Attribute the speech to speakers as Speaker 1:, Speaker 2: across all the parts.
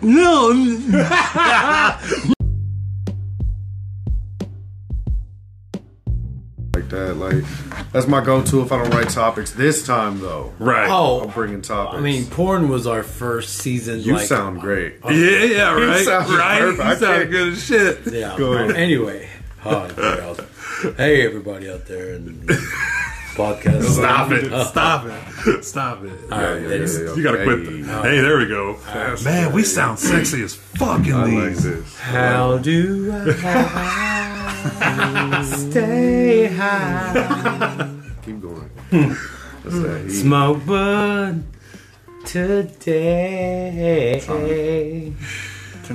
Speaker 1: No.
Speaker 2: like that. Like that's my go-to if I don't write topics. This time though,
Speaker 3: Right.
Speaker 1: Oh,
Speaker 2: I'm bringing topics.
Speaker 1: I mean, porn was our first season.
Speaker 2: you
Speaker 1: like-
Speaker 2: sound great.
Speaker 3: Yeah, yeah,
Speaker 2: You
Speaker 3: right.
Speaker 2: sound
Speaker 3: right.
Speaker 2: perfect. I
Speaker 3: You sound
Speaker 2: can't-
Speaker 3: good as shit.
Speaker 1: Yeah.
Speaker 2: Go ahead.
Speaker 1: Anyway, oh, hi, girls. hey everybody out there in podcast.
Speaker 3: Stop it. Stop it. Stop it.
Speaker 2: Yeah,
Speaker 1: right,
Speaker 2: yeah,
Speaker 1: that is-
Speaker 2: yeah, yeah.
Speaker 3: You gotta quit.
Speaker 2: Hey,
Speaker 3: the- Hey, there we go. Man, we sound sexy as fuck in
Speaker 2: I like
Speaker 3: these.
Speaker 2: this.
Speaker 1: How do I stay high?
Speaker 2: Keep going. That's that heat.
Speaker 1: Smoke bud today.
Speaker 4: Turn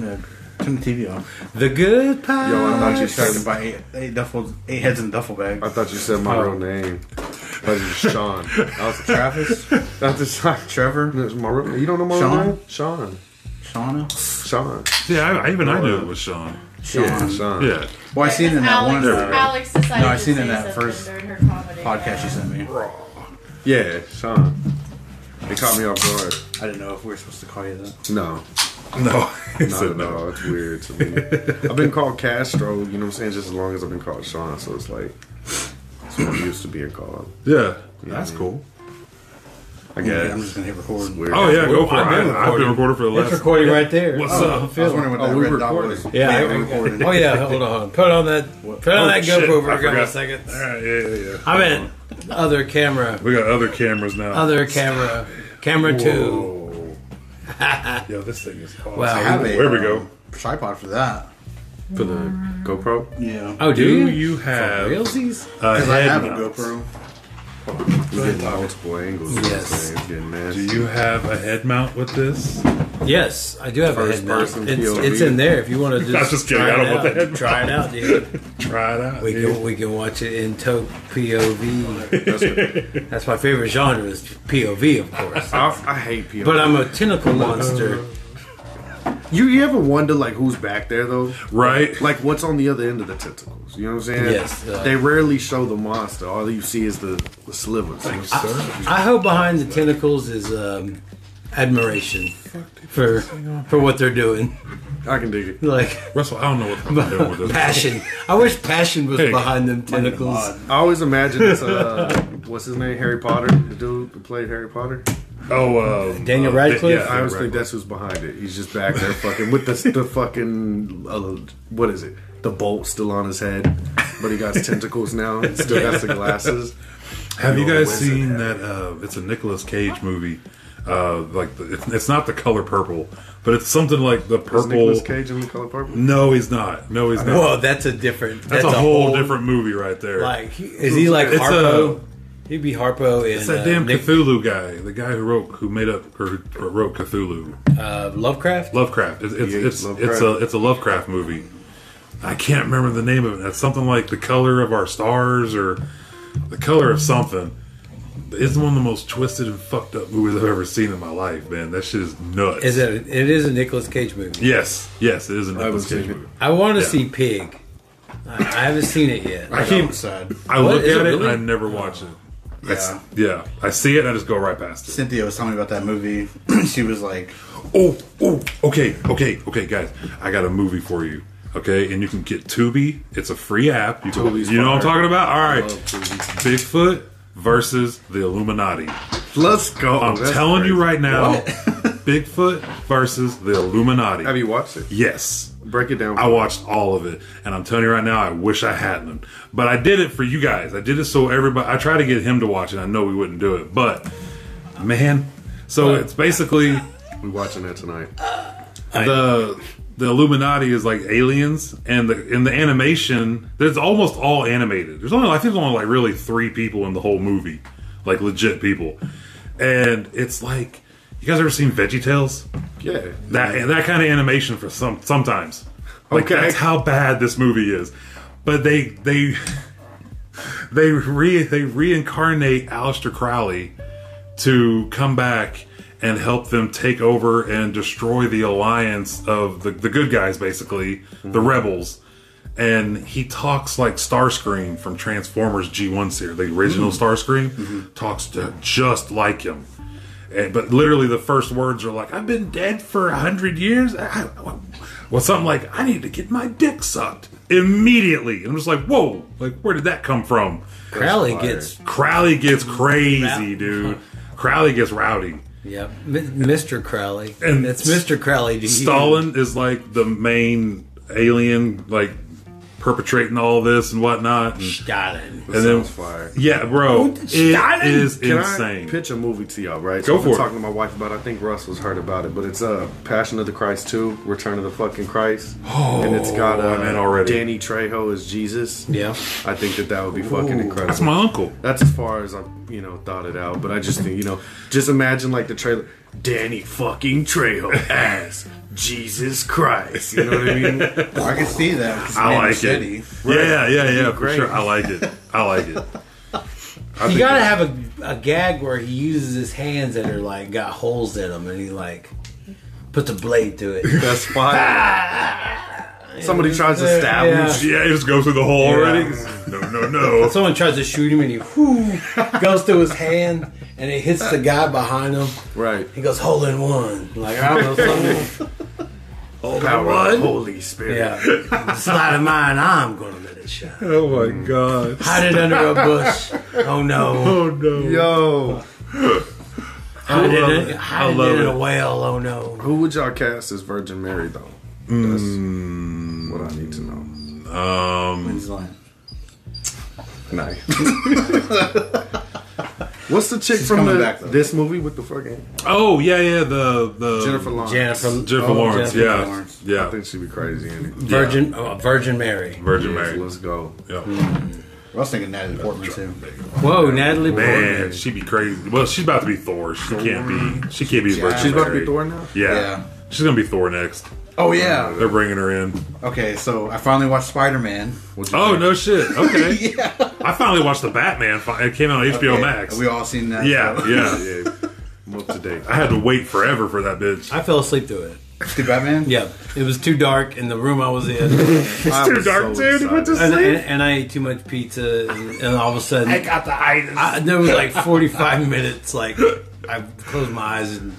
Speaker 4: the turn the TV on.
Speaker 1: The good part.
Speaker 2: Yo, I thought you
Speaker 4: Talking
Speaker 2: said.
Speaker 4: about eight, eight duffel, eight heads in a duffel bag.
Speaker 2: I thought you said
Speaker 3: Oh.
Speaker 2: my real name. I thought you said Sean. I was Travis. That's just like
Speaker 4: Trevor,
Speaker 2: That's my real. You don't know my
Speaker 4: Sean?
Speaker 2: real name? Sean.
Speaker 4: Shauna,
Speaker 2: Sean.
Speaker 3: Yeah, I, I- even I knew it was Sean.
Speaker 4: Sean.
Speaker 2: Sean.
Speaker 3: Yeah.
Speaker 4: Well, I seen it in that
Speaker 5: Alex,
Speaker 4: one uh,
Speaker 5: Alex decided
Speaker 4: No, I
Speaker 5: to
Speaker 4: seen
Speaker 5: say
Speaker 4: it in that
Speaker 5: something
Speaker 4: first
Speaker 5: during her comedy.
Speaker 4: podcast you sent me.
Speaker 2: Yeah, Sean. It caught me off guard.
Speaker 4: I didn't know if we were supposed to call you that.
Speaker 2: No,
Speaker 3: No. He
Speaker 2: not
Speaker 3: said
Speaker 2: at all. It's weird to me. I've been called Castro, you know what I'm saying, just as long as I've been called Sean, so it's like it's what I'm used to being called.
Speaker 3: Yeah. That's cool.
Speaker 2: I
Speaker 4: Yeah,
Speaker 2: guess.
Speaker 4: I'm just gonna hit record.
Speaker 2: It's weird.
Speaker 3: Oh yeah, go for it.
Speaker 1: I've been
Speaker 3: I- I've been recording for the
Speaker 1: It's
Speaker 3: last.
Speaker 1: recording right there.
Speaker 3: What's
Speaker 1: oh.
Speaker 3: up?
Speaker 4: I was wondering what
Speaker 2: Oh,
Speaker 4: that
Speaker 2: we
Speaker 4: red dot was.
Speaker 2: recorded.
Speaker 1: Yeah,
Speaker 4: yeah,
Speaker 1: I-
Speaker 4: we recorded.
Speaker 1: Oh yeah, hold on. Put on that. Put on that
Speaker 3: Oh, shit,
Speaker 1: GoPro for
Speaker 3: I
Speaker 1: a couple
Speaker 3: forgot.
Speaker 1: of seconds.
Speaker 3: All right, yeah, yeah, yeah.
Speaker 1: I meant other camera.
Speaker 3: We got other cameras now.
Speaker 1: Other camera. Camera two.
Speaker 3: Whoa. Yo, this thing is awesome.
Speaker 4: I
Speaker 1: Wow.
Speaker 4: have a
Speaker 3: There we
Speaker 4: uh,
Speaker 3: go.
Speaker 4: tripod for that.
Speaker 2: For the GoPro?
Speaker 4: Yeah,
Speaker 1: Oh, do
Speaker 3: Do
Speaker 1: you? Uh,
Speaker 3: you have
Speaker 1: Realsies?
Speaker 3: a
Speaker 4: because I
Speaker 3: head
Speaker 4: have a
Speaker 3: mount?
Speaker 4: GoPro.
Speaker 2: You get multiple angles. you know what I'm
Speaker 1: Yes.
Speaker 2: saying? It's getting
Speaker 3: Do
Speaker 2: nasty.
Speaker 3: you have a head mount with this?
Speaker 1: Yes, I do have a
Speaker 2: First
Speaker 1: head mount.
Speaker 2: person
Speaker 1: It's,
Speaker 2: POV.
Speaker 1: it's in there if you want to just.
Speaker 3: was just kidding.
Speaker 1: try
Speaker 3: I don't
Speaker 1: it
Speaker 3: want
Speaker 1: out.
Speaker 3: the head mount.
Speaker 1: Try it out, dude.
Speaker 3: Try it out.
Speaker 1: We
Speaker 3: dude.
Speaker 1: can we can watch it in tote POV. That's my favorite genre is POV, of course.
Speaker 2: I, I hate people.
Speaker 1: But I'm a tentacle monster.
Speaker 2: you, you ever wonder like who's back there though?
Speaker 3: Right?
Speaker 2: Like what's on the other end of the tentacles? You know what I'm saying?
Speaker 1: Yes, uh,
Speaker 2: they rarely show the monster. All you see is the, the slivers.
Speaker 1: I hope behind the tentacles is um, admiration for for what they're doing,
Speaker 2: I can dig it.
Speaker 1: like
Speaker 3: Russell, I don't know what the fuck I'm doing with this.
Speaker 1: passion. I wish passion was
Speaker 3: Hey.
Speaker 1: behind them tentacles.
Speaker 4: Mod.
Speaker 2: I always imagine it's uh, what's his name, Harry Potter, the dude who played Harry Potter.
Speaker 3: Oh, um,
Speaker 1: Daniel
Speaker 3: uh,
Speaker 1: Radcliffe?
Speaker 3: Yeah,
Speaker 2: I
Speaker 3: I was
Speaker 2: always think
Speaker 3: thinking
Speaker 2: that's who's behind it. He's just back there fucking with the the fucking uh, what is it? The bolt still on his head, but he got his tentacles now. and Still got the glasses.
Speaker 3: Have you
Speaker 2: You're a
Speaker 3: guys
Speaker 2: wizard.
Speaker 3: seen that? Uh, it's a Nicolas Cage movie. Uh, like the, it's- it's not the color purple, but it's something like the
Speaker 2: Is
Speaker 3: purple.
Speaker 2: Nicolas Cage in the color purple?
Speaker 3: No, he's not. No, he's not.
Speaker 1: Whoa, that's a different.
Speaker 3: that's, a, whole, different movie right there.
Speaker 1: Like, he- is he like
Speaker 3: It's a-
Speaker 1: Harpo? He'd be Harpo in
Speaker 3: it's that
Speaker 1: uh,
Speaker 3: damn
Speaker 1: Nick,
Speaker 3: Cthulhu guy, the guy who wrote, who made up, or, who- or wrote Cthulhu.
Speaker 1: uh, Lovecraft.
Speaker 3: Lovecraft. It's it's,
Speaker 2: Yeah,
Speaker 3: it's,
Speaker 2: Lovecraft.
Speaker 3: it's a it's a Lovecraft movie. I can't remember the name of it. It's something like the color of our stars or the color of something. It's one of the most twisted and fucked up movies I've ever seen in my life, man. That shit is nuts.
Speaker 1: Is it? It is a Nicolas Cage movie.
Speaker 3: Yes, yes, it is a Nicolas
Speaker 2: haven't
Speaker 3: Cage
Speaker 2: seen it.
Speaker 3: movie.
Speaker 1: I want to
Speaker 3: Yeah.
Speaker 1: see Pig. I, I haven't seen it yet.
Speaker 3: I keep
Speaker 4: Sad.
Speaker 3: I
Speaker 1: What?
Speaker 3: look
Speaker 1: Is
Speaker 3: at
Speaker 1: it
Speaker 3: it and
Speaker 1: really?
Speaker 3: I never watch it. I s-
Speaker 4: Yeah.
Speaker 3: yeah, I see it and I just go right past it.
Speaker 4: Cynthia was telling me about that movie. she was like,
Speaker 3: Oh, oh, okay, okay, okay, guys. I got a movie for you. Okay, and you can get Tubi. It's a free app. You, can-
Speaker 2: Tubi's
Speaker 3: you know what I'm
Speaker 2: fire.
Speaker 3: talking about? All right.
Speaker 2: love
Speaker 3: Bigfoot versus the Illuminati.
Speaker 2: Let's go.
Speaker 3: I'm
Speaker 2: Oh, That's
Speaker 3: telling you
Speaker 2: crazy.
Speaker 3: right now, Bigfoot versus the Illuminati.
Speaker 2: Have you watched it?
Speaker 3: yes.
Speaker 2: Break it down.
Speaker 3: I watched all of it, and I'm telling you right now, I wish I hadn't. But I did it for you guys. I did it so everybody. I tried to get him to watch it. I know we wouldn't do it, but man, so it's basically
Speaker 2: we watching that tonight.
Speaker 3: the the Illuminati is like aliens, and the in the animation, there's almost all animated. There's only I think there's only like really three people in the whole movie, like legit people, and it's like you guys ever seen Veggie Tales?
Speaker 2: Yeah.
Speaker 3: That that kind of animation for some sometimes. Like
Speaker 2: Okay.
Speaker 3: that's how bad this movie is. But they they they re they reincarnate Aleister Crowley to come back and help them take over and destroy the alliance of the, the good guys basically, the
Speaker 2: Mm-hmm.
Speaker 3: rebels. And he talks like Starscream from
Speaker 2: Mm. Mm-hmm.
Speaker 3: Transformers G1 series, the original Starscream talks to, just like him And, Eh, but literally, the first words are like, "I've been dead for a hundred years." I, I- well, something like, "I need to get my dick sucked immediately." And I'm just like, "Whoa! Like, where did that come from?"
Speaker 1: Crowley
Speaker 2: That's fire.
Speaker 1: gets.
Speaker 3: Crowley gets
Speaker 1: Wow.
Speaker 3: crazy, dude. Crowley gets rowdy.
Speaker 1: Yeah, M- Mr. Crowley.
Speaker 3: And
Speaker 1: That's Mr. Crowley. Do you-
Speaker 3: Stalin is like the main alien, like perpetrating all this and whatnot. And,
Speaker 1: Stalin.
Speaker 3: and then,
Speaker 2: sounds fire.
Speaker 3: yeah, bro, it
Speaker 1: Stalin?
Speaker 3: is
Speaker 2: Can
Speaker 3: insane.
Speaker 2: I pitch a movie to y'all, right?
Speaker 3: Go
Speaker 2: I've been
Speaker 3: for it.
Speaker 2: talking to my wife about it. I think Russ was heard about it, but it's uh, Passion of the Christ 2, Return of the fucking Christ. Oh, and it's got uh,
Speaker 3: I'm in already.
Speaker 2: Danny Trejo as Jesus.
Speaker 1: Yeah.
Speaker 2: I think that that would be fucking incredible.
Speaker 3: That's my uncle.
Speaker 2: That's as far as I've, you know, thought it out. But I just think, you know, just imagine like the trailer. Danny fucking Trejo as Jesus Christ. You know what I mean?
Speaker 4: "Oh, I can see that. 'cause
Speaker 3: I
Speaker 4: Man
Speaker 3: like it.
Speaker 4: City.
Speaker 3: Yeah, yeah, yeah, for
Speaker 2: great.
Speaker 3: sure. I like it. I like it.
Speaker 1: you gotta have a, a gag where he uses his hands that are like got holes in them, and he like puts a blade through it.
Speaker 2: That's fire. Somebody tries to stab
Speaker 1: Yeah.
Speaker 2: him.
Speaker 3: Yeah, Oh it just goes through the hole already. No, no, no.
Speaker 1: Someone tries to shoot him, and he whoo, goes through his hand, and it hits the guy behind him.
Speaker 2: Right.
Speaker 1: He goes hole in one. Like I don't know something.
Speaker 2: Power of the Holy Spirit.
Speaker 1: yeah, slide of mine. I'm gonna let it shine.
Speaker 3: Oh my god.
Speaker 1: Hide it under a bush. Oh no.
Speaker 3: Oh no.
Speaker 2: Yo,
Speaker 1: Hide it,
Speaker 3: love
Speaker 1: in-
Speaker 3: it. I
Speaker 1: hide it
Speaker 3: love
Speaker 1: in
Speaker 3: it.
Speaker 1: a whale. Oh no.
Speaker 2: who would y'all cast as Virgin Mary though? That's what I need to know.
Speaker 3: Um,
Speaker 4: It's like-
Speaker 2: Nice. What's the chick from
Speaker 4: coming
Speaker 2: the,
Speaker 4: back, though.
Speaker 2: this movie with the fucking
Speaker 3: Oh yeah, yeah. The the
Speaker 2: Jennifer Lawrence?
Speaker 1: Jennifer,
Speaker 3: Jennifer
Speaker 1: oh,
Speaker 3: Lawrence.
Speaker 1: Jennifer
Speaker 3: yeah,
Speaker 4: Lawrence.
Speaker 2: I
Speaker 3: yeah.
Speaker 2: think she'd be crazy in it.
Speaker 1: Virgin, oh, Virgin Mary.
Speaker 3: Virgin
Speaker 2: Yes,
Speaker 3: Mary.
Speaker 2: let's go.
Speaker 3: Yeah.
Speaker 4: I was thinking Natalie Portman too.
Speaker 1: Whoa, Natalie Portman.
Speaker 3: Man, she'd be crazy. Well, she's about to be Thor. She can't be. She can't be Virgin
Speaker 2: She's about to
Speaker 3: Mary.
Speaker 2: be Thor now.
Speaker 3: Yeah.
Speaker 4: Yeah.
Speaker 3: She's gonna be Thor next.
Speaker 4: Oh yeah.
Speaker 3: They're bringing her in.
Speaker 4: Okay, so I finally watched Spider Man.
Speaker 2: What'd you
Speaker 3: Oh
Speaker 2: think?
Speaker 3: no shit. Okay. I finally watched the Batman. Fi- It came out on HBO Max.
Speaker 4: We all seen that.
Speaker 3: yeah,
Speaker 4: so-
Speaker 3: yeah.
Speaker 2: Yeah, I'm up to date.
Speaker 3: I had to wait forever for that bitch.
Speaker 1: I fell asleep through it.
Speaker 4: The Batman.
Speaker 1: Yeah, it was too dark in the room I was in,
Speaker 2: It's
Speaker 3: too dark, dude. What the-
Speaker 1: and, and, and I ate too much pizza, and, and all of a sudden, I,
Speaker 3: got the itis.
Speaker 1: there was like forty-five minutes. Like I closed my eyes, and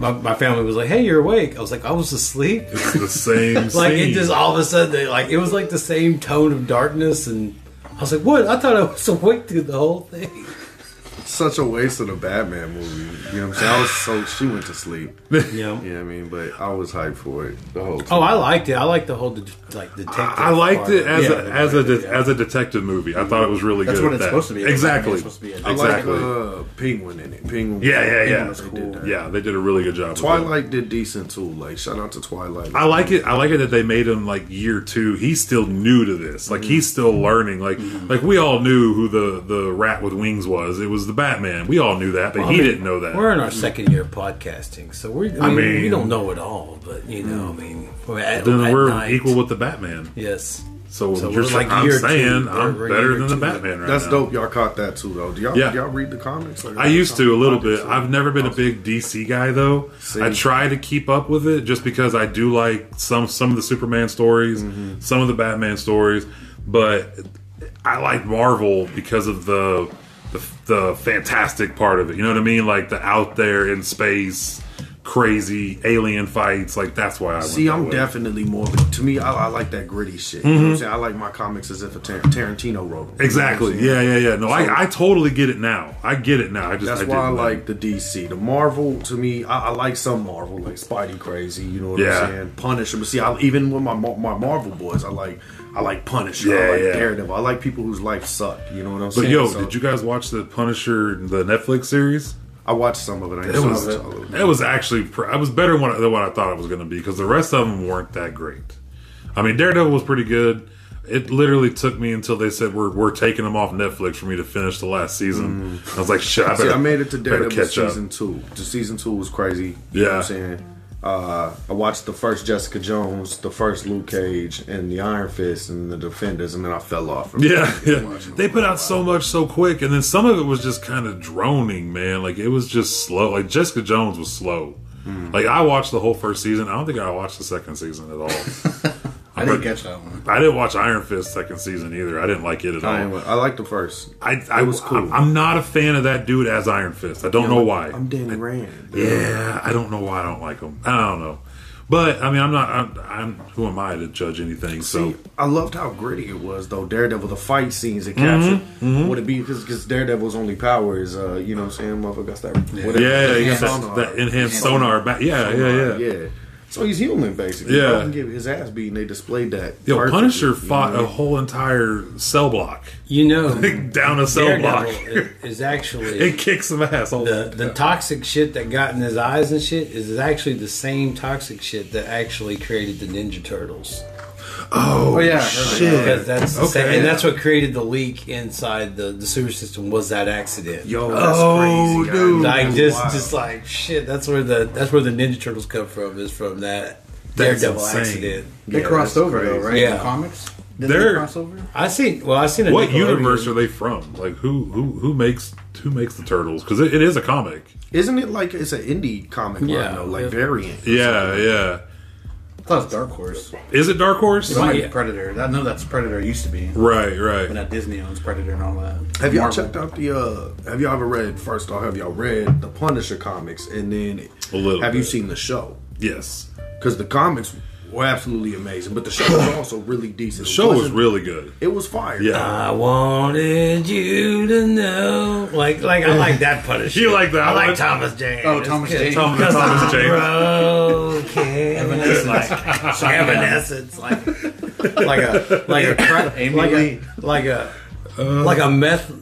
Speaker 1: my, my family was like, "Hey, you're awake." I was like, "I was asleep."
Speaker 3: it's the same.
Speaker 1: Like it
Speaker 3: scene.
Speaker 1: just all of a sudden, they, like it was like the same tone of darkness, and I was like, "What?" I thought I was awake through the whole thing.
Speaker 2: Such a waste of the Batman movie. You know what I'm saying? I was so she went to sleep.
Speaker 1: Yeah.
Speaker 2: Yeah, I mean, but I was hyped for it the whole time.
Speaker 1: Oh, I liked it. I liked the whole de- like detective.
Speaker 3: I liked it as
Speaker 1: Yeah.
Speaker 3: a as a de- as a detective movie. I thought it was really
Speaker 4: That's
Speaker 3: good.
Speaker 4: what
Speaker 3: at
Speaker 4: it's
Speaker 3: that.
Speaker 4: supposed to be.
Speaker 3: Exactly.
Speaker 4: It's supposed to be a- I
Speaker 2: I
Speaker 3: exactly.
Speaker 2: like uh, Penguin in it. Penguin.
Speaker 3: yeah, yeah, yeah.
Speaker 4: was cool.
Speaker 3: Yeah, they did a really good job. With it.
Speaker 2: Twilight did decent too. Like shout out to Twilight.
Speaker 3: I like it. I like it that they made him like year two. He's still new to this.
Speaker 4: Mm-hmm.
Speaker 3: Like he's still learning. Like like we all knew who the the rat with wings was. It was the Batman. We all knew that, but he didn't know that.
Speaker 1: We're in our second year of podcasting, so we. I mean,
Speaker 3: I mean-
Speaker 1: we don't know it all, but you know, I mean, we're at,
Speaker 3: Then
Speaker 1: at
Speaker 3: we're
Speaker 1: night.
Speaker 3: equal with the Batman.
Speaker 1: Yes.
Speaker 3: So,
Speaker 1: So
Speaker 3: you're
Speaker 1: we're like
Speaker 3: like I'm
Speaker 1: year two.
Speaker 3: saying
Speaker 1: We're-
Speaker 3: I'm
Speaker 1: we're
Speaker 3: better
Speaker 1: year
Speaker 3: than the
Speaker 1: two.
Speaker 3: Batman right
Speaker 2: That's
Speaker 3: now.
Speaker 2: dope. Y'all caught that too though. Do y'all
Speaker 3: Yeah.
Speaker 2: y'all read the comics? Like,
Speaker 3: I used to a little bit.
Speaker 2: Comics,
Speaker 3: I've never been a big DC guy though. I try to keep up with it just because I do like some some of the Superman stories,
Speaker 2: Mm-hmm.
Speaker 3: some of the Batman stories, but I like Marvel because of the the, the fantastic part of it. You know what I mean? Like the out there in space, crazy alien fights. Like that's why I went
Speaker 2: See,
Speaker 3: that
Speaker 2: I'm
Speaker 3: way. Mm-hmm.
Speaker 2: definitely more. of a- To me, I, I like that gritty shit. You know what I'm saying? I like my comics as if a Tar- Tarantino wrote them.
Speaker 3: Exactly. Yeah, yeah, yeah. No,
Speaker 2: So-
Speaker 3: I, I totally get it now. I get it now. I just
Speaker 2: That's
Speaker 3: I
Speaker 2: why I
Speaker 3: didn't then.
Speaker 2: like the DC. The Marvel to me, I, I like some Marvel, like Spidey Crazy. You know what
Speaker 3: Yeah.
Speaker 2: I'm saying? Punisher. But see, I, even with my Mar- my Marvel boys, I like I like Punisher. I
Speaker 3: Yeah,
Speaker 2: like
Speaker 3: yeah.
Speaker 2: Daredevil. I like people whose life suck. You know what I'm
Speaker 3: But
Speaker 2: saying?
Speaker 3: yo,
Speaker 2: So,
Speaker 3: did you guys watch the Punisher the Netflix series?
Speaker 2: I watched some of it. I
Speaker 3: It
Speaker 2: saw
Speaker 3: was
Speaker 2: all of it.
Speaker 3: it was actually pr- I was better one, than what I thought it was going to be because the rest of them weren't that great. I mean, Daredevil was pretty good. It literally took me until they said we're we're taking them off Netflix for me to finish the last season. I was like, shit, I better
Speaker 2: Mm. See, I made it to
Speaker 3: better
Speaker 2: Daredevil season two. The season two was crazy. You know
Speaker 3: Yeah.
Speaker 2: what I'm saying? Uh, I watched the first Jessica Jones, the first Luke Cage, and the Iron Fist, and the Defenders, and then I fell off. from it.
Speaker 3: Yeah, yeah. They put out so much so quick, and then some of it was just kind of droning, man. Like it was just slow. Like Jessica Jones
Speaker 2: Mm.
Speaker 3: was slow. Like I watched the whole first season. I don't think I watched the second season at all.
Speaker 4: I didn't catch that one.
Speaker 3: I didn't watch Iron Fist second season either. I didn't like it at
Speaker 2: I,
Speaker 3: all.
Speaker 2: I liked the first.
Speaker 3: I, I
Speaker 2: was cool.
Speaker 3: I, am not a fan of that dude as Iron Fist. I don't know why.
Speaker 2: I'm Danny Rand.
Speaker 3: yeah, I don't know why I don't like him. I don't know. But I mean, I'm not. I'm, I'm who am I to judge anything? So
Speaker 2: See, I loved how gritty it was, though. Daredevil, the fight scenes
Speaker 3: Mm-hmm,
Speaker 2: it captured. Would it be because Daredevil's only power is, uh, you know, what I'm saying motherfucker got that. whatever-
Speaker 3: yeah, you got that,
Speaker 2: Sonar.
Speaker 3: that enhanced sonar. Back. Yeah, yeah, yeah,
Speaker 2: yeah. So he's human, basically.
Speaker 3: Yeah.
Speaker 2: Yeah, can get his ass beaten. They displayed that.
Speaker 3: Yo,
Speaker 2: perfectly,
Speaker 3: Punisher
Speaker 2: you
Speaker 3: fought
Speaker 2: know? Mm-hmm.
Speaker 3: a whole entire cell block
Speaker 1: You know,
Speaker 3: down a cell
Speaker 1: Daredevil
Speaker 3: block.
Speaker 1: is- is actually
Speaker 3: It kicks some ass. all-
Speaker 1: the the toxic shit that got in his eyes and shit is actually the same toxic shit that actually created the Ninja Turtles.
Speaker 4: Oh yeah, I heard that.
Speaker 1: Because that's the
Speaker 3: Okay.
Speaker 1: same, and that's what created the leak inside the, the sewer system was that accident.
Speaker 2: Yo, that's
Speaker 3: Oh,
Speaker 2: crazy,
Speaker 3: dude.
Speaker 2: guys.
Speaker 1: Like
Speaker 2: That's
Speaker 1: just
Speaker 2: wild.
Speaker 1: just like shit. That's where the that's where the Ninja Turtles come from is from that
Speaker 3: That's
Speaker 1: Daredevil
Speaker 3: insane.
Speaker 1: accident.
Speaker 4: They
Speaker 2: Yeah,
Speaker 4: crossed
Speaker 2: that's
Speaker 4: over though,
Speaker 2: crazy.
Speaker 4: right?
Speaker 1: Yeah.
Speaker 4: In comics, did
Speaker 3: They're-
Speaker 4: they cross over?
Speaker 1: I seen well I seen a
Speaker 3: what
Speaker 1: Nickelodeon-
Speaker 3: universe are they from? Like who who who makes who makes the turtles? Because it, it is a comic.
Speaker 2: Isn't it like it's an indie comic
Speaker 1: Yeah.
Speaker 2: line though, like
Speaker 1: Yeah.
Speaker 2: variant?
Speaker 3: Yeah, yeah.
Speaker 4: I thought it was Dark Horse. It
Speaker 3: Is it Dark Horse?
Speaker 4: might
Speaker 1: yeah.
Speaker 4: be Predator. I know that's Predator used to be,
Speaker 3: Right,
Speaker 4: but
Speaker 3: right.
Speaker 4: now Disney owns Predator and all that.
Speaker 2: Have y'all
Speaker 4: Marvel.
Speaker 2: checked out the? uh Have y'all ever read? First off, have y'all read the Punisher comics? And then,
Speaker 3: A little
Speaker 2: have you
Speaker 3: bit.
Speaker 2: seen the show?
Speaker 3: Yes,
Speaker 2: Because the comics were absolutely amazing, but the show was also really decent.
Speaker 3: the show was
Speaker 2: wasn't-
Speaker 3: really good.
Speaker 2: It was fire.
Speaker 3: Yeah,
Speaker 1: I wanted you to know, like, like I like that Punisher.
Speaker 3: You like that
Speaker 1: I like
Speaker 3: one?
Speaker 1: Thomas Jane.
Speaker 4: Oh, Thomas Jane.
Speaker 3: Tom-
Speaker 1: Because
Speaker 3: Thomas
Speaker 1: I'm
Speaker 3: Jane.
Speaker 1: broken. Like, like evanescence, like like a like a cra-
Speaker 4: Amy
Speaker 1: like
Speaker 4: Lee.
Speaker 1: a like a
Speaker 3: Uh.
Speaker 1: like a meth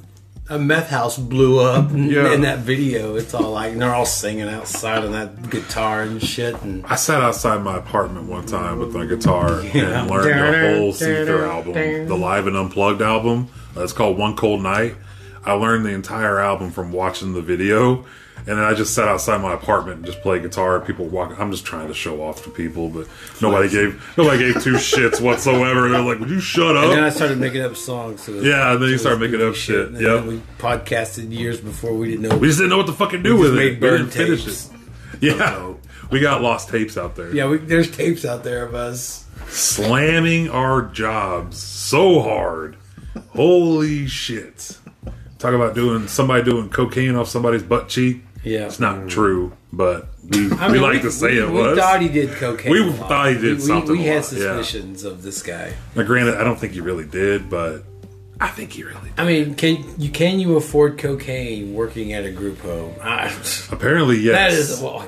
Speaker 1: a meth house blew up in,
Speaker 2: Yeah.
Speaker 1: in that video. It's all like and they're all singing outside on that guitar and shit. And
Speaker 3: I sat outside my apartment one time with my guitar and learned the whole Seether album, the live and unplugged album. Uh, It's called One Cold Night. I learned the entire album from watching the video, and then I just sat outside my apartment and just played guitar. People walking, I'm just trying to show off to people, but nobody gave nobody gave two shits whatsoever. They're like, "Would you shut up?"
Speaker 1: and then I started making up songs. To
Speaker 3: Oh. Yeah, and then you
Speaker 1: to
Speaker 3: start making
Speaker 1: goofy
Speaker 3: up shit.
Speaker 1: And
Speaker 3: Yep.
Speaker 1: then we podcasted years before we didn't know.
Speaker 3: We just didn't know what to fucking do
Speaker 1: We
Speaker 3: with
Speaker 1: just
Speaker 3: it.
Speaker 1: made
Speaker 3: we didn't
Speaker 1: burn
Speaker 3: finish
Speaker 1: tapes.
Speaker 3: it. Yeah, we got lost tapes out there.
Speaker 1: yeah, we, there's tapes out there of us.
Speaker 3: Slamming our jobs so hard. Holy shit! Talk about doing somebody doing cocaine off somebody's butt cheek.
Speaker 1: Yeah.
Speaker 3: it's not true, but we, we like to say
Speaker 1: we,
Speaker 3: it
Speaker 1: we
Speaker 3: was.
Speaker 1: thought he did cocaine.
Speaker 3: We
Speaker 1: a lot.
Speaker 3: thought he did
Speaker 1: We- we,
Speaker 3: something
Speaker 1: We
Speaker 3: a
Speaker 1: had
Speaker 3: lot, yeah.
Speaker 1: suspicions of this guy.
Speaker 3: now, granted, I don't think he really did, but I think he really. did.
Speaker 1: I mean, can you can you afford cocaine working at a group home? I,
Speaker 3: Apparently,
Speaker 1: that
Speaker 3: yes.
Speaker 1: is well,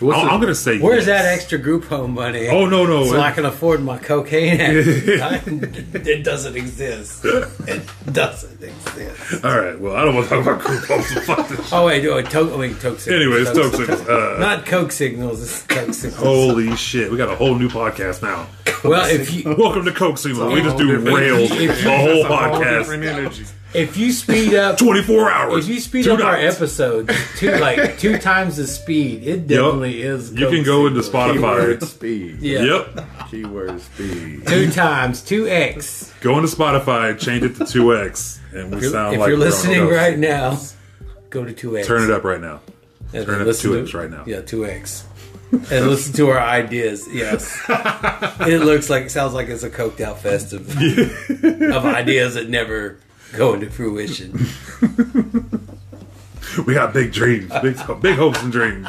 Speaker 2: What's
Speaker 3: I-
Speaker 2: the-
Speaker 3: I'm gonna say.
Speaker 1: where's
Speaker 3: yes.
Speaker 1: that extra group home money?
Speaker 3: Oh no no!
Speaker 1: so
Speaker 3: it-
Speaker 1: I can afford my cocaine. it doesn't exist. It doesn't exist.
Speaker 3: all right. Well, I don't want to talk about group homes. Fuck this
Speaker 1: Oh wait, no, to- I mean, coke signals.
Speaker 3: Anyways,
Speaker 1: Coke
Speaker 3: Stokes. Uh,
Speaker 1: Not coke signals. It's coke signals.
Speaker 3: holy shit! We got a whole new podcast now.
Speaker 1: well, if you
Speaker 3: Welcome to Coke Simo. We just do
Speaker 2: different-
Speaker 3: rails the
Speaker 1: It's a
Speaker 3: whole
Speaker 2: All
Speaker 3: podcast,
Speaker 2: different energy.
Speaker 1: if you speed up
Speaker 3: 24 hours.
Speaker 1: If you speed
Speaker 3: two
Speaker 1: up our
Speaker 3: nights.
Speaker 1: episodes to like two times the speed, it definitely is.
Speaker 3: you can go into
Speaker 2: Keyword
Speaker 3: Spotify.
Speaker 2: speed.
Speaker 1: Yeah.
Speaker 3: Yep,
Speaker 2: Keyword speed.
Speaker 1: Two times, two X.
Speaker 3: go into Spotify, change it to two X, and we
Speaker 1: If
Speaker 3: sound like
Speaker 1: you're
Speaker 3: we're on
Speaker 1: listening
Speaker 3: those.
Speaker 1: right now, go to two X.
Speaker 3: Turn it up right now.
Speaker 1: Turn
Speaker 3: it up to 2X right now.
Speaker 1: Yeah, two X. And listen to our ideas. Yes, it looks like sounds like it's a coked out fest of, of ideas that never go into fruition.
Speaker 3: We got big dreams, big big hopes and dreams.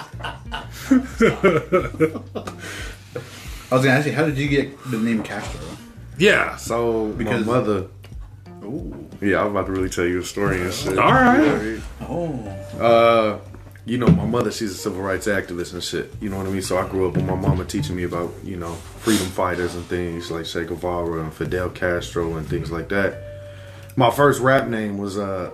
Speaker 4: I was gonna ask you, how did you get the name Castro?
Speaker 3: Yeah. So,
Speaker 2: So
Speaker 4: Because-
Speaker 2: my mother. Yeah, I'm about to really tell you a story and shit.
Speaker 3: all right.
Speaker 2: you know, my mother, she's a civil rights activist and shit. You know what I mean? So I grew up with my mama teaching me about, you know, freedom fighters and things like Che Guevara and Fidel Castro and things like that. My first rap name was uh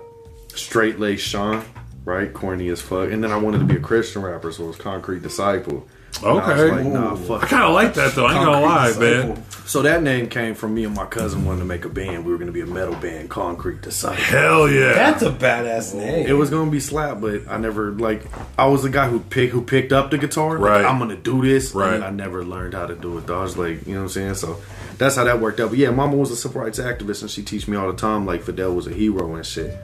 Speaker 2: Straight Lace Sean, right? Corny as fuck. And then I wanted to be a Christian rapper, so it was Concrete Disciple. And I was
Speaker 3: Okay.
Speaker 2: like, nah,
Speaker 3: Ooh.
Speaker 2: fuck
Speaker 3: I kind of like that though. I ain't gonna lie, man.
Speaker 2: So that name came from me and my cousin wanted to make a band. We were gonna be a metal band, Concrete Disciple.
Speaker 3: Hell yeah.
Speaker 1: That's a badass name.
Speaker 2: It was gonna be slap, but I never like. I was the guy who picked who picked up the guitar. like,
Speaker 3: Right.
Speaker 2: I'm gonna do this.
Speaker 3: Right.
Speaker 2: And I never learned how to do it. Though. I was like, you know what I'm saying. So that's how that worked out. But yeah, Mama was a civil rights activist, and she teach me all the time. Like Fidel was a hero and shit.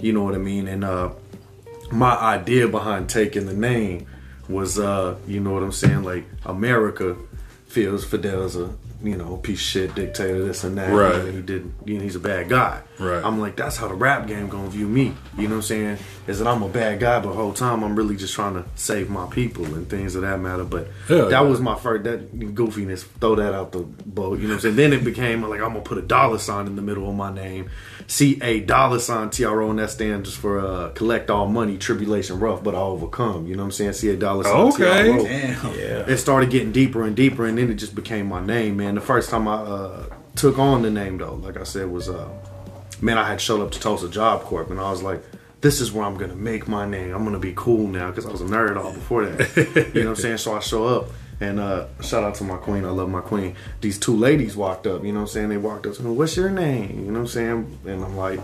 Speaker 2: You know what I mean? And uh, my idea behind taking the name was, uh, you know what I'm saying, like America. feels Fidel's a you know piece of shit dictator this and that.
Speaker 3: Right.
Speaker 2: And he did. You know, he's a bad guy.
Speaker 3: Right.
Speaker 2: I'm like, that's how the rap game gonna view me. You know what I'm saying? Is that I'm a bad guy, but whole time I'm really just trying to save my people and things of that matter. But
Speaker 3: Hell
Speaker 2: that
Speaker 3: yeah.
Speaker 2: was my first that goofiness. Throw that out the boat. You know what I'm saying? Then it became like I'm gonna put a dollar sign in the middle of my name. C A dollar sign T R O and that stands just for uh, collect all money, tribulation rough, but I overcome. You know what I'm saying? C A dollar sign
Speaker 3: Okay.
Speaker 2: T R O
Speaker 4: Damn. Yeah.
Speaker 2: it started getting deeper and deeper, and then it just became my name, man. The first time I uh, took on the name, though, like I said, was uh, man, I had showed up to Tulsa Job Corp, and I was like, this is where I'm gonna make my name. I'm gonna be cool now because I was a nerd all before that. you know what I'm saying? So I show up. And uh, shout out to my queen. I love my queen. These two ladies walked up. You know what I'm saying? They walked up to me. What's your name? You know what I'm saying? And I'm like,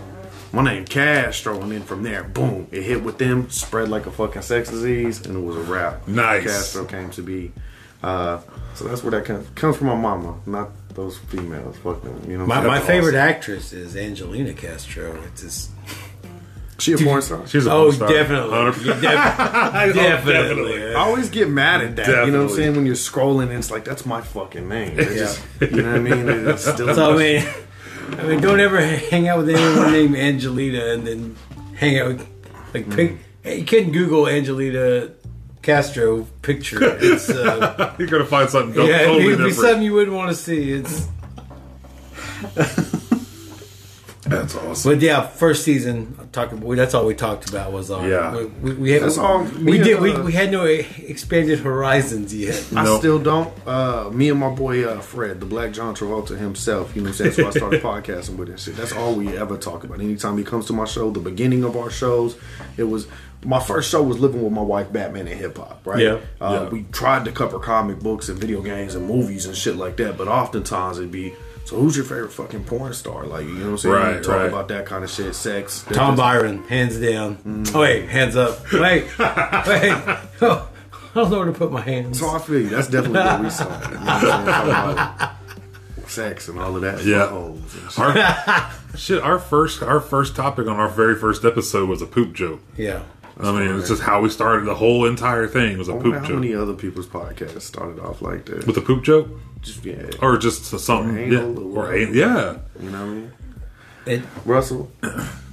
Speaker 2: my name Castro. And then from there, boom, it hit with them, spread like a fucking sex disease, and it was a wrap.
Speaker 3: Nice.
Speaker 2: Castro came to be. Uh, so that's where that comes comes from. My mama, not those females. Fuck them. You know.
Speaker 1: My,
Speaker 2: what I'm
Speaker 1: my
Speaker 2: saying?
Speaker 1: favorite actress is Angelina Castro. It's just
Speaker 2: She a porn star.
Speaker 3: She's a
Speaker 1: oh,
Speaker 3: porn star.
Speaker 1: definitely,
Speaker 3: 100%.
Speaker 1: You def- definitely.
Speaker 3: definitely.
Speaker 2: I always get mad at that. You know what
Speaker 3: Definitely.
Speaker 2: I'm saying? When you're scrolling, and it's like that's my fucking name. It's just- you know what I mean? It's still
Speaker 1: So I mean, I mean, don't ever hang out with anyone named Angelina and then hang out with, like
Speaker 2: Hmm.
Speaker 1: pic- You couldn't Google Angelina Castro picture. It's, uh,
Speaker 3: You're gonna find something
Speaker 1: yeah, it'd
Speaker 3: totally
Speaker 1: be- it'd be
Speaker 3: different.
Speaker 1: something you wouldn't want to see. It's
Speaker 3: That's awesome.
Speaker 1: But yeah, first season talking. We, that's all we talked about was on.
Speaker 3: Yeah.
Speaker 1: we, we, we had,
Speaker 2: That's all
Speaker 1: we
Speaker 2: me and,
Speaker 1: did. We,
Speaker 2: uh,
Speaker 1: we had no e- expanded horizons yet.
Speaker 2: I
Speaker 3: Nope.
Speaker 2: still don't. Uh, me and my boy uh, Fred, the Black John Travolta himself, you know what I'm saying? That's why I started podcasting with and shit. That's all we ever talk about. Anytime he comes to my show, the beginning of our shows, it was my first show was living with my wife, Batman and hip hop, right?
Speaker 1: Yeah.
Speaker 2: Uh,
Speaker 3: Yeah.
Speaker 2: We tried to cover comic books and video games and movies and shit like that, but oftentimes it'd be. So who's your favorite fucking porn star? Like you know what I'm saying?
Speaker 3: Right,
Speaker 2: We talk
Speaker 3: right.
Speaker 2: about that kind of shit, sex.
Speaker 1: Tom Byron, hands down.
Speaker 3: Mm.
Speaker 1: Oh, wait, hands up. Wait, wait. Oh, I don't know where to put my hands.
Speaker 2: So I feel you. That's definitely what we saw. You know what I'm saying? Talking about sex and all of that.
Speaker 3: Yeah.
Speaker 2: Holes and shit.
Speaker 3: Our, shit, our first our first topic on our very first episode was a poop joke.
Speaker 1: Yeah.
Speaker 3: I mean, it's just how we started the whole entire thing was a
Speaker 2: I wonder
Speaker 3: poop
Speaker 2: Oh, how
Speaker 3: joke
Speaker 2: many other people's podcasts started off like that.
Speaker 3: with a poop joke
Speaker 2: Just yeah,
Speaker 3: or just something.
Speaker 2: Or
Speaker 3: yeah,
Speaker 2: anal or-
Speaker 3: or an- yeah,
Speaker 2: you know what I mean.
Speaker 1: It,
Speaker 2: Russell,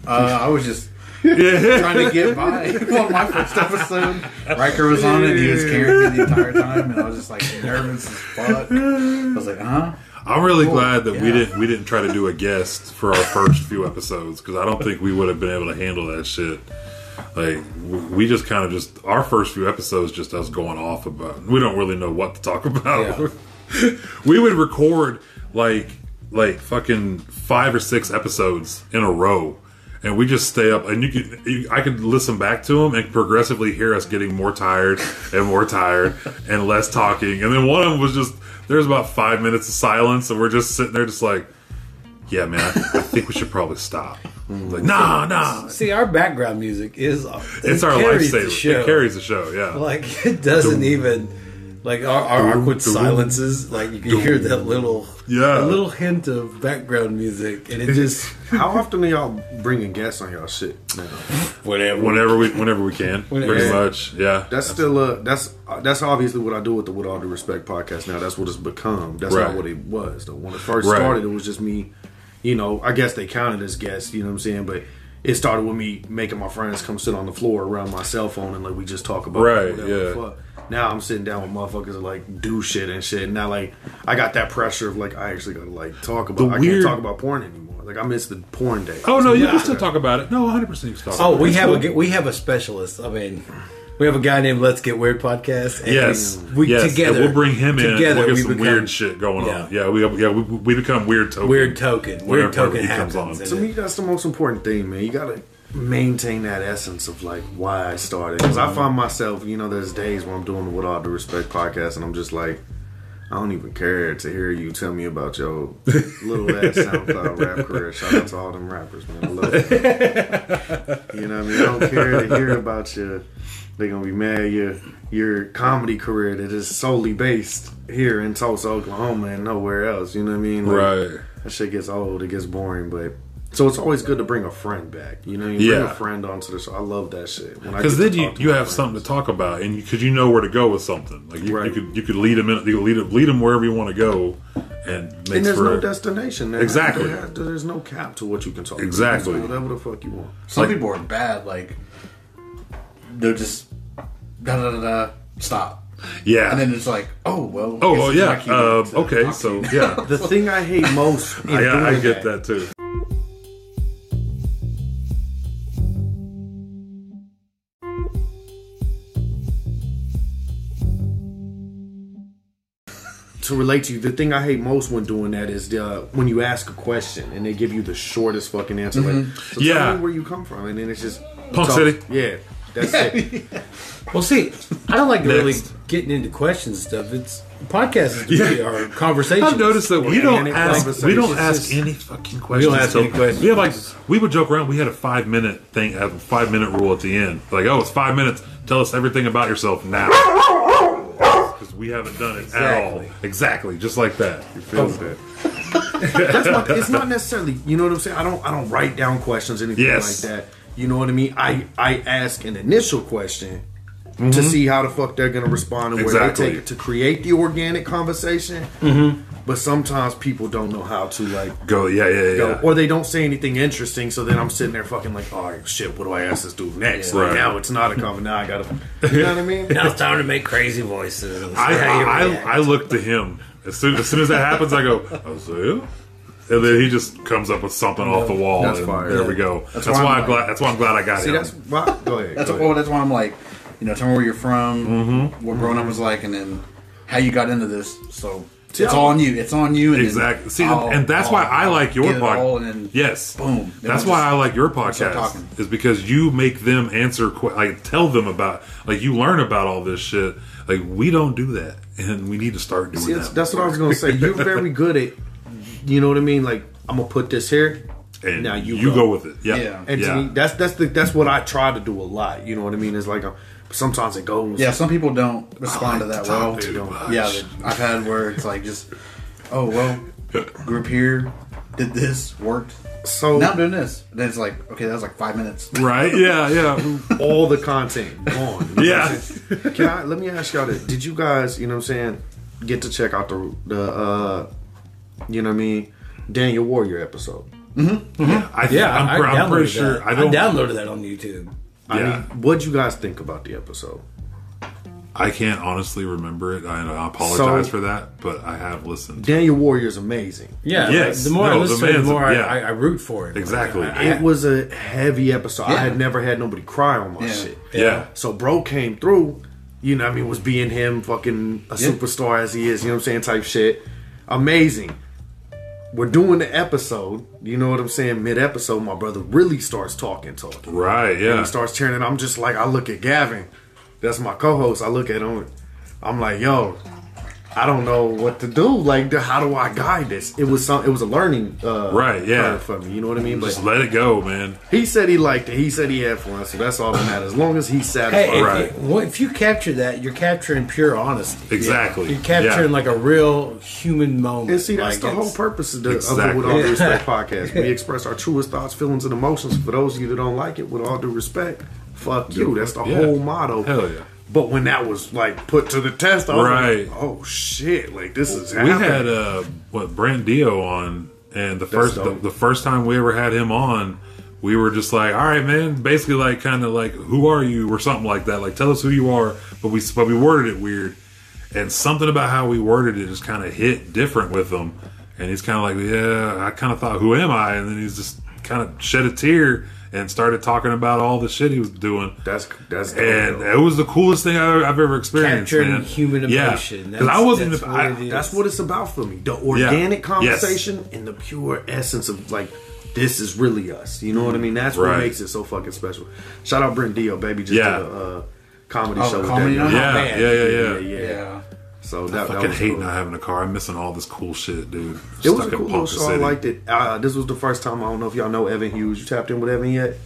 Speaker 4: Uh, I was just
Speaker 3: yeah.
Speaker 4: trying to get by on my first episode. Riker was on it. He was carrying me the entire time, and I was just like nervous as fuck. I was like, "Uh-huh." huh?
Speaker 3: I'm
Speaker 2: Oh,
Speaker 3: really glad that we
Speaker 4: yeah.
Speaker 3: didn't we didn't try to do a guest for our first few episodes because I don't think we would have been able to handle that shit. Like w- we just kind of just our first few episodes just us going off about we don't really know what to talk about.
Speaker 1: Yeah.
Speaker 3: we would record like like fucking five or six episodes in a row and we just stay up and you could you, i could listen back to them and progressively hear us getting more tired and more tired and less talking and then one of them was just there's about five minutes of silence and we're just sitting there just like yeah man i, I think we should probably stop
Speaker 1: Mm.
Speaker 3: like nah nah
Speaker 1: see, our background music is uh, it
Speaker 3: it's our
Speaker 1: carries the
Speaker 3: lifesaver it carries the show yeah
Speaker 1: Like it doesn't even like our, our awkward silences. Like you can hear that little
Speaker 3: Yeah.
Speaker 1: a little hint of background music, and it just
Speaker 2: how often are y'all bringing guests on y'all shit? Now?
Speaker 1: whatever.
Speaker 3: whenever we whenever we can pretty
Speaker 1: Whenever.
Speaker 3: much yeah
Speaker 2: That's still uh that's uh, that's obviously what I do with the With All Due Respect podcast now. That's what it's become. That's
Speaker 3: Right.
Speaker 2: not what it was though. When it first
Speaker 3: Right.
Speaker 2: started, it was just me. You know, I guess they counted as guests. You know what I'm saying? But it started with me making my friends come sit on the floor around my cell phone and like we just talk about
Speaker 3: Right,
Speaker 2: whatever the
Speaker 3: yeah.
Speaker 2: fuck. Now I'm sitting down with motherfuckers that like do shit and shit. Now like I got that pressure of like I actually gotta like talk about. I
Speaker 3: weird-
Speaker 2: can't talk about porn anymore. Like I miss the porn day.
Speaker 3: oh no you
Speaker 1: Yeah.
Speaker 3: can still talk about it no 100 percent you can talk
Speaker 1: Oh,
Speaker 3: about
Speaker 1: we
Speaker 3: it.
Speaker 1: have a we have a specialist. I mean, we have a guy named Let's Get Weird podcast. And
Speaker 3: Yes,
Speaker 1: we
Speaker 3: yes.
Speaker 1: together.
Speaker 3: And we'll bring him in. and We'll
Speaker 1: Together,
Speaker 3: get
Speaker 1: we
Speaker 3: some
Speaker 1: become
Speaker 3: weird shit going on.
Speaker 1: Yeah.
Speaker 3: Yeah, we yeah we, we become weird token.
Speaker 1: Weird token.
Speaker 3: Whenever
Speaker 1: Weird token
Speaker 3: he
Speaker 1: happens.
Speaker 3: comes on.
Speaker 1: and
Speaker 2: To
Speaker 1: it-
Speaker 2: me, that's the most important thing, man. You gotta maintain that essence of like why I started. Because I find myself, you know, there's days where I'm doing the With All Due Respect podcast, and I'm just like, I don't even care to hear you tell me about your little ass SoundCloud rap career. Shout out to all them rappers, man. I love you. You know what I mean? I don't care to hear about your. They're gonna be mad your your comedy career that is solely based here in Tulsa, Oklahoma, and nowhere else. You know what I mean? Like,
Speaker 3: right?
Speaker 2: that shit gets old, it gets boring, but So it's always good to bring a friend back. You know, you bring
Speaker 3: Yeah.
Speaker 2: a friend onto the show. I love that shit.
Speaker 3: Because then you, you have something to talk about, and because you, know where to go with something, like you,
Speaker 2: Right.
Speaker 3: you could you could lead them in, you could lead them, lead them wherever you want to go, and makes
Speaker 2: And there's
Speaker 3: for
Speaker 2: no destination. man.
Speaker 3: Exactly.
Speaker 2: There- there- There's no cap to what you can talk. about.
Speaker 3: Exactly.
Speaker 2: You can do Whatever the fuck you want.
Speaker 4: Some
Speaker 3: Like-
Speaker 4: people are bad. Like they're just da da da da. Stop.
Speaker 3: yeah.
Speaker 4: And then it's like, oh well.
Speaker 3: oh
Speaker 4: guess
Speaker 3: well,
Speaker 4: it's
Speaker 3: yeah,
Speaker 4: my cue
Speaker 3: uh,
Speaker 4: to
Speaker 3: okay,
Speaker 4: talk to
Speaker 3: so
Speaker 4: you.
Speaker 3: yeah,
Speaker 2: The thing I hate most. in
Speaker 3: yeah, I
Speaker 2: doing
Speaker 3: get that too.
Speaker 2: to relate to you, the thing I hate most when doing that is the uh, when you ask a question and they give you the shortest fucking answer. Like, so
Speaker 3: Mm-hmm. Yeah.
Speaker 2: tell me where you come from, and then it's just
Speaker 3: Punk
Speaker 2: so-
Speaker 3: City.
Speaker 2: Yeah, that's it.
Speaker 1: Well, see, I don't like really
Speaker 3: Next.
Speaker 1: getting into questions and stuff. It's podcasts is really our conversations.
Speaker 3: I've noticed that we don't
Speaker 2: Organic
Speaker 3: ask we don't
Speaker 2: conversations.
Speaker 3: ask any fucking questions.
Speaker 1: ask
Speaker 3: So
Speaker 1: any questions.
Speaker 3: We have like we would joke around. We had a five minute thing, a five minute rule at the end. Like, oh, it's five minutes. Tell us everything about yourself now. Because we haven't done it at
Speaker 1: Exactly.
Speaker 3: all. Exactly, just like that.
Speaker 2: Feels that. that's not, it's not necessarily. You know what I'm saying? I don't. I don't write down questions anything
Speaker 3: Yes.
Speaker 2: like that. You know what I mean? I I ask an initial question. To see how the fuck they're gonna respond and where
Speaker 3: Mm-hmm. Exactly. Mm-hmm.
Speaker 2: they take it to create the organic conversation, but sometimes people don't know how to like
Speaker 3: Go, yeah, yeah, yeah.
Speaker 2: go. Or they don't say anything interesting, so then I'm sitting there fucking like, all right, shit, what do I ask this dude next?
Speaker 3: Yeah.
Speaker 2: Like,
Speaker 3: Right.
Speaker 2: Now it's not a comment. Now I gotta, you know what I mean?
Speaker 1: Now it's time to make crazy voices.
Speaker 3: I,
Speaker 1: See how you
Speaker 3: I,
Speaker 1: react.
Speaker 3: I, I look to him as soon as soon as that happens. I go, "Oh, Isaiah. And then he just comes up with something off the wall,
Speaker 2: That's
Speaker 3: and
Speaker 2: fire.
Speaker 3: there
Speaker 2: Yeah.
Speaker 3: we go. That's,
Speaker 4: why
Speaker 3: why,
Speaker 4: I'm
Speaker 3: I'm
Speaker 4: like-
Speaker 3: glad. That's why I'm glad I got
Speaker 2: See,
Speaker 3: him.
Speaker 2: that's why. Go ahead.
Speaker 4: That's
Speaker 2: go
Speaker 4: well.
Speaker 2: ahead.
Speaker 4: That's why I'm like, you know, tell me where you're from,
Speaker 3: Mm-hmm.
Speaker 4: what growing up was like, and then how you got into this. So it's
Speaker 2: I'll-
Speaker 4: all on you. It's on you. And then
Speaker 3: Exactly. See,
Speaker 4: I'll-
Speaker 3: and that's why I
Speaker 4: I'll
Speaker 3: like your
Speaker 4: Oh, get it all and
Speaker 3: podcast.
Speaker 4: then
Speaker 3: Yes,
Speaker 4: boom. Then
Speaker 3: That's
Speaker 4: we'll
Speaker 3: why
Speaker 4: just-
Speaker 3: I like your
Speaker 4: start talking.
Speaker 3: podcast is because you make them answer. que- Like tell them about like you learn about all this shit. Like we don't do that, and we need to start doing
Speaker 2: See,
Speaker 3: that.
Speaker 2: that's, that's what I was gonna say. You're very good at, you know what I mean? Like, I'm gonna put this here.
Speaker 3: and
Speaker 2: now
Speaker 3: you,
Speaker 2: you
Speaker 3: go.
Speaker 2: go.
Speaker 3: with it. Yeah,
Speaker 4: Yeah.
Speaker 2: And to me, that's that's the that's what I try to do a lot. You know what I mean? It's like i sometimes it goes.
Speaker 4: Yeah, some people don't respond
Speaker 2: like
Speaker 4: to that
Speaker 2: to talk
Speaker 4: well.
Speaker 2: too much.
Speaker 4: Yeah, that I've had where it's like just, oh well, grew up here, did this, worked.
Speaker 2: So
Speaker 4: Now I'm doing this. Then it's like, okay, that was like five minutes.
Speaker 3: right. Yeah, yeah,
Speaker 2: all the content gone.
Speaker 3: yeah.
Speaker 2: Can I let me ask y'all this? Did you guys, you know what I'm saying, get to check out the the uh you know what I mean, Daniel Warrior episode?
Speaker 3: I,
Speaker 1: yeah,
Speaker 3: I'm,
Speaker 1: I,
Speaker 3: pr- I'm
Speaker 1: downloaded
Speaker 3: pretty sure.
Speaker 1: that.
Speaker 3: I don't.
Speaker 1: downloaded that on YouTube.
Speaker 2: I
Speaker 3: Yeah.
Speaker 2: mean, what'd you guys think about the episode?
Speaker 3: I can't honestly remember it. I, I apologize
Speaker 2: So-
Speaker 3: for that, but I have listened.
Speaker 2: Daniel Warrior is amazing.
Speaker 1: Yeah.
Speaker 3: Yes.
Speaker 1: The more
Speaker 3: No,
Speaker 1: I
Speaker 3: the
Speaker 1: listen, to it, the
Speaker 3: man's-
Speaker 1: more
Speaker 3: yeah.
Speaker 1: I, I, I root for it.
Speaker 3: Exactly.
Speaker 2: It was a heavy episode. I
Speaker 4: Yeah.
Speaker 2: had never had nobody cry on my
Speaker 4: Yeah.
Speaker 2: shit.
Speaker 3: yeah.
Speaker 2: So bro came through, you know what I mean, was being him fucking a
Speaker 4: Yeah.
Speaker 2: superstar as he is, you know what I'm saying, type shit. Amazing. We're doing the episode, you know what I'm saying, mid episode, my brother really starts talking to him.
Speaker 3: Right. Yeah.
Speaker 2: He starts cheering, and I'm just like, I look at Gavin. That's my co-host. I look at him. I'm like, yo, I don't know what to do. Like, the- how do I guide this? It was some. It was a learning. Uh,
Speaker 3: Right, yeah.
Speaker 2: curve For me, you know what I mean. But
Speaker 3: Just let it go, man.
Speaker 2: he said he liked it. He said he had fun. So that's all that matters. As long as he's satisfied.
Speaker 1: Hey, if,
Speaker 3: Right.
Speaker 1: you, well, if you capture that, you're capturing pure honesty.
Speaker 3: Exactly.
Speaker 1: You're capturing like a real human moment.
Speaker 2: And see, that's
Speaker 1: Like,
Speaker 2: the whole
Speaker 1: it's-
Speaker 2: purpose of the, of the
Speaker 3: Exactly.
Speaker 2: With All Due Respect podcast. We express our truest thoughts, feelings, and emotions. For those of you that don't like it, with all due respect, fuck you. That's the
Speaker 3: Yeah.
Speaker 2: whole motto.
Speaker 3: Hell yeah.
Speaker 2: But when that was like put to the test, I was
Speaker 3: Right.
Speaker 2: like, oh shit, like this is
Speaker 3: we
Speaker 2: happening.
Speaker 3: had uh what Brent Dio on, and the first the,
Speaker 2: dope.
Speaker 3: the first time we ever had him on, we were just like, all right, man, basically like kind of like who are you or something like that, like tell us who you are, but we but we worded it weird, and something about how we worded it just kind of hit different with him, and he's kind of like, yeah, I kind of thought, who am I, and then he's just kind of shed a tear and started talking about all the shit he was doing.
Speaker 2: that's that's
Speaker 3: and it was the coolest thing I, I've ever experienced.
Speaker 1: Capturing
Speaker 3: man.
Speaker 1: human
Speaker 3: Yeah.
Speaker 1: emotion.
Speaker 3: 'Cause I
Speaker 1: That's-
Speaker 3: wasn't.
Speaker 1: that's
Speaker 3: even-
Speaker 1: what
Speaker 3: I-
Speaker 1: it is.
Speaker 2: that's what it's about for me. The organic
Speaker 3: Yes.
Speaker 2: conversation and the pure essence of like this is really us. You know what I mean? That's what
Speaker 3: Right.
Speaker 2: makes it so fucking special. Shout out Brent Dio, baby, just
Speaker 3: Yeah.
Speaker 2: did a uh, comedy
Speaker 4: Oh,
Speaker 2: show. with
Speaker 4: comedy
Speaker 2: that
Speaker 4: night?
Speaker 2: guy.
Speaker 3: yeah,
Speaker 1: man.
Speaker 3: yeah, yeah, yeah,
Speaker 2: yeah, yeah.
Speaker 4: Yeah.
Speaker 2: So that, that
Speaker 3: Fucking
Speaker 2: was
Speaker 3: hate
Speaker 2: cool.
Speaker 3: not having a car. I'm missing all this cool shit, dude.
Speaker 2: It
Speaker 3: Stuck
Speaker 2: was a
Speaker 3: in
Speaker 2: cool little
Speaker 3: Ponca
Speaker 2: show. I
Speaker 3: City.
Speaker 2: liked it. Uh, this was the first time. I don't know if y'all know Evan Hughes. You tapped in with Evan yet?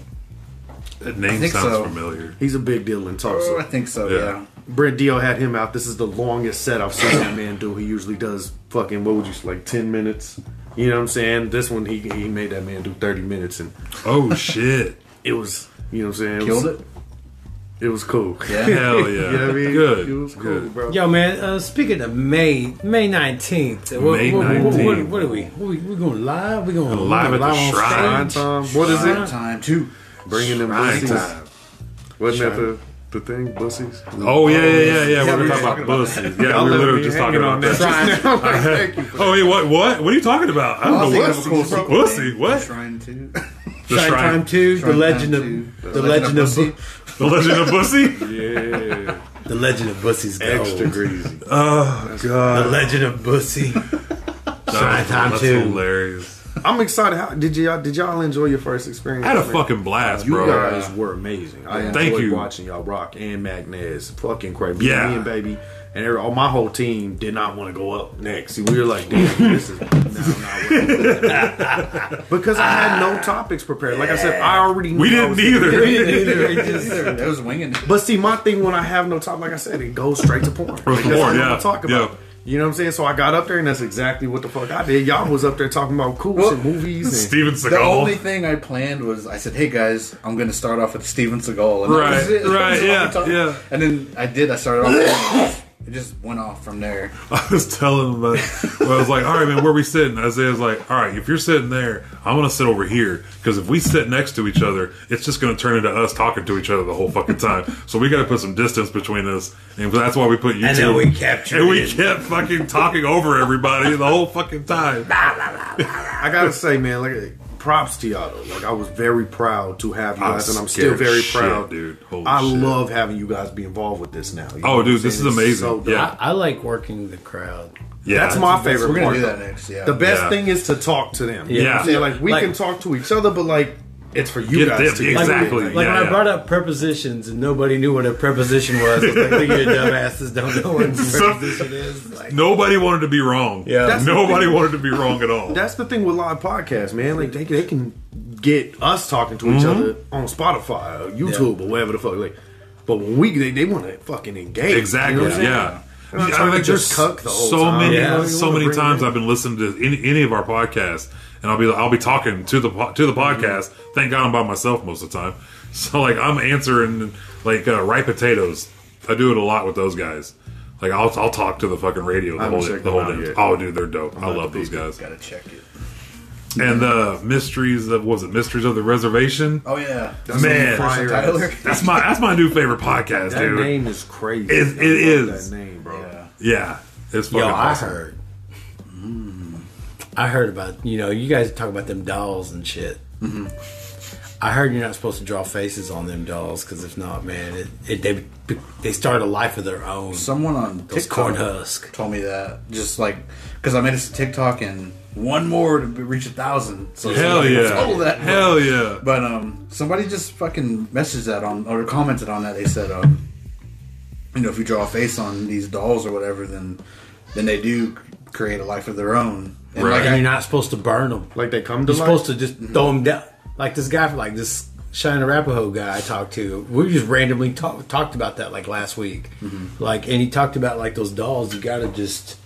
Speaker 3: That name
Speaker 4: think
Speaker 3: sounds
Speaker 4: so.
Speaker 3: familiar.
Speaker 2: He's a big deal in Tulsa.
Speaker 4: Oh, I think so.
Speaker 3: Yeah.
Speaker 4: Yeah.
Speaker 2: Brent Dio had him out. This is the longest set I've seen that man do. He usually does fucking what would you say, like ten minutes. You know what I'm saying? This one, he he made that man do 30 minutes, and
Speaker 3: Oh shit!
Speaker 2: it was, you know what I'm saying?
Speaker 4: Killed
Speaker 2: was,
Speaker 4: it.
Speaker 2: It was cool.
Speaker 4: Yeah.
Speaker 3: Hell yeah!
Speaker 2: You know what I mean?
Speaker 3: Good.
Speaker 2: It was cool,
Speaker 3: Good.
Speaker 2: bro.
Speaker 1: Yo, man. Uh, speaking of May, May nineteenth. What,
Speaker 3: May
Speaker 1: what, what- What,
Speaker 3: 19th.
Speaker 1: what are we? What we we going live? We going
Speaker 3: Live at the Shrine.
Speaker 2: Prime time. What is
Speaker 4: Prime
Speaker 2: it?
Speaker 4: time too.
Speaker 2: Bringing them
Speaker 3: Right.
Speaker 2: bussies. Wasn't that the, the thing? Bussies?
Speaker 3: Oh yeah, yeah, yeah, yeah.
Speaker 4: Yeah,
Speaker 3: We're talking
Speaker 4: we were
Speaker 3: about
Speaker 4: talking about
Speaker 3: buses. Yeah, we were literally just talking about that.
Speaker 2: Thank you for
Speaker 3: Oh wait, what? What? What are you talking about? I
Speaker 4: I
Speaker 3: don't
Speaker 4: was
Speaker 3: know
Speaker 4: thinking
Speaker 3: what.
Speaker 4: of a cool
Speaker 2: Wussies,
Speaker 4: sequel
Speaker 3: bro. Wussy,
Speaker 4: name.
Speaker 3: what?
Speaker 4: Shrine two.
Speaker 3: The
Speaker 1: Shrine Time
Speaker 3: Shrine,
Speaker 1: Two,
Speaker 4: Shrine
Speaker 1: the Legend
Speaker 4: Time
Speaker 1: of
Speaker 4: Two,
Speaker 1: the Legend of
Speaker 4: Bussy.
Speaker 1: Bu-
Speaker 3: the Legend of Bussy.
Speaker 2: Yeah.
Speaker 1: the Legend of Bussy's
Speaker 2: Extra
Speaker 1: gold.
Speaker 2: greasy.
Speaker 3: Oh
Speaker 1: The
Speaker 3: god,
Speaker 1: Legend of Bussy. Shrine
Speaker 3: that's,
Speaker 1: Time
Speaker 3: that's
Speaker 1: Two.
Speaker 3: hilarious.
Speaker 2: I'm excited. How, did y'all did y'all enjoy your first experience?
Speaker 3: I had a
Speaker 2: man?
Speaker 3: fucking blast,
Speaker 2: You
Speaker 3: bro.
Speaker 2: guys were amazing. I enjoyed
Speaker 3: Thank you.
Speaker 2: watching y'all rock and Magnez. Fucking crazy.
Speaker 3: Yeah.
Speaker 2: Me and baby and every, all my whole team did not want to go up next. We were like, damn, this is no, not what- because I had no topics prepared. Like I said, I already knew
Speaker 3: We
Speaker 2: I
Speaker 3: didn't
Speaker 2: was gonna
Speaker 3: either.
Speaker 2: do it.
Speaker 4: Either, either. That was winging. it.
Speaker 2: But see, my thing when I have no topic, like I said, it goes straight to porn.
Speaker 3: Straight to porn,
Speaker 2: That's what I'm gonna
Speaker 3: yeah,
Speaker 2: Talk about.
Speaker 3: yeah.
Speaker 2: You know what I'm saying? So I got up there, and that's exactly what the fuck I did. Y'all was up there talking about cool
Speaker 4: Well,
Speaker 2: shit, movies, and
Speaker 3: Steven
Speaker 4: The only
Speaker 3: Seagal.
Speaker 4: thing I planned was I said, "Hey guys, I'm going to start off with Steven Seagal." And that
Speaker 3: Right,
Speaker 4: was it. That
Speaker 3: right,
Speaker 4: was all
Speaker 3: yeah,
Speaker 4: we talked-
Speaker 3: yeah.
Speaker 4: And then I did. I started off. it just went off from there.
Speaker 3: I was telling him that. Well, I was like, "All right, man, where we sitting?" Isaiah's like, "All right, if you're sitting there, I'm gonna sit over here because if we sit next to each other, it's just gonna turn into us talking to each other the whole fucking time. So we gotta put some distance between us, and that's why we put you
Speaker 1: And
Speaker 3: two.
Speaker 1: then we captured
Speaker 3: and we
Speaker 1: it.
Speaker 3: kept fucking talking over everybody the whole fucking time.
Speaker 2: I gotta say, man, like props to y'all. Though. Like I was very proud to have you
Speaker 3: I'm
Speaker 2: guys, and I'm still
Speaker 3: scared
Speaker 2: very
Speaker 3: shit,
Speaker 2: proud,
Speaker 3: dude. Holy
Speaker 2: I
Speaker 3: shit.
Speaker 2: love having you guys be involved with this now. You know
Speaker 3: Oh,
Speaker 2: what
Speaker 3: dude,
Speaker 2: I'm
Speaker 3: this is
Speaker 2: saying? It's
Speaker 3: amazing.
Speaker 2: dope.
Speaker 3: Yeah.
Speaker 1: I, I like working the crowd.
Speaker 3: Yeah,
Speaker 2: that's my favorite.
Speaker 4: We're
Speaker 2: part,
Speaker 4: going to do that
Speaker 2: though.
Speaker 4: next. Yeah.
Speaker 2: The best
Speaker 3: Yeah.
Speaker 2: thing is to talk to them. You know
Speaker 3: Yeah.
Speaker 2: what I'm saying? like we
Speaker 1: Like-
Speaker 2: can talk to each other, but like it's for you
Speaker 3: Get
Speaker 2: guys
Speaker 3: them,
Speaker 2: to get
Speaker 3: exactly.
Speaker 2: it.
Speaker 1: Like
Speaker 3: Yeah,
Speaker 1: when
Speaker 3: yeah.
Speaker 1: I brought up prepositions and nobody knew what a preposition was, I was like, you dumbasses don't know what a preposition is. Like,
Speaker 3: Nobody wanted to be wrong.
Speaker 1: Yeah. That's
Speaker 2: the
Speaker 3: nobody wanted to be wrong at all.
Speaker 2: That's the thing with live podcasts, man. Like they, they can get us talking to each
Speaker 3: Mm-hmm.
Speaker 2: other on Spotify or YouTube or wherever the fuck. Like, but when we they, they want to fucking engage.
Speaker 3: Exactly.
Speaker 2: You know what I'm saying?
Speaker 3: yeah.
Speaker 2: I'm not trying to just cuck the whole
Speaker 3: so
Speaker 2: time.
Speaker 3: many,
Speaker 1: Yeah.
Speaker 3: so many
Speaker 2: Bring it
Speaker 3: times
Speaker 2: in.
Speaker 3: I've been listening to any, any of our podcasts, and I'll be I'll be talking to the po- to the
Speaker 2: Mm-hmm.
Speaker 3: podcast. Thank God I'm by myself most of the time. So like I'm answering like uh, ripe potatoes. I do it a lot with those guys. Like I'll, I'll talk to the fucking radio the
Speaker 2: haven't
Speaker 3: whole
Speaker 2: checked
Speaker 3: the whole
Speaker 2: them out
Speaker 3: day.
Speaker 2: yet.
Speaker 3: Oh, dude, they're dope. I
Speaker 2: about
Speaker 3: love
Speaker 2: to
Speaker 3: those
Speaker 2: be-
Speaker 3: guys.
Speaker 4: Gotta check it.
Speaker 3: And uh, mysteries of what was it mysteries of the reservation?
Speaker 4: Oh yeah.
Speaker 3: Man,
Speaker 2: Fire.
Speaker 4: Tyler.
Speaker 3: that's my that's my new favorite podcast,
Speaker 2: That
Speaker 3: dude.
Speaker 2: name is crazy.
Speaker 3: It- it
Speaker 2: I love
Speaker 3: is.
Speaker 2: that name, bro.
Speaker 4: Yeah.
Speaker 3: Yeah, it's fucking
Speaker 1: Yo, I
Speaker 3: awesome.
Speaker 1: heard. Mm. I heard about you know you guys talk about them dolls and shit. I heard you're not supposed to draw faces on them dolls because if not, man, it, it they they start a life of their own.
Speaker 4: Someone on
Speaker 1: Those corn husk.
Speaker 4: told me that just like because I made us a TikTok and one more to be- reach a thousand. So
Speaker 3: Hell
Speaker 4: somebody
Speaker 3: yeah!
Speaker 4: told that.
Speaker 3: Hell yeah!
Speaker 4: But um, somebody just fucking messaged that on or commented on that. They said um, you know, if you draw a face on these dolls or whatever, then then they do create a life of their own. And
Speaker 3: Right.
Speaker 4: like,
Speaker 1: And
Speaker 4: I,
Speaker 1: you're not supposed to burn them.
Speaker 2: Like they come to
Speaker 1: You're
Speaker 2: life.
Speaker 1: supposed to just throw them down. Like this guy, like this Shine Arapaho guy I talked to, we just randomly talk, talked about that like last week.
Speaker 3: Mm-hmm.
Speaker 1: Like, and he talked about like those dolls. You gotta just,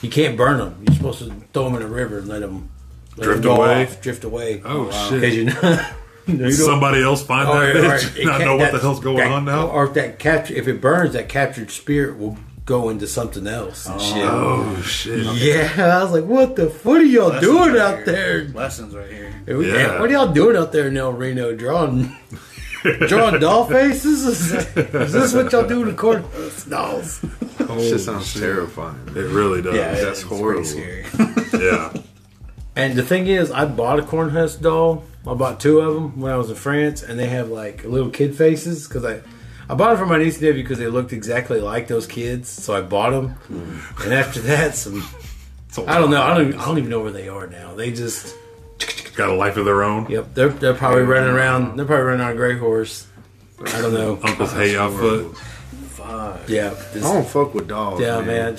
Speaker 1: you can't burn them. You're supposed to throw them in a river and let them
Speaker 3: Drift away?
Speaker 1: drift away.
Speaker 3: Oh, Wow. shit.
Speaker 1: Because you know, you
Speaker 3: Did
Speaker 1: don't-
Speaker 3: somebody else find
Speaker 1: or-
Speaker 3: that
Speaker 1: or
Speaker 3: bitch?
Speaker 1: it
Speaker 3: and Not
Speaker 1: can't-
Speaker 3: know what the
Speaker 1: that-
Speaker 3: hell's going
Speaker 1: that-
Speaker 3: on now.
Speaker 1: Or if that capture, if it burns, that captured spirit will go into something else. And shit.
Speaker 3: oh shit!
Speaker 1: Yeah, I was like, what the fuck are y'all
Speaker 4: lessons
Speaker 1: doing
Speaker 4: right
Speaker 1: out
Speaker 4: here.
Speaker 1: there?
Speaker 4: Lessons right here.
Speaker 1: Hey, what-
Speaker 3: Yeah.
Speaker 1: What are y'all doing out there in El Reno drawing drawing doll faces? Is, is this what y'all do in the court? Dolls.
Speaker 2: That shit sounds terrifying.
Speaker 3: It really does.
Speaker 4: Yeah,
Speaker 3: Yeah.
Speaker 2: that's
Speaker 4: it's pretty
Speaker 2: horrible.
Speaker 4: Scary.
Speaker 1: And the thing is, I bought a corn husk doll. I bought two of them when I was in France, and they have like little kid faces because I. I bought it for my niece and nephew because they looked exactly like those kids, so I bought them. And after that, some
Speaker 3: It's a
Speaker 1: I don't know, I
Speaker 3: lot.
Speaker 1: don't, I don't even know where they are now. They just
Speaker 3: Got a life of their own.
Speaker 1: yep, they're they're probably running around. They're probably running on a gray horse. I don't know.
Speaker 4: Oh.
Speaker 3: Uncle's hay outfit.
Speaker 1: Yeah,
Speaker 2: I
Speaker 1: this-
Speaker 2: don't fuck with dogs.
Speaker 1: yeah,
Speaker 2: man.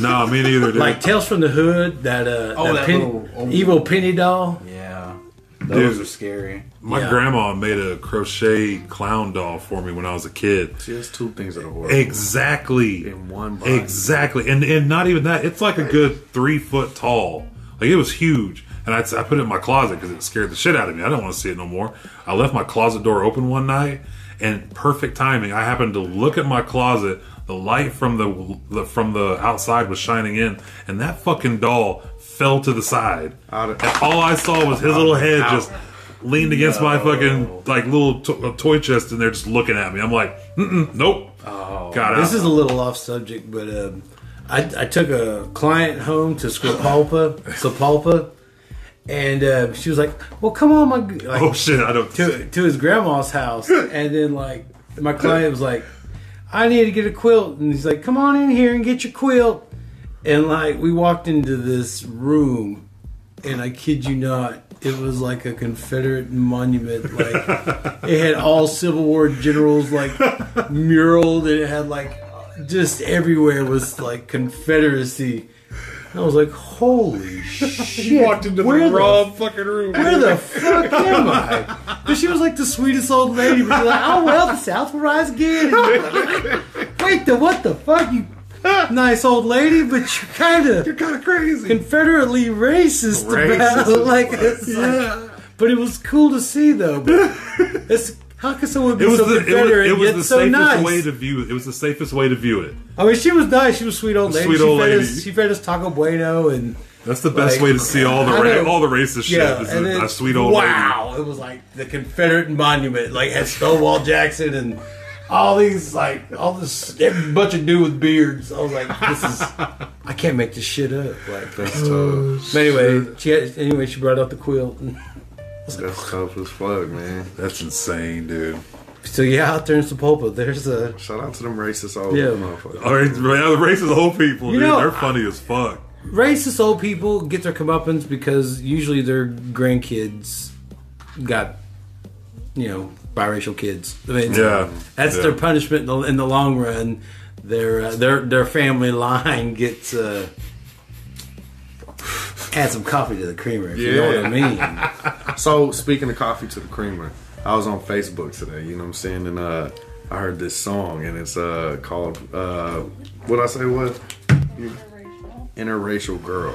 Speaker 3: Nah, me neither. Dude.
Speaker 1: like Tales from the Hood, that uh,
Speaker 4: Oh,
Speaker 1: that,
Speaker 4: that
Speaker 1: Pen-
Speaker 4: little- oh.
Speaker 1: evil penny doll.
Speaker 4: Yeah, those
Speaker 3: Dude.
Speaker 4: are scary.
Speaker 3: my
Speaker 1: yeah.
Speaker 3: grandma made a crochet clown doll for me when I was a kid.
Speaker 2: See, that's two things that are horrible.
Speaker 3: Exactly.
Speaker 2: In one body.
Speaker 3: Exactly. And and not even that. It's like a good three foot tall. Like it was huge, and I, I put it in my closet because it scared the shit out of me. I don't want to see it no more. I left my closet door open one night, and perfect timing. I happened to look at my closet. The light from the, the from the outside was shining in, and that fucking doll fell to the side.
Speaker 2: Out of-
Speaker 3: and all I saw was his little head just leaned against my fucking like little to- toy chest, and they're just looking at me. I'm like, Mm-mm, nope. Oh, God,
Speaker 1: This is a little off subject, but um, I, I took a client home to Squapalpa, Sapalpa, and uh, she was like, "Well, come on, my g-" like,
Speaker 3: oh shit, I don't.
Speaker 1: to to his grandma's house, and then like my client was like, "I need to get a quilt," and he's like, "Come on in here and get your quilt," and like we walked into this room, and I kid you not. It was like a Confederate monument. Like it had all Civil War generals like muraled, and it had like just everywhere was like Confederacy. And I was like, "Holy shit!"
Speaker 3: You walked into the
Speaker 1: Where
Speaker 3: wrong fucking room.
Speaker 1: where the fuck am I? But she was like the sweetest old lady. But she's like, oh well, the South will rise again. Wait, the what the fuck? You nice old lady, but you're kind of
Speaker 3: kind of crazy.
Speaker 1: confederately racist, about it.
Speaker 2: Racist.
Speaker 1: Like, it's like- but it was cool to see though. But it's how could someone be
Speaker 3: It was
Speaker 1: so
Speaker 3: the it was,
Speaker 1: confederate
Speaker 3: it was
Speaker 1: yet
Speaker 3: the
Speaker 1: so
Speaker 3: safest
Speaker 1: nice?
Speaker 3: way to view it. It was the safest way to view it.
Speaker 1: I mean, she was nice. She was a sweet old lady.
Speaker 3: Sweet
Speaker 1: she
Speaker 3: old
Speaker 1: fed
Speaker 3: lady.
Speaker 1: Us, she fed us Taco Bueno and.
Speaker 3: That's the best
Speaker 1: Like,
Speaker 3: way to see all the
Speaker 1: I
Speaker 3: ra-
Speaker 1: know.
Speaker 3: all the racist shit. Is
Speaker 1: and
Speaker 3: a,
Speaker 1: then-
Speaker 3: a sweet old
Speaker 1: wow, it was like the Confederate monument, like had Stonewall Jackson and all these like all this every bunch of dude with beards. I was like, this is Oh, I can't make this shit up. Like, but
Speaker 2: That's tough.
Speaker 1: anyway, she had, anyway she brought out the quilt.
Speaker 2: That's tough as fuck, man.
Speaker 3: lady. That's insane, dude.
Speaker 1: So yeah, out there in Sepulpa, there's a
Speaker 2: Shout out to them racists all
Speaker 1: Yeah.
Speaker 2: over, motherfucker.
Speaker 3: All right, man, the racist old people,
Speaker 1: You
Speaker 3: dude.
Speaker 1: know,
Speaker 3: They're funny as fuck.
Speaker 1: racist old people get their comeuppance because usually their grandkids got, you know, biracial kids. I mean,
Speaker 3: Yeah.
Speaker 1: that's
Speaker 3: Yeah.
Speaker 1: their punishment in the, in the long run. Their uh, their their family line gets. Uh, add some coffee to the creamer, if you know what I mean.
Speaker 2: So speaking of coffee to the creamer, I was on Facebook today. You know what I'm saying? And uh, I heard this song, and it's uh called uh, what I say was interracial girl,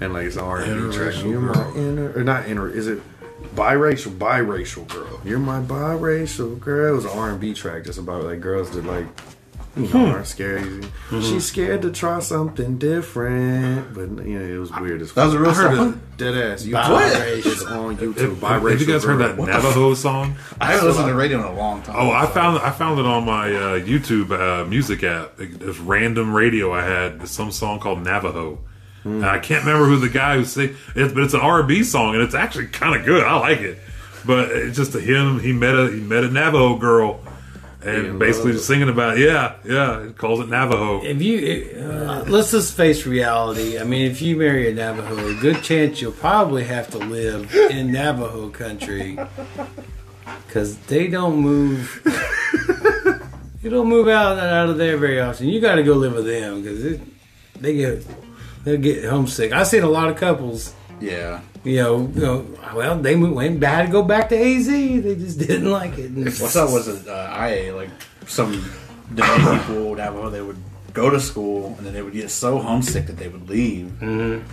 Speaker 2: and like it's an R&B track. You're my inner, or not inter, is it? Biracial, biracial girl. You're my biracial girl. It was an R&B track just about like girls that like you
Speaker 3: Hmm.
Speaker 2: know aren't scared. She's scared to try something different, but you know it was weird as fuck.
Speaker 4: That was a real
Speaker 3: heard
Speaker 4: song.
Speaker 2: Dead ass. You
Speaker 1: What?
Speaker 2: It's on YouTube. Biracial.
Speaker 3: Have you guys heard that
Speaker 2: girl.
Speaker 3: Navajo song?
Speaker 4: I haven't listened to the radio in a long time.
Speaker 3: Oh, I
Speaker 4: so-
Speaker 3: found I found it on my uh, YouTube uh, music app. It- This random radio I had It's some song called Navajo.
Speaker 1: Hmm.
Speaker 3: And I can't remember who the guy who sing it, but it's an R and B song, and it's actually kind of good. I like it, but it's just him. He met a he met a Navajo girl, and
Speaker 2: in
Speaker 3: basically
Speaker 2: love.
Speaker 3: just singing about it. yeah, yeah. It calls it Navajo.
Speaker 1: If you uh, let's just face reality. I mean, if you marry a Navajo, a good chance you'll probably have to live in Navajo country because they don't move. you don't move out out of there very often. You got to go live with them because they get they get homesick. I've seen a lot of couples.
Speaker 4: Yeah.
Speaker 1: You know, you know, well, they moved, went had to go back to AZ. They just didn't like it. And-
Speaker 4: What's up was it uh, IA like some Dominican people would have oh, they would go to school and then they would get so homesick that they would leave
Speaker 3: Mm-hmm.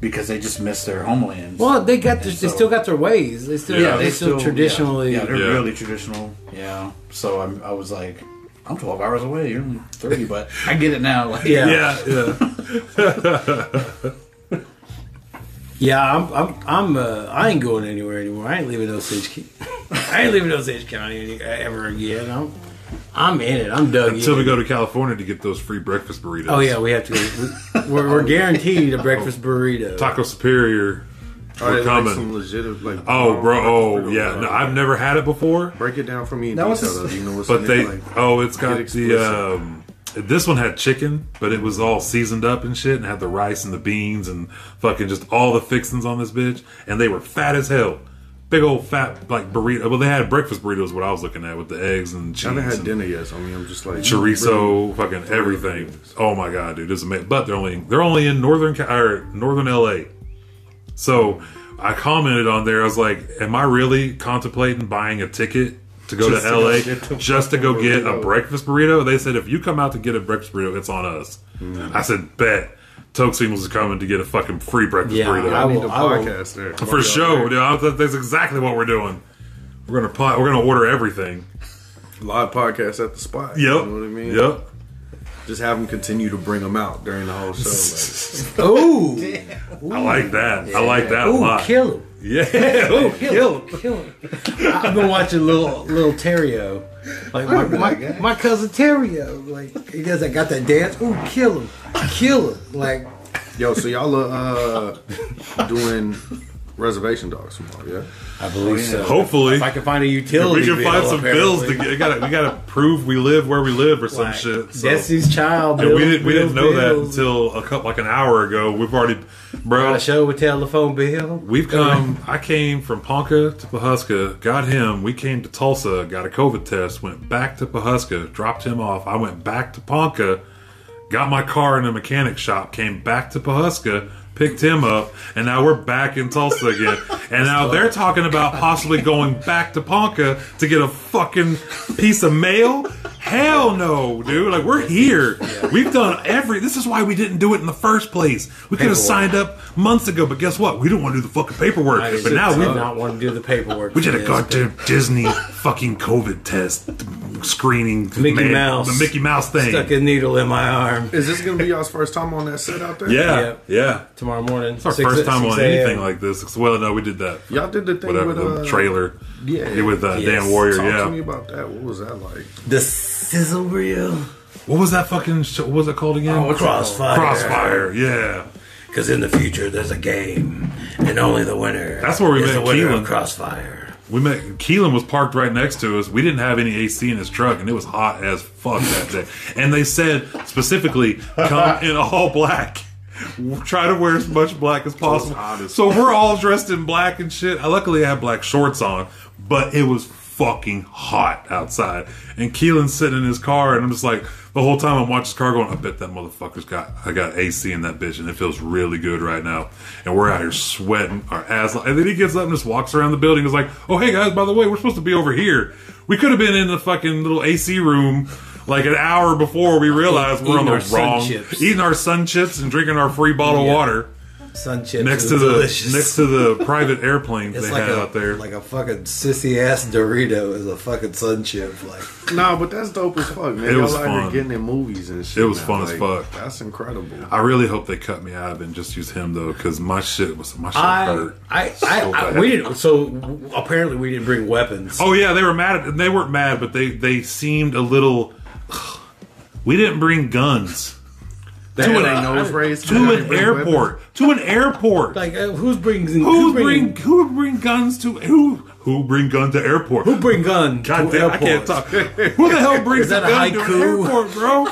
Speaker 4: because they just miss their homelands.
Speaker 1: Well, they got their, they
Speaker 4: so-
Speaker 1: still got their ways. They still
Speaker 3: Yeah,
Speaker 1: they, still, traditionally.
Speaker 4: yeah, yeah they're
Speaker 3: Yeah.
Speaker 4: really traditional. Yeah, so I'm, I was like, I'm 12 hours away. You're only 30, but I get it now. Like,
Speaker 1: Yeah.
Speaker 3: yeah, yeah.
Speaker 1: Yeah, I'm, I'm, I'm, uh, I ain't going anywhere anymore. I ain't leaving Osage County. I ain't leaving Osage County any, ever again. I'm, I'm in it. I'm dug
Speaker 3: Until
Speaker 1: in.
Speaker 3: we go to California to get those free breakfast burritos.
Speaker 1: oh yeah, we have to. Go. we- We're, we're guaranteed a breakfast burrito.
Speaker 3: Taco Superior.
Speaker 2: All right,
Speaker 3: We're
Speaker 2: like
Speaker 3: coming.
Speaker 2: some legit, like,
Speaker 3: oh, bro. Oh,
Speaker 2: break it
Speaker 3: yeah.
Speaker 2: down.
Speaker 3: No, I've never had it before.
Speaker 2: break it down for me in
Speaker 4: That was
Speaker 2: detail.
Speaker 4: just-
Speaker 2: though. You know what's in
Speaker 3: But
Speaker 2: it,
Speaker 3: they,
Speaker 2: like,
Speaker 3: oh, it's got
Speaker 2: explicit.
Speaker 3: the. Um, this one had chicken, but it was all seasoned up and shit, and had the rice and the beans and fucking just all the fixings on this bitch, and they were fat as hell. Big old fat like burrito. Well, they had breakfast burritos. What I was looking at with the eggs and cheese.
Speaker 2: I haven't had
Speaker 3: and-
Speaker 2: dinner yet, so I mean, I'm just like
Speaker 3: chorizo, fucking everything. Oh my god, dude, it's amazing. But they're only they're only in northern Ca- or northern LA. So I commented on there. I was like, "Am I really contemplating buying a ticket to go
Speaker 2: Just
Speaker 3: to
Speaker 2: to go
Speaker 3: LA
Speaker 2: get the
Speaker 3: just to go
Speaker 2: fucking
Speaker 3: get a
Speaker 2: burrito. Mm.
Speaker 3: breakfast burrito?" They said, "If you come out to get a breakfast burrito, it's on us." I said, "Bet." Toke Singles is coming to get a fucking free breakfast
Speaker 1: Yeah,
Speaker 3: burrito.
Speaker 1: I
Speaker 2: I need a
Speaker 1: will- I will-
Speaker 2: podcast there.
Speaker 3: For sure, dude. I- that- That's exactly what we're doing. We're gonna pot, we're gonna order everything.
Speaker 2: Live podcast at the
Speaker 3: Yep.
Speaker 2: spot. You know what I mean?
Speaker 3: Yep.
Speaker 2: Just have them continue to bring them out during the whole show.
Speaker 1: Ooh,
Speaker 3: I like that. I like that a
Speaker 1: ooh,
Speaker 3: lot.
Speaker 1: kill him,
Speaker 3: yeah. Ooh,
Speaker 1: kill him, kill him. I've been watching little little Terrio, like Oh my,
Speaker 4: remember that
Speaker 1: my,
Speaker 4: guy.
Speaker 1: my cousin Terrio. Like he does that, got that dance. Ooh, kill him, kill him. Like
Speaker 2: Like, yo, so y'all are uh, doing reservation dogs tomorrow, yeah?
Speaker 1: I believe so.
Speaker 3: Hopefully,
Speaker 1: if I can find a utility,
Speaker 3: we can
Speaker 1: bill,
Speaker 3: find some bills to
Speaker 1: apparently.
Speaker 3: get. We gotta, we gotta prove we live where we live or some
Speaker 1: Like,
Speaker 3: shit. So.
Speaker 1: Destiny's Child.
Speaker 3: and
Speaker 1: Bill,
Speaker 3: we didn't, we didn't know
Speaker 1: Bill,
Speaker 3: that
Speaker 1: Bill.
Speaker 3: until a couple, like an hour ago. We've already, bro.
Speaker 1: Got a show with telephone bill.
Speaker 3: We've come. I came from Ponca to Pahuska, got him. We came to Tulsa, got a COVID test, went back to Pahuska, dropped him off. I went back to Ponca, got my car in a mechanic shop, came back to Pahuska, picked him up, and now we're back in Tulsa again. And now they're talking about possibly going back to Ponca to get a fucking piece of mail. Hell no, dude. Like we're here. We've done every this is why we didn't do it in the first place. We could have
Speaker 1: Paperwork.
Speaker 3: signed up months ago, but guess what? We didn't want to do the fucking paperwork.
Speaker 1: I
Speaker 3: but now
Speaker 1: did
Speaker 3: we
Speaker 1: not want to do the paperwork.
Speaker 3: we did
Speaker 1: for
Speaker 3: a
Speaker 1: this.
Speaker 3: goddamn Disney fucking COVID test screening
Speaker 1: Mickey Mouse.
Speaker 3: the Mickey Mouse thing.
Speaker 1: Stuck a needle in my arm
Speaker 2: Is this going to be y'all's first time on that set out there?
Speaker 3: Yeah,
Speaker 1: Yep.
Speaker 3: yeah.
Speaker 1: tomorrow morning.
Speaker 3: It's our first time on anything like this. Well, no, we did that.
Speaker 2: Y'all did the thing
Speaker 3: Whatever
Speaker 2: with
Speaker 3: the
Speaker 2: uh,
Speaker 3: trailer.
Speaker 2: yeah.
Speaker 3: with uh,
Speaker 1: Yes.
Speaker 3: Dan Warrior.
Speaker 2: Talk to me
Speaker 3: Yeah.
Speaker 2: about that. What was that like?
Speaker 1: the sizzle reel.
Speaker 3: What was that fucking? Show, what was it called again?
Speaker 4: Oh, it's-
Speaker 1: Crossfire.
Speaker 3: Crossfire. Yeah.
Speaker 1: Because in the future, there's a game, and only the winner.
Speaker 3: That's where we
Speaker 1: is
Speaker 3: met
Speaker 1: the winner of
Speaker 3: Keelan.
Speaker 1: Crossfire.
Speaker 3: We met Keelan was parked right next to us. We didn't have any AC in his truck, and it was hot as fuck that day. And they said specifically, come in all black. Try to wear as much black as possible.
Speaker 2: hot as
Speaker 3: So we're all dressed in black and shit. I luckily had black shorts on, but it was fucking hot outside. And Keelan's sitting in his car, and I'm just like, the whole time I'm watching his car going, I bet that motherfucker's got I got AC in that bitch, and it feels really good right now. And we're out here sweating our ass off. And then he gets up and just walks around the building. He's like, oh hey guys, by the way, we're supposed to be over here. We could have been in the fucking little AC room. Like an hour before we realized we're on
Speaker 1: Eating
Speaker 3: the
Speaker 1: our sun
Speaker 3: wrong,
Speaker 1: chips.
Speaker 3: eating our sun chips and drinking our free bottle of
Speaker 1: Yeah.
Speaker 3: water
Speaker 1: Sun chips
Speaker 3: next
Speaker 1: is
Speaker 3: to the
Speaker 1: delicious.
Speaker 3: next to the private airplanes they
Speaker 1: it's like
Speaker 3: had
Speaker 1: a,
Speaker 3: out there.
Speaker 1: like a fucking sissy ass Dorito is a fucking sun chip. Like
Speaker 2: Nah, but that's dope as fuck, man.
Speaker 3: It
Speaker 2: Y'all
Speaker 3: was
Speaker 2: out
Speaker 3: fun.
Speaker 2: here getting in movies and shit.
Speaker 3: It was
Speaker 2: now.
Speaker 3: fun as
Speaker 2: Like,
Speaker 3: fuck.
Speaker 2: That's incredible.
Speaker 3: I really hope they cut me out of it and just use him though, because my shit was my shit
Speaker 1: I,
Speaker 3: hurt.
Speaker 1: I,
Speaker 3: so
Speaker 1: I,
Speaker 3: bad.
Speaker 1: I we didn't. So apparently, we didn't bring weapons.
Speaker 3: Oh yeah, they were mad. At, they weren't mad, but they they seemed a little. We didn't bring guns
Speaker 2: They
Speaker 3: to
Speaker 2: had
Speaker 3: an-
Speaker 2: their nose raised.
Speaker 3: to
Speaker 2: They
Speaker 3: an
Speaker 2: bring weapons.
Speaker 3: airport. To an airport.
Speaker 1: Like uh, who's bringing?
Speaker 3: who
Speaker 1: who's bringing?
Speaker 3: bring who would bring guns to who who bring gun to airport?
Speaker 1: Who bring gun?
Speaker 3: God
Speaker 1: to
Speaker 3: damn, I can't
Speaker 1: airports?
Speaker 3: talk. Who the hell brings
Speaker 1: Is that
Speaker 3: a
Speaker 1: a
Speaker 3: gun to an
Speaker 1: haiku?
Speaker 3: airport, bro?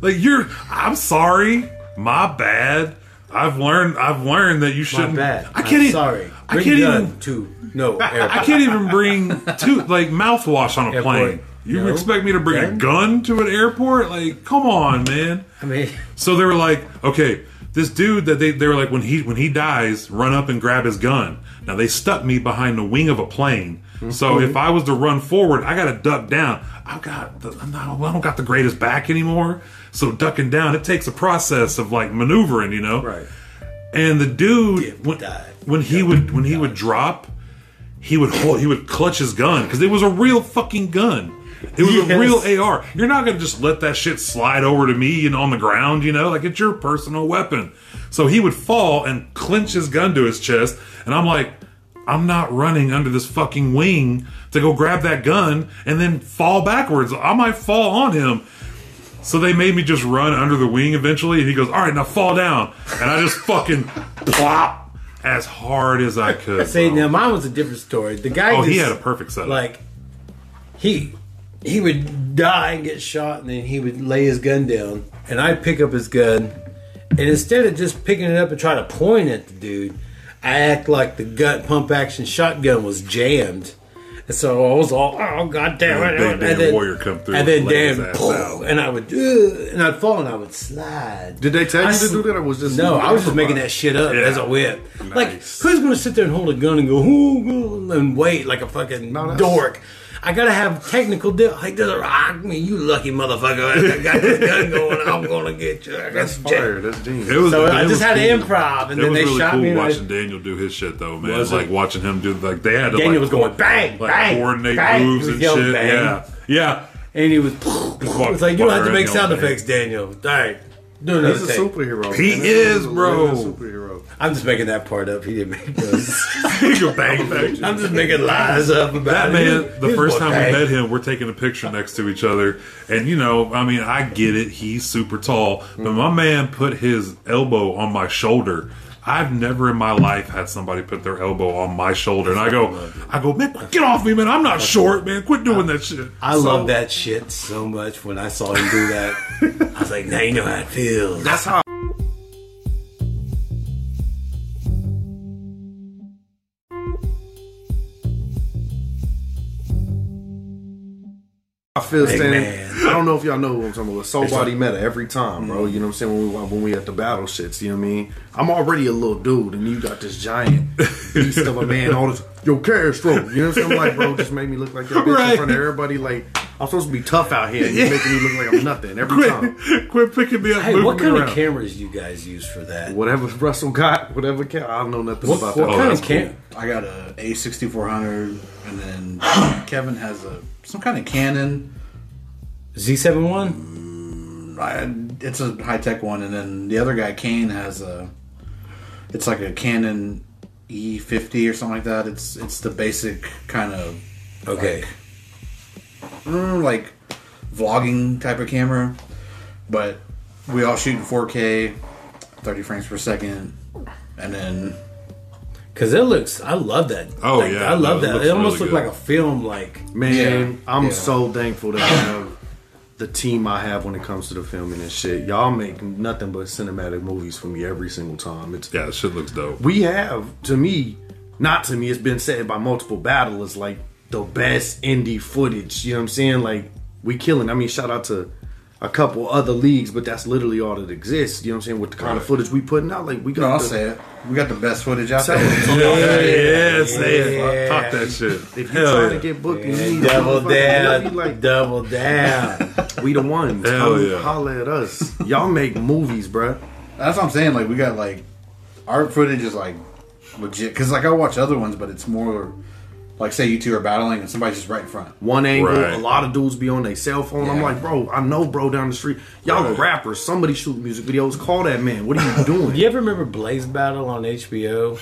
Speaker 3: Like you're. I'm sorry. My bad. I've learned. I've learned that you
Speaker 1: My
Speaker 3: shouldn't.
Speaker 1: bad.
Speaker 3: I can't.
Speaker 1: am
Speaker 3: even,
Speaker 1: sorry.
Speaker 3: I
Speaker 1: Bring
Speaker 3: can't
Speaker 1: gun
Speaker 3: even.
Speaker 1: to no
Speaker 3: I
Speaker 1: airport.
Speaker 3: can't even bring two like mouthwash on a
Speaker 1: Airport.
Speaker 3: plane. You
Speaker 1: No.
Speaker 3: expect me to bring a gun to an airport? Like, come on, man.
Speaker 1: I mean,
Speaker 3: So they were like, okay, this dude that they they were like when he when he dies, run up and grab his gun. Now they stuck me behind the wing of a plane. So
Speaker 1: Mm-hmm.
Speaker 3: if I was to run forward, I got to duck down. I've got the, I'm not, I don't got the greatest back anymore. So ducking down, it takes a process of like maneuvering, you know.
Speaker 1: right.
Speaker 3: And the dude when,
Speaker 1: dive.
Speaker 3: when he would when he would drop, he would hold, he would clutch his gun because it was a real fucking gun. It was a
Speaker 1: Yes.
Speaker 3: real AR. You're not gonna just let that shit slide over to me and on the ground, you know? Like it's your personal weapon. So he would fall and clench his gun to his chest, and I'm like, I'm not running under this fucking wing to go grab that gun and then fall backwards. I might fall on him. So they made me just run under the wing eventually, and he goes, "All right, now fall down," and I just fucking plop as hard as I could.
Speaker 1: See,
Speaker 3: bro.
Speaker 1: now mine was a different story. The guy
Speaker 3: oh,
Speaker 1: just,
Speaker 3: he had a perfect setup.
Speaker 1: like he he would die and get shot and then he would lay his gun down and i'd pick up his gun and instead of just picking it up and trying to point at the dude i act like the gut pump action shotgun was jammed and so i was all oh god damn
Speaker 3: And
Speaker 1: it
Speaker 3: big damn warrior come through
Speaker 1: and
Speaker 3: and
Speaker 1: then
Speaker 3: laid his
Speaker 1: damn
Speaker 3: ass out.
Speaker 1: and i would "Ugh," and i'd fall and i would slide
Speaker 2: Did they tell you
Speaker 1: I
Speaker 2: to
Speaker 1: sl-
Speaker 2: do that, or was this
Speaker 1: no, I was just making that shit up
Speaker 3: Yeah.
Speaker 1: as I went. Like,
Speaker 3: Nice.
Speaker 1: who's gonna sit there and hold a gun and go, "Ooh," and wait like a fucking
Speaker 2: that's-
Speaker 1: dork? I gotta have technical deal. Like the rock me, you lucky motherfucker. I got this gun going. I'm gonna get you. I got
Speaker 2: That's
Speaker 1: this jet."
Speaker 2: fire. That's genius.
Speaker 3: It was,
Speaker 1: So
Speaker 3: it
Speaker 1: I
Speaker 3: was
Speaker 1: just had
Speaker 3: cool.
Speaker 1: improv, and
Speaker 3: It
Speaker 1: then
Speaker 3: was
Speaker 1: they
Speaker 3: really
Speaker 1: shot
Speaker 3: cool
Speaker 1: me. and I-
Speaker 3: watching Daniel do his shit though, man.
Speaker 1: Was it?
Speaker 3: like watching him do like they had to
Speaker 1: Daniel
Speaker 3: like,
Speaker 1: was going bang,
Speaker 3: like
Speaker 1: bang,
Speaker 3: coordinate
Speaker 1: bang. He
Speaker 3: moves
Speaker 1: was
Speaker 3: and
Speaker 1: yelling
Speaker 3: shit.
Speaker 1: bang.
Speaker 3: Yeah, yeah.
Speaker 1: and he was.
Speaker 3: walk-
Speaker 1: It's like you
Speaker 3: walk
Speaker 1: don't have to
Speaker 3: around yelling
Speaker 1: make sound
Speaker 3: bang.
Speaker 1: effects, Daniel. All right, do another
Speaker 2: He's a
Speaker 1: take.
Speaker 2: superhero.
Speaker 3: He
Speaker 2: man.
Speaker 3: is,
Speaker 2: He's a
Speaker 3: bro.
Speaker 2: living Superhero.
Speaker 1: I'm just making that part up. He didn't make those.
Speaker 3: He go bang, bang.
Speaker 1: I'm just making lies up
Speaker 3: That
Speaker 1: about it.
Speaker 3: man, the
Speaker 1: He was
Speaker 3: first
Speaker 1: going
Speaker 3: time we
Speaker 1: bang.
Speaker 3: met him, we're taking a picture next to each other. And, you know, I mean, I get it. He's super tall. But my man put his elbow on my shoulder. I've never in my life had somebody put their elbow on my shoulder. And I go, I go, man, get off me, man. I'm not short, man. Quit doing that shit.
Speaker 1: I
Speaker 3: So-
Speaker 1: love that shit so much when I saw him do that. I was like, now you know how it feels.
Speaker 2: That's how. I feel
Speaker 1: Big
Speaker 2: standing.
Speaker 1: man. Mm-hmm.
Speaker 2: I don't know if y'all know who I'm talking about. Soul body meta every time, bro. You know what I'm saying? When we when we at the battle shits, you know what I mean? I'm already a little dude, and you got this giant beast of a man. All this yo Castro, you know what I'm saying? I'm like, bro, just made me look like that bitch
Speaker 3: Right.
Speaker 2: in front of everybody. Like I'm supposed to be tough out here, and you're making me look like I'm nothing every time.
Speaker 3: Quit, quit picking me up.
Speaker 1: Hey,
Speaker 3: moving
Speaker 1: what
Speaker 3: me
Speaker 1: kind
Speaker 3: around.
Speaker 1: of cameras you guys use for that?
Speaker 2: Whatever Russell got, whatever can I don't know nothing
Speaker 1: What,
Speaker 2: about
Speaker 1: what
Speaker 2: that.
Speaker 1: kind
Speaker 3: that's
Speaker 1: of cam?
Speaker 4: I got a A6400, and then Kevin has a some kind of Canon.
Speaker 1: Z71?
Speaker 4: I, it's a high tech one, and then the other guy Kane has a. It's like a Canon E50 or something like that. It's it's the basic kind of
Speaker 1: Okay.
Speaker 4: mm, like vlogging type of camera, but we all shoot in 4K, 30 frames per second, and then
Speaker 1: Because it looks, I love that.
Speaker 3: Oh,
Speaker 1: Like,
Speaker 3: yeah,
Speaker 1: I love
Speaker 3: no, it
Speaker 1: that.
Speaker 3: looks
Speaker 1: It almost
Speaker 3: really
Speaker 1: looked
Speaker 3: good.
Speaker 1: like a film, like.
Speaker 2: Man,
Speaker 4: Yeah.
Speaker 2: I'm
Speaker 4: Yeah.
Speaker 2: so thankful that I have the team I have when it comes to the filming and shit. Y'all make nothing but cinematic movies for me every single time. It's
Speaker 3: Yeah, that shit looks dope.
Speaker 2: we have to me, not to me. It's been said by multiple battlers like the best indie footage. You know what I'm saying? Like we killing. I mean, shout out to a couple other leagues, but that's literally all that exists. You know what I'm saying? With the kind of footage we putting out, like we got.
Speaker 4: no, I'll
Speaker 2: the-
Speaker 4: say it. We got the best footage out
Speaker 2: Say
Speaker 4: there.
Speaker 2: it.
Speaker 3: Yeah, yeah,
Speaker 1: Yeah.
Speaker 3: Talk that shit.
Speaker 2: If you're
Speaker 3: Hell
Speaker 2: trying
Speaker 3: yeah.
Speaker 2: to get booked, and you
Speaker 1: Yeah,
Speaker 2: need a
Speaker 1: double
Speaker 2: motherfucker to love
Speaker 1: down.
Speaker 2: you, Like
Speaker 1: double down.
Speaker 2: We the ones.
Speaker 3: Hell
Speaker 2: Come
Speaker 3: yeah.
Speaker 2: Holla at us. Y'all make movies, bruh.
Speaker 4: That's what I'm saying. Like we got like our footage is like legit because like I watch other ones, but it's more like say you two are battling and somebody's just right in front.
Speaker 2: One angle.
Speaker 3: Right.
Speaker 2: A lot of dudes be on their cell phone. I'm
Speaker 4: Yeah.
Speaker 2: like, bro, I know, bro, down the street. Y'all all
Speaker 3: Right.
Speaker 2: rappers. Somebody shoot music videos. Call that man. What are you doing?
Speaker 1: you ever remember Blaze Battle on HBO?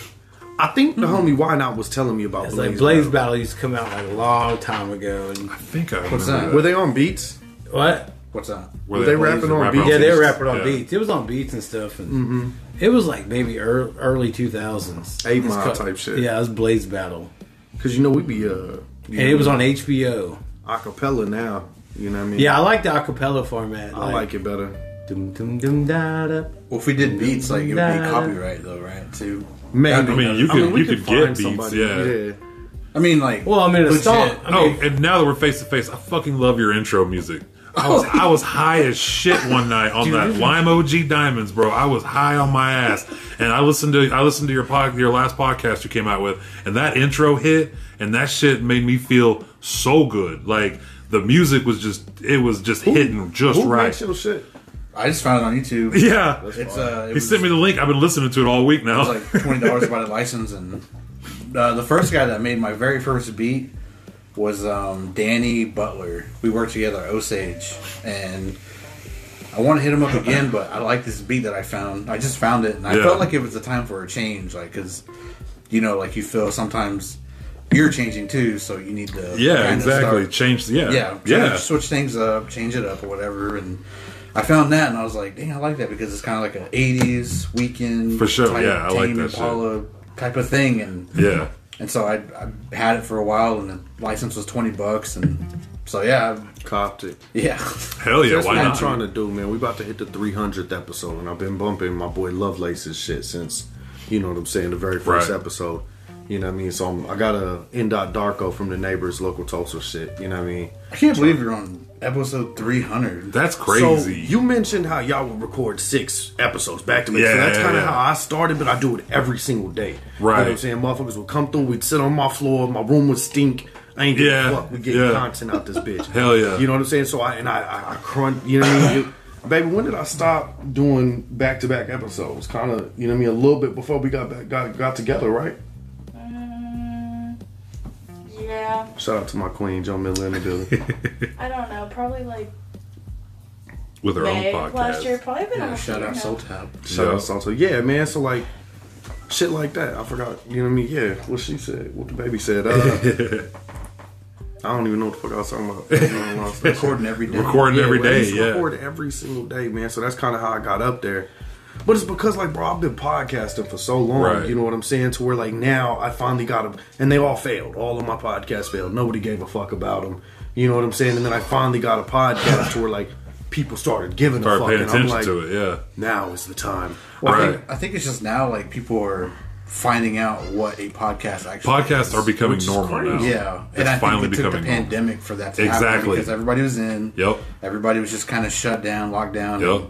Speaker 2: I think the homie Why Not was telling me about
Speaker 1: It's
Speaker 2: Blaze.
Speaker 1: like Blaze
Speaker 2: Battle.
Speaker 1: Battle used to come out like a long time ago. And
Speaker 3: I think I remember
Speaker 4: What's that?
Speaker 3: that.
Speaker 2: Were they on beats?
Speaker 1: what?
Speaker 4: What's that?
Speaker 3: Were
Speaker 2: Were
Speaker 3: they,
Speaker 2: they
Speaker 3: rapping
Speaker 2: rapping on
Speaker 3: on
Speaker 2: beats?
Speaker 1: Yeah, they were
Speaker 3: beats?
Speaker 1: rapping on
Speaker 3: Yeah.
Speaker 1: beats. It was on beats and stuff, and it was like maybe ear- early two thousands.
Speaker 2: Eight Mile type shit.
Speaker 1: Yeah, it was Blaze Battle,
Speaker 2: Because you know we be uh, you
Speaker 1: and it
Speaker 2: know,
Speaker 1: was on HBO.
Speaker 2: acapella now. You know what I mean?
Speaker 1: Yeah, I like the acapella format.
Speaker 2: I like it better.
Speaker 1: Dum, dum, dum, da, da.
Speaker 4: Well, if we did beats, like it would be
Speaker 1: Nah.
Speaker 4: copyright though, right? Too.
Speaker 2: Maybe.
Speaker 3: I mean, you could-
Speaker 2: we
Speaker 3: you could get
Speaker 2: find
Speaker 3: beats, yeah.
Speaker 4: I mean, like
Speaker 1: Well, I mean,
Speaker 4: legit.
Speaker 1: it's song. I mean,
Speaker 3: oh, and now that we're face to face, I fucking love your intro music. I was I was high as shit one night on that Lime OG Diamonds, bro. I was high on my ass, and I listened to I listened to your pod, your last podcast you came out with, and that intro hit, and that shit made me feel so good. Like the music was just it was just hitting just
Speaker 2: Who
Speaker 3: right.
Speaker 2: makes your shit?
Speaker 4: I just found it on YouTube.
Speaker 3: yeah,
Speaker 4: It's uh, it
Speaker 3: he
Speaker 4: was,
Speaker 3: sent me the link. I've been listening to it all week now.
Speaker 4: it was like twenty dollars by the license, and uh, the first guy that made my very first beat was um, Danny Butler. We worked together at Osage, and I want to hit him up again, but I like this beat that I found. I just found it, and I
Speaker 3: Yeah.
Speaker 4: felt like it was the time for a change, like because you know, like you feel sometimes you're changing too, so you need to
Speaker 3: yeah,
Speaker 4: kinda
Speaker 3: exactly.
Speaker 4: start-
Speaker 3: Change. Yeah,
Speaker 4: yeah, yeah.
Speaker 3: yeah.
Speaker 4: switch things up, change it up, or whatever. And I found that, and I was like, dang, I like that because it's kind of like an '80s weekend
Speaker 3: For sure, yeah, I like
Speaker 4: Tame
Speaker 3: that shit.
Speaker 4: Impala type of thing, and
Speaker 3: yeah.
Speaker 4: and so I, I had it for a while, and the license was twenty bucks, and so yeah,
Speaker 2: Copped it.
Speaker 4: yeah,
Speaker 3: Hell yeah!
Speaker 2: That's
Speaker 3: Why
Speaker 2: what I'm
Speaker 3: not?
Speaker 2: trying to do, man. We about to hit the 300th episode, and I've been bumping my boy Lovelace's shit since, you know what I'm saying, the very first
Speaker 3: Right.
Speaker 2: episode. You know what I mean? So I'm, I got a N. Dot Darko from the neighbors, local Tulsa shit. You know what I mean?
Speaker 4: I can't believe you're on episode three hundred.
Speaker 3: That's crazy.
Speaker 2: So you mentioned how y'all would record six episodes back to back. so
Speaker 3: Yeah,
Speaker 2: that's
Speaker 3: yeah,
Speaker 2: kind of
Speaker 3: yeah.
Speaker 2: how I started, but I do it every single day. You know what
Speaker 3: Right.
Speaker 2: I'm saying? Motherfuckers would come through, we'd sit on my floor, my room would stink. I ain't giving
Speaker 3: Yeah,
Speaker 2: a fuck. We getting
Speaker 3: yeah.
Speaker 2: content out this bitch.
Speaker 3: Hell yeah.
Speaker 2: You know what I'm saying? So I and I, I, I crunch. You know what I mean? It- baby, when did I stop doing back to back episodes? Kind of, you know what I mean? A little bit before we got back, got got together, right?
Speaker 5: Mm, yeah,
Speaker 2: Shout out to my queen, Joe Miller in the building.
Speaker 5: I don't know. Probably like
Speaker 3: with our
Speaker 5: May
Speaker 3: own
Speaker 5: of last year.
Speaker 3: podcast.
Speaker 5: Probably been
Speaker 4: Yeah,
Speaker 5: almost a
Speaker 4: shout
Speaker 5: year
Speaker 4: out
Speaker 5: now.
Speaker 4: Soul Tab.
Speaker 2: Shout
Speaker 3: Yeah.
Speaker 2: out Salsa. Yeah, man. So like, shit like that. I forgot. You know what I mean? Yeah, what she said, what the baby said. Uh, I don't even know what the fuck I was talking about. I lost that shit.
Speaker 4: Recording every day.
Speaker 3: Recording every
Speaker 2: well, I
Speaker 3: day,
Speaker 2: used to
Speaker 3: yeah.
Speaker 2: Record every single day, man. So that's kind of how I got up there. But it's because like, bro, I've been podcasting for so long.
Speaker 3: Right.
Speaker 2: You know what I'm saying? To where like now I finally got them, and they all failed. All of my podcasts failed. Nobody gave a fuck about them. You know what I'm saying? And then I finally got a podcast to where like people started giving a
Speaker 3: Start
Speaker 2: fuck.
Speaker 3: paying
Speaker 2: and I'm
Speaker 3: attention
Speaker 2: like,
Speaker 3: to it, yeah.
Speaker 2: now is the time.
Speaker 4: Well, I,
Speaker 3: Right.
Speaker 4: think, I think it's just now like people are finding out what a podcast actually
Speaker 3: Podcasts
Speaker 4: is.
Speaker 3: are becoming
Speaker 2: Which is
Speaker 3: normal now.
Speaker 2: crazy.
Speaker 4: yeah,
Speaker 3: It's
Speaker 4: and I
Speaker 3: finally
Speaker 4: think it took the
Speaker 3: becoming normal.
Speaker 4: pandemic for that to happen
Speaker 3: Exactly.
Speaker 4: because everybody was in.
Speaker 3: Yep.
Speaker 4: Everybody was just kind of shut down, locked down.
Speaker 3: Yep.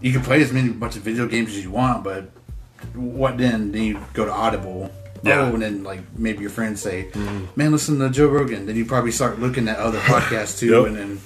Speaker 4: You can play as many bunch of video games as you want, but what then? Then you go to Audible.
Speaker 3: Yeah. Mm-hmm.
Speaker 4: Oh, and then like maybe your friends say, "Man, listen to Joe Rogan." Then you probably start looking at other podcasts too,
Speaker 3: Yep.
Speaker 4: and then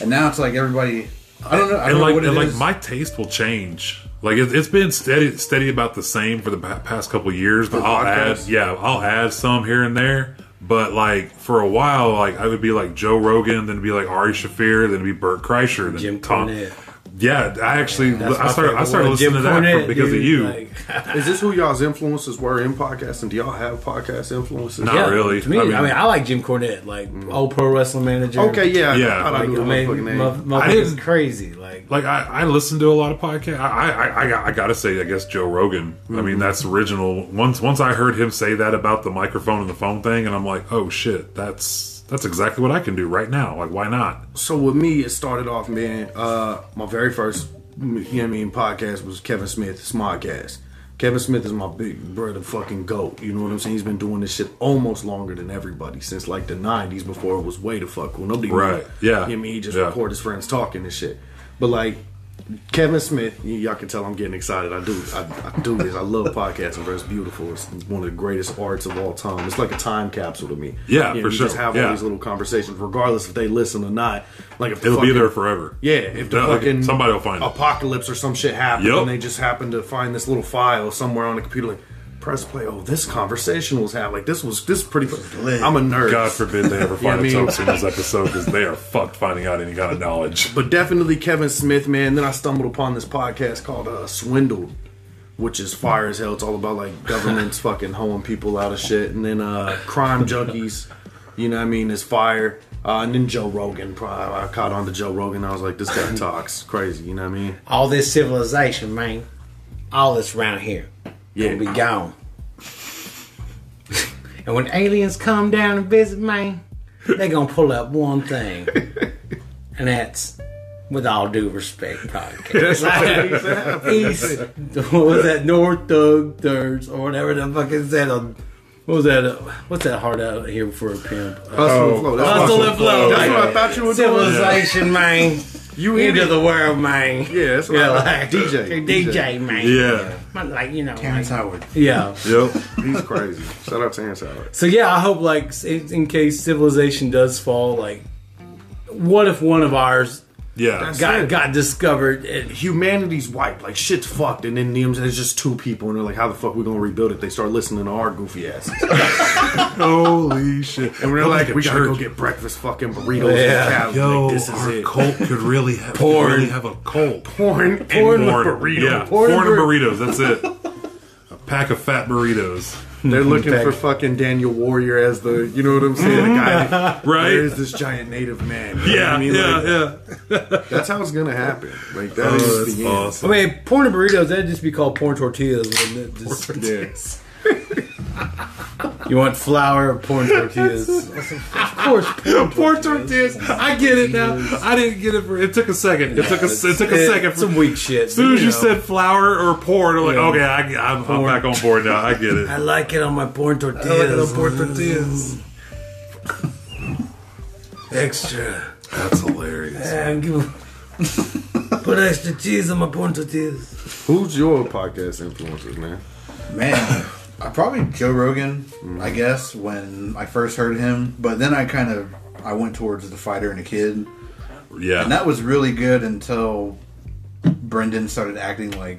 Speaker 4: and now it's like everybody. I don't know. I
Speaker 3: and
Speaker 4: don't
Speaker 3: like
Speaker 4: know what it
Speaker 3: and like
Speaker 4: is.
Speaker 3: my taste will change. Like it, it's been steady, steady about the same for the pa- past couple of years. But
Speaker 2: For
Speaker 3: I'll
Speaker 2: podcasts?
Speaker 3: add, yeah, I'll add some here and there. But like for a while, like I would be like Joe Rogan, then it'd be like Ari Shafir, then it'd be Burt Kreischer, then
Speaker 1: Jim
Speaker 3: Tom.
Speaker 1: Cornette.
Speaker 3: Yeah, I actually
Speaker 1: That's
Speaker 3: I
Speaker 1: my
Speaker 3: started I
Speaker 1: favorite
Speaker 3: started
Speaker 1: one. Jim
Speaker 3: listening to that for-
Speaker 1: Cornette,
Speaker 3: because
Speaker 1: dude,
Speaker 3: of you.
Speaker 1: like-
Speaker 2: Is this who y'all's influences were in podcasting? Do y'all have podcast influences?
Speaker 3: Not really.
Speaker 1: To me,
Speaker 3: I
Speaker 1: I
Speaker 3: mean- Mm.
Speaker 1: mean, I like Jim Cornette, like old pro wrestling manager.
Speaker 2: Okay, yeah,
Speaker 3: Yeah.
Speaker 2: I, thought I
Speaker 1: Like,
Speaker 2: knew
Speaker 1: I
Speaker 2: the motherfucking
Speaker 1: mean,
Speaker 2: name.
Speaker 1: my, my
Speaker 3: I
Speaker 1: is
Speaker 3: didn't-
Speaker 1: crazy. Like,
Speaker 3: like I, I listen to a lot of podcasts. I I, I, I, got- I gotta say, I guess Joe Rogan. I
Speaker 2: Mm-hmm.
Speaker 3: mean, that's original. Once once I heard him say that about the microphone and the phone thing, and I'm like, oh shit, that's that's exactly what I can do right now. Like, why not?
Speaker 2: so with me, it started off, man. Uh, my very first, you know what I mean, podcast was Kevin Smith's podcast. Kevin Smith is my big brother, fucking goat. You know what I'm saying? He's been doing this shit almost longer than everybody since like the '90s, before it was way to fuck cool. Nobody, knew.
Speaker 3: Right, yeah.
Speaker 2: You know what I mean, he just
Speaker 3: Yeah.
Speaker 2: record his friends talking and shit. But like Kevin Smith, y- y'all can tell I'm getting excited. I do, I, I do this. I love podcasting. Bro. It's beautiful. It's one of the greatest arts of all time. It's like a time capsule to me.
Speaker 3: Yeah,
Speaker 2: You know,
Speaker 3: for
Speaker 2: you Just
Speaker 3: sure.
Speaker 2: have
Speaker 3: Yeah.
Speaker 2: all these little conversations, regardless if they listen or not. Like if the
Speaker 3: It'll be
Speaker 2: fucking-
Speaker 3: there forever.
Speaker 2: Yeah, if the
Speaker 3: Yeah, like,
Speaker 2: fucking
Speaker 3: somebody will find it.
Speaker 2: apocalypse or some shit happens,
Speaker 3: Yup.
Speaker 2: and they just happen to find this little file somewhere on the computer, like press play. Oh, this conversation was had. Like this was this is pretty. I'm a nerd.
Speaker 3: God forbid they ever
Speaker 2: Yeah, I
Speaker 3: find
Speaker 2: mean-
Speaker 3: a Toad Singles episode because they are fucked finding out any kind of knowledge.
Speaker 2: but definitely Kevin Smith, man. Then I stumbled upon this podcast called uh, Swindled, which is fire as hell. It's all about like governments fucking hoeing people out of shit, and then uh, crime junkies. You know what I mean? Is fire. Uh, and then Joe Rogan. Probably, I caught on to Joe Rogan. I was like, this guy talks crazy. You know what I mean?
Speaker 1: all this civilization, man, all this round here,
Speaker 2: Yeah. Oh,
Speaker 1: will be gone. and when aliens come down and visit, man, they gonna pull up one thing, and that's. With all due respect, podcast. East, what was that? North Thug Thirds or whatever the fuck is that? Um, what was that? Uh, what's that hard out here for a pimp? Uh,
Speaker 2: Hustle
Speaker 3: Oh,
Speaker 2: and flow. That's,
Speaker 1: hustle
Speaker 2: what,
Speaker 1: and flow.
Speaker 2: that's what I thought you were doing.
Speaker 1: Civilization, man.
Speaker 2: You in
Speaker 1: Into
Speaker 2: it.
Speaker 1: the world, man.
Speaker 2: Yeah, that's what
Speaker 1: Yeah,
Speaker 2: I
Speaker 1: like
Speaker 2: DJ.
Speaker 1: DJ, man.
Speaker 3: Yeah.
Speaker 1: Not Like you know,
Speaker 4: Terrence
Speaker 1: like-
Speaker 4: Howard.
Speaker 1: yeah.
Speaker 3: Yep.
Speaker 2: He's crazy. Shout out to Terrence Howard.
Speaker 1: So yeah, I hope like s- in, in case civilization does fall, like, what if one of ours
Speaker 3: Yeah.
Speaker 1: got
Speaker 2: it.
Speaker 1: got discovered? And,
Speaker 2: Humanity's wiped. Like, shit's fucked. And then them- there's just two people, and they're like, how the fuck we gonna rebuild it? They start listening to our goofy asses.
Speaker 3: Holy shit.
Speaker 2: And we're
Speaker 3: Look
Speaker 2: like,
Speaker 3: at
Speaker 2: we gotta go
Speaker 3: church.
Speaker 2: get breakfast fucking burritos.
Speaker 1: Yeah.
Speaker 2: Yeah. And
Speaker 3: Yo,
Speaker 2: Yo, like, this is
Speaker 3: our
Speaker 2: it.
Speaker 3: cult could really have,
Speaker 1: Porn.
Speaker 3: really have a cult.
Speaker 2: Porn,
Speaker 1: Porn
Speaker 2: and
Speaker 1: with
Speaker 2: burrito.
Speaker 3: Yeah,
Speaker 1: Porn
Speaker 3: porn,
Speaker 1: and
Speaker 3: and burritos. That's it. A pack of fat burritos.
Speaker 2: They're looking
Speaker 1: Thank
Speaker 2: for
Speaker 1: you.
Speaker 2: fucking Daniel Warrior as the, you know what I'm saying? The guy that,
Speaker 3: Right.
Speaker 2: Where is this giant native man? You know what
Speaker 3: Yeah,
Speaker 2: I mean?
Speaker 3: yeah,
Speaker 2: Like,
Speaker 3: yeah.
Speaker 2: That's how it's gonna happen. Like, that is
Speaker 3: Oh, that's
Speaker 2: the end.
Speaker 1: I
Speaker 3: awesome.
Speaker 1: mean, porn and burritos that'd just be called porn tortillas, wouldn't it? Just,
Speaker 2: Yes.
Speaker 1: you want flour or porn tortillas? of course, porn
Speaker 3: Poor tortillas. I get it now. I didn't get it for. It took a second. It took a. It took a
Speaker 1: It-
Speaker 3: second.
Speaker 1: Some weak shit.
Speaker 3: as soon as you said flour or porn, I'm like, okay, I, I'm, I'm
Speaker 1: Porn.
Speaker 3: back on board now. I get it.
Speaker 1: I like it on my porn tortillas. porn tortillas. Extra.
Speaker 3: That's hilarious.
Speaker 1: And give put extra cheese on my porn tortillas.
Speaker 2: Who's your podcast influences, man?
Speaker 4: Man, I probably Joe Rogan,
Speaker 1: Mm.
Speaker 4: I guess, when I first heard him. But then I kind of I went towards the fighter and a kid,
Speaker 3: Yeah.
Speaker 4: and that was really good until Brendan started acting like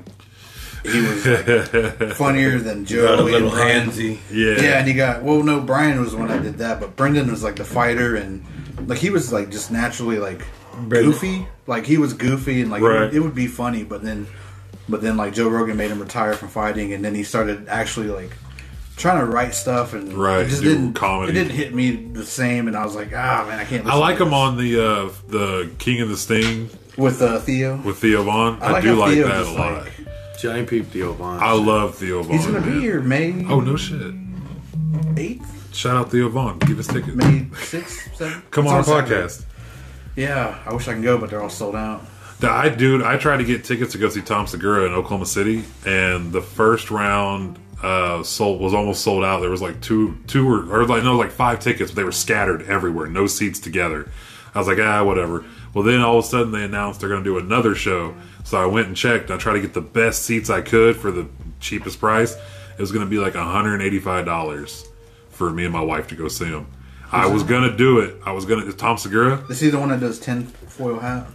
Speaker 4: he was like, funnier than Joe.
Speaker 1: Got a
Speaker 4: and
Speaker 1: little
Speaker 4: Brian.
Speaker 1: handsy.
Speaker 3: yeah.
Speaker 4: Yeah, and he got well. No, Brian was the one that did that, but Brendan was like the fighter, and like he was like just naturally like
Speaker 1: Brendan.
Speaker 4: goofy. Like he was goofy, and like it,
Speaker 3: Right.
Speaker 4: would, it would be funny, but then, but then like Joe Rogan made him retire from fighting, and then he started actually like trying to write stuff, and
Speaker 3: Right,
Speaker 4: it just
Speaker 3: do
Speaker 4: didn't
Speaker 3: comedy.
Speaker 4: It didn't hit me the same, and I was like, ah man, I can't.
Speaker 3: I
Speaker 4: listen
Speaker 3: like
Speaker 4: to
Speaker 3: him
Speaker 4: this."
Speaker 3: on the uh, the King of the Sting
Speaker 4: with uh, Theo.
Speaker 3: with Theo Vaughn. I, do
Speaker 4: how
Speaker 3: like
Speaker 4: Theo's
Speaker 3: that a
Speaker 4: just
Speaker 3: lot.
Speaker 4: like,
Speaker 2: Giant peep Theo Vaughn.
Speaker 3: I love Theo Vaughn.
Speaker 4: He's gonna be
Speaker 3: man.
Speaker 4: here May
Speaker 3: Oh no shit!
Speaker 4: eighth,
Speaker 3: Shout out Theo Vaughn. Give us tickets.
Speaker 4: May sixth, seventh.
Speaker 3: Come
Speaker 4: It's
Speaker 3: on our
Speaker 4: Saturday.
Speaker 3: podcast.
Speaker 4: Yeah, I wish I can go, but they're all sold out.
Speaker 3: The- I dude, I tried to get tickets to go see Tom Segura in Oklahoma City, and the first round uh sold was almost sold out. There was like two, two or, or like no, like five tickets, but they were scattered everywhere, no seats together. I was like, ah, whatever. Well, then all of a sudden they announced they're going to do another show, so I went and checked. I tried to get the best seats I could for the cheapest price. It was going to be like 185 dollars for me and my wife to go see him. I was gonna do it. I was gonna Tom Segura.
Speaker 4: Is he the one that does tin foil hat?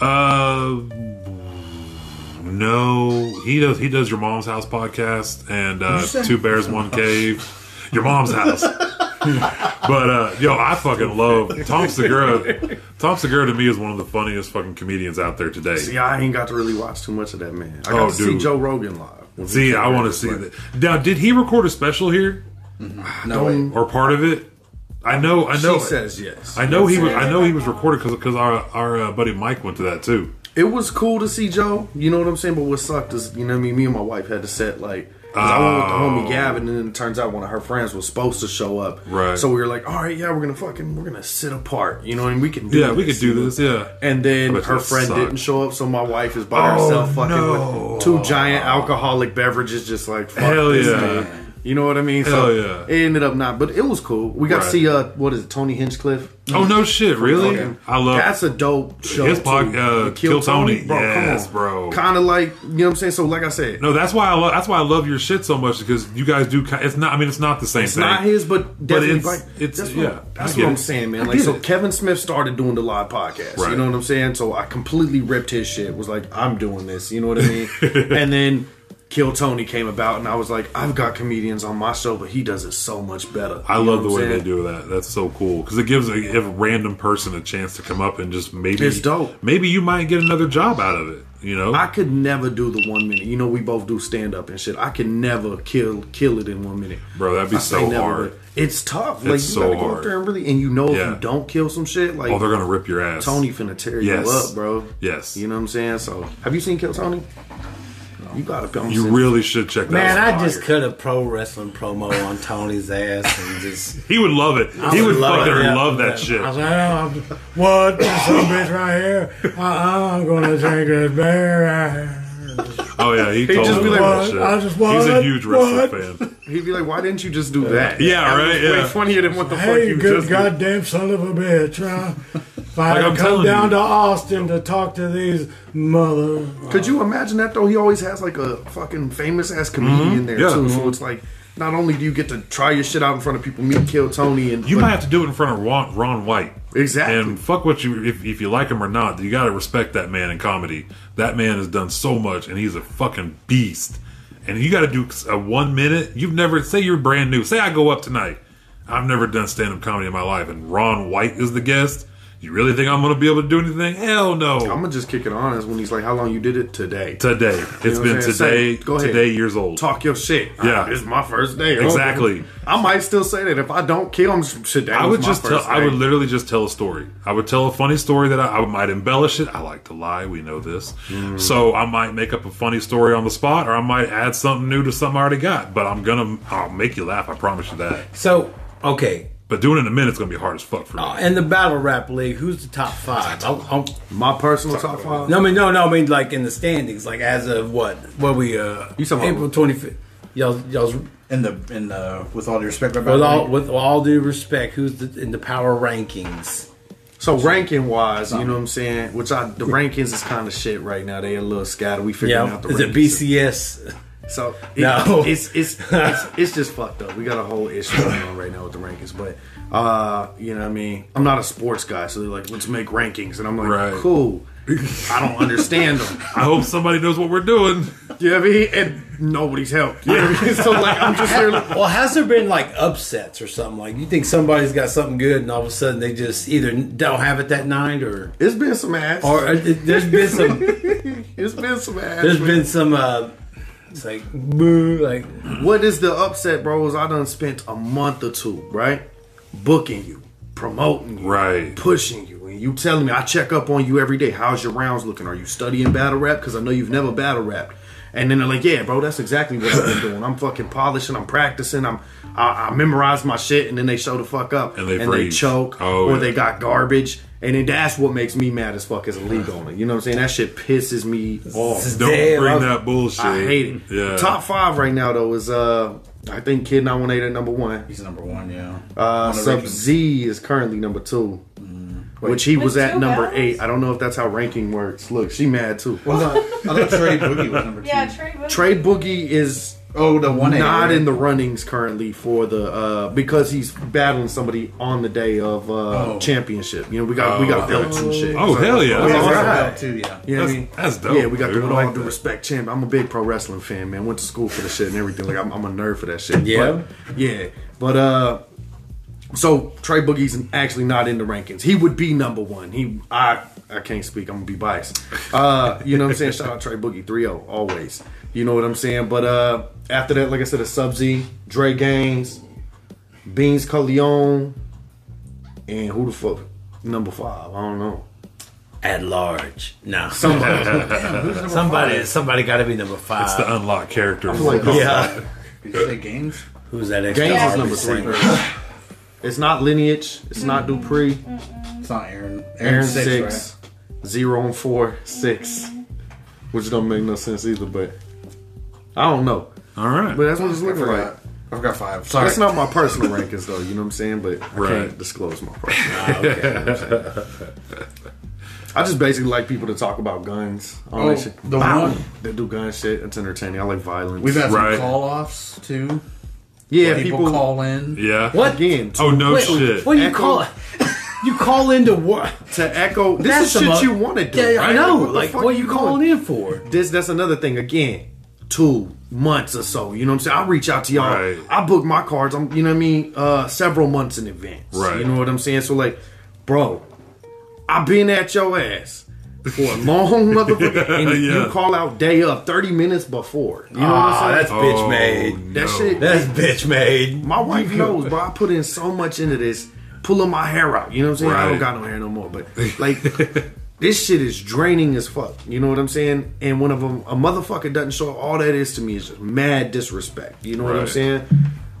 Speaker 3: Uh, no, he does. He does your mom's house podcast and uh,
Speaker 4: you say?
Speaker 3: two bears, one cave. Your mom's house. but uh, yo, I fucking love Tom Segura. Tom Segura to me is one of the funniest fucking comedians out there today.
Speaker 2: See, I ain't got to really watch too much of that man. I got
Speaker 3: Oh,
Speaker 2: to see
Speaker 3: dude.
Speaker 2: Joe Rogan live. when he
Speaker 3: See,
Speaker 2: came
Speaker 3: I
Speaker 2: out
Speaker 3: want to
Speaker 2: this
Speaker 3: see
Speaker 2: way.
Speaker 3: that. Now, did he record a special here
Speaker 4: No, wait.
Speaker 3: or part of it? I know. I know.
Speaker 2: She says yes.
Speaker 3: I know he was. I know he was recorded because our our uh, buddy Mike went to that too.
Speaker 2: it was cool to see Joe. You know what I'm saying? But what sucked is, you know what I mean? Me and my wife had to set like. 'cause I
Speaker 3: Oh.
Speaker 2: went with the homie Gavin, and then it turns out one of her friends was supposed to show up.
Speaker 3: Right.
Speaker 2: So we were like, all right, yeah, we're gonna fucking, we're gonna sit apart. You know, and we can do
Speaker 3: Yeah, we could do this. Yeah.
Speaker 2: And then
Speaker 3: Which
Speaker 2: her
Speaker 3: would
Speaker 2: friend
Speaker 3: suck.
Speaker 2: didn't show up, so my wife is
Speaker 3: Oh,
Speaker 2: by herself, fucking
Speaker 3: no.
Speaker 2: with two giant alcoholic beverages, just like fuck
Speaker 3: Hell
Speaker 2: this
Speaker 3: yeah.
Speaker 2: man. You know what I mean?
Speaker 3: Hell
Speaker 2: so
Speaker 3: yeah.
Speaker 2: it ended up not, but it was cool. We got
Speaker 3: Right.
Speaker 2: to see uh, what is it, Tony Hinchcliffe?
Speaker 3: Oh no, shit! Really?
Speaker 2: Fucking-
Speaker 3: I love
Speaker 2: that's a dope show.
Speaker 3: His pod-
Speaker 2: too.
Speaker 3: uh,
Speaker 2: The
Speaker 3: Kill Tony. Yes, bro.
Speaker 2: Kind of like you know what I'm saying. So like I said,
Speaker 3: No, that's why I love. That's why I love your shit so much because you guys do. ki- It's not. I mean, it's not the same
Speaker 2: it's
Speaker 3: thing.
Speaker 2: not his, but definitely
Speaker 3: it's-
Speaker 2: like-
Speaker 3: it's-
Speaker 2: that's
Speaker 3: yeah,
Speaker 2: What,
Speaker 3: I
Speaker 2: that's what
Speaker 3: get
Speaker 2: I'm
Speaker 3: it.
Speaker 2: saying,
Speaker 3: I
Speaker 2: man. Like
Speaker 3: get
Speaker 2: so,
Speaker 3: it.
Speaker 2: Kevin Smith started doing the live podcast.
Speaker 3: Right.
Speaker 2: You know what I'm saying? So I completely ripped his shit. Was like, I'm doing this. You know what I mean? and then. Kill Tony came about, and I was like, I've got comedians on my show, but he does it so much better.
Speaker 3: I
Speaker 2: You know
Speaker 3: love the
Speaker 2: what I'm
Speaker 3: way
Speaker 2: saying?
Speaker 3: they do that. That's so cool because it gives a, a random person a chance to come up and just maybe
Speaker 2: It's dope.
Speaker 3: Maybe you might get another job out of it. You know?
Speaker 2: I could never do the one minute. You know, we both do stand up and shit. I could never kill kill it in one minute,
Speaker 3: Bro, that'd be
Speaker 2: I say
Speaker 3: so
Speaker 2: never,
Speaker 3: hard.
Speaker 2: but It's tough. like you
Speaker 3: so
Speaker 2: gotta go
Speaker 3: hard.
Speaker 2: up there and really, and you know,
Speaker 3: Yeah.
Speaker 2: if you don't kill some shit, like
Speaker 3: oh, they're gonna rip your ass.
Speaker 2: Tony finna tear
Speaker 3: Yes.
Speaker 2: you up, bro.
Speaker 3: Yes.
Speaker 2: you know what I'm saying. So, have you seen Kill Tony? You gotta come.
Speaker 3: you really should check that.
Speaker 1: Man,
Speaker 3: out.
Speaker 1: I just cut a pro wrestling promo on Tony's ass and just.
Speaker 3: He would love it. he would
Speaker 1: would love
Speaker 3: fucking
Speaker 1: it, yeah.
Speaker 3: love that shit.
Speaker 1: I was like, oh, I'm- what? Some bitch right here. Uh-uh, I'm going to drink this beer right here.
Speaker 3: Oh yeah, he told
Speaker 2: just
Speaker 3: me
Speaker 2: be like,
Speaker 3: that
Speaker 1: "What?
Speaker 3: shit.
Speaker 1: I just
Speaker 3: He's a
Speaker 1: want-
Speaker 3: huge wrestling
Speaker 1: what?"
Speaker 3: fan.
Speaker 2: He'd be like, "Why didn't you just do that?"
Speaker 3: Yeah,
Speaker 2: That
Speaker 3: right,
Speaker 2: was
Speaker 3: yeah.
Speaker 2: Way funnier than what the fuck
Speaker 1: Hey,
Speaker 2: you
Speaker 1: you good
Speaker 2: just did.
Speaker 1: goddamn son of a bitch. Huh? If I
Speaker 3: Like, I'm
Speaker 1: had
Speaker 3: telling
Speaker 1: come down
Speaker 3: you.
Speaker 1: to Austin to talk to these mother.
Speaker 2: Could you imagine that though? He always has like a fucking famous ass comedian there
Speaker 3: Mm-hmm. Yeah.
Speaker 2: too. So it's like, not only do you get to try your shit out in front of people, meet Kill Tony, and
Speaker 3: You
Speaker 2: but-
Speaker 3: might have to do it in front of Ron, Ron White.
Speaker 2: Exactly.
Speaker 3: And fuck what you if, if you like him or not, you got to respect that man in comedy. That man has done so much, and he's a fucking beast. And you got to do a one minute. You've never say you're brand new. Say I go up tonight. I've never done stand up comedy in my life, and Ron White is the guest. You really think I'm gonna be able to do anything? Hell no.
Speaker 2: I'm gonna just kick it honest when he's like, "How long you did it today?"
Speaker 3: today,
Speaker 2: You
Speaker 3: it's
Speaker 2: know what
Speaker 3: been
Speaker 2: I'm saying?
Speaker 3: today.
Speaker 2: Say, go ahead.
Speaker 3: Today years old.
Speaker 2: Talk your shit.
Speaker 3: Yeah.
Speaker 2: Ah, it's my first day. Oh,
Speaker 3: Exactly.
Speaker 2: I might still say that if I don't kill him, shit. That
Speaker 3: I
Speaker 2: was
Speaker 3: would
Speaker 2: my
Speaker 3: just tell.
Speaker 2: first
Speaker 3: I
Speaker 2: day.
Speaker 3: would literally just tell a story. I would tell a funny story that I, I might embellish it. I like to lie. We know this.
Speaker 2: Mm.
Speaker 3: So I might make up a funny story on the spot, or I might add something new to something I already got. But I'm gonna. I'll make you laugh. I promise you that.
Speaker 1: So, okay. uh,
Speaker 3: But doing it in a minute's gonna be hard as fuck for me.
Speaker 2: Oh,
Speaker 1: In the battle rap league, who's the top five? I'll, I'll,
Speaker 2: My personal top five.
Speaker 1: no, I mean, no, no, I mean, like in the standings, like as of what? What we, uh,
Speaker 2: You talking about-
Speaker 1: April 25th. Y'all, y'all's,
Speaker 4: in the in the with all due respect, my
Speaker 1: with all,
Speaker 4: bad-
Speaker 1: with all due respect, who's the, in the power rankings?
Speaker 2: So ranking wise, you know what I'm saying. Which I the rankings is kind of shit right now. They a little scattered. We figuring
Speaker 1: Yeah,
Speaker 2: out the
Speaker 1: is it
Speaker 2: rankings.
Speaker 1: BCS?
Speaker 2: So it-
Speaker 1: No.
Speaker 2: it's, it's it's it's just fucked up. We got a whole issue going on right now with the rankings, but uh, you know what I mean. I'm not a sports guy, so they're like, let's make rankings, and I'm like,
Speaker 3: Right.
Speaker 2: cool. I don't understand them.
Speaker 3: I hope somebody knows what we're doing.
Speaker 2: You know what I mean? And nobody's helped. You know what I mean? So like, I'm just here. like-
Speaker 1: Well, has there been like upsets or something? Like you think somebody's got something good, and all of a sudden they just either don't have it that night, or
Speaker 2: It's been some ass.
Speaker 1: or uh, there's been some
Speaker 2: it's been some ass.
Speaker 1: there's
Speaker 2: man.
Speaker 1: been some uh, it's like boo, like
Speaker 2: What is the upset, bro? Is I done spent a month or two, right? Booking you, promoting you,
Speaker 3: Right.
Speaker 2: pushing you, and you telling me I check up on you every day. How's your rounds looking? Are you studying battle rap? Because I know you've never battle rapped. And then they're like, yeah, bro, that's exactly what I've been doing. I'm fucking polishing, I'm practicing, I'm I, I memorize my shit, and then they show the fuck up
Speaker 3: And they freeze.
Speaker 2: choke
Speaker 3: Oh,
Speaker 2: or
Speaker 3: yeah.
Speaker 2: they got garbage. And then that's what makes me mad as fuck as a league owner. You know what I'm saying? That shit pisses me off.
Speaker 3: Don't
Speaker 1: Damn,
Speaker 3: bring
Speaker 1: I-
Speaker 3: that bullshit.
Speaker 2: I hate it.
Speaker 3: Yeah.
Speaker 2: Top five right now though is uh I think Kid 918 at number one.
Speaker 4: He's number one, yeah.
Speaker 2: Uh,
Speaker 4: On the
Speaker 2: Sub
Speaker 4: ranking.
Speaker 2: Z is currently number two, which he was
Speaker 5: With
Speaker 2: at
Speaker 5: two
Speaker 2: number
Speaker 5: battles?
Speaker 2: eight. I don't know if that's how ranking works. Look, she mad too.
Speaker 4: I thought, I thought Trey Boogie was number two.
Speaker 5: Yeah, Trey Wood.
Speaker 2: Trade Boogie is
Speaker 4: oh, the one
Speaker 2: not in the runnings currently for the uh because he's battling somebody on the day of uh
Speaker 4: Oh.
Speaker 2: championship. You know we got we got
Speaker 3: Oh.
Speaker 2: belts and shit.
Speaker 3: Oh, hell yeah.
Speaker 2: that's
Speaker 4: Yeah,
Speaker 2: awesome.
Speaker 4: right. too, yeah.
Speaker 2: You know what I mean?
Speaker 3: That's, that's dope.
Speaker 2: yeah, we got
Speaker 3: dude.
Speaker 2: the with
Speaker 3: I like
Speaker 2: all due
Speaker 3: that.
Speaker 2: respect champ. I'm a big pro wrestling fan, man. Went to school for the shit and everything. Like I'm, I'm a nerd for that shit.
Speaker 1: Yeah?
Speaker 2: but, yeah. But uh, so Trey Boogie's actually not in the rankings. He would be number one. He I I can't speak. I'm gonna be biased. Uh, you know what I'm saying? Shout out Trey Boogie 3-0, always. You know what I'm saying? But uh, after that, like I said, a Sub Z, Dre Gaines, Beans Corleone, and who the fuck number five? I don't know.
Speaker 1: at large. No,
Speaker 2: Somebody.
Speaker 1: somebody somebody got to be number five.
Speaker 3: It's the unlocked character.
Speaker 2: like, oh,
Speaker 1: yeah,
Speaker 4: Did you say Gaines?
Speaker 1: who's that? Extra
Speaker 2: Gaines
Speaker 5: Yeah.
Speaker 2: is number
Speaker 1: RBC?
Speaker 2: three. It's not lineage. It's not
Speaker 4: Mm-hmm.
Speaker 2: Dupree.
Speaker 4: It's not Aaron. Aaron,
Speaker 2: Aaron
Speaker 4: six,
Speaker 2: six, zero and four six,
Speaker 4: Mm-hmm.
Speaker 2: which don't make no sense either. But I don't know.
Speaker 3: All right.
Speaker 2: But that's what it's
Speaker 4: right? I
Speaker 2: looking like.
Speaker 4: forgot. I forgot five. Sorry.
Speaker 2: That's not my personal rankings though. You know what I'm saying? But I
Speaker 3: Right.
Speaker 2: can't disclose my personal. I just basically like people to talk about guns. All
Speaker 4: Oh,
Speaker 2: that shit.
Speaker 4: the
Speaker 2: Bow.
Speaker 4: one-
Speaker 2: they do gun shit. It's entertaining. I like violence.
Speaker 4: We've had
Speaker 3: Right.
Speaker 4: some call offs too.
Speaker 2: yeah
Speaker 4: people, call in.
Speaker 3: yeah.
Speaker 1: What?
Speaker 2: again.
Speaker 3: Oh no
Speaker 1: Wait,
Speaker 3: shit.
Speaker 1: What do you
Speaker 2: Echo-
Speaker 1: call it? You call into what?
Speaker 2: to echo. This
Speaker 1: That's
Speaker 2: is shit
Speaker 1: some o-
Speaker 2: you want to do.
Speaker 1: Yeah, I
Speaker 2: right?
Speaker 1: know.
Speaker 2: the
Speaker 1: Like,
Speaker 2: fuck
Speaker 1: what are you
Speaker 2: doing?
Speaker 1: calling in for?
Speaker 2: This that's another thing. Again, two months or so. You know what I'm saying? I reach out to y'all.
Speaker 3: Right.
Speaker 2: I book my cards. I'm you know what I mean. Uh, several months in advance.
Speaker 3: Right.
Speaker 2: You know what I'm saying? So like, bro, I've been at your ass. For a long motherfucker, and
Speaker 3: Yeah.
Speaker 2: you call out day of thirty minutes before. You know
Speaker 1: Ah,
Speaker 2: what I'm
Speaker 1: that's
Speaker 2: saying?
Speaker 1: bitch
Speaker 3: Oh,
Speaker 1: made.
Speaker 2: That
Speaker 3: no.
Speaker 2: shit-
Speaker 1: That's bitch made.
Speaker 2: My wife knows, bro. I put in so much into this, pulling my hair out. You know what I'm saying? I don't
Speaker 3: Right.
Speaker 2: got no hair no more, but like this shit is draining as fuck. You know what I'm saying? And one of them, a motherfucker doesn't show up, all that is to me is just mad disrespect. You know what I'm
Speaker 3: Right.
Speaker 2: saying?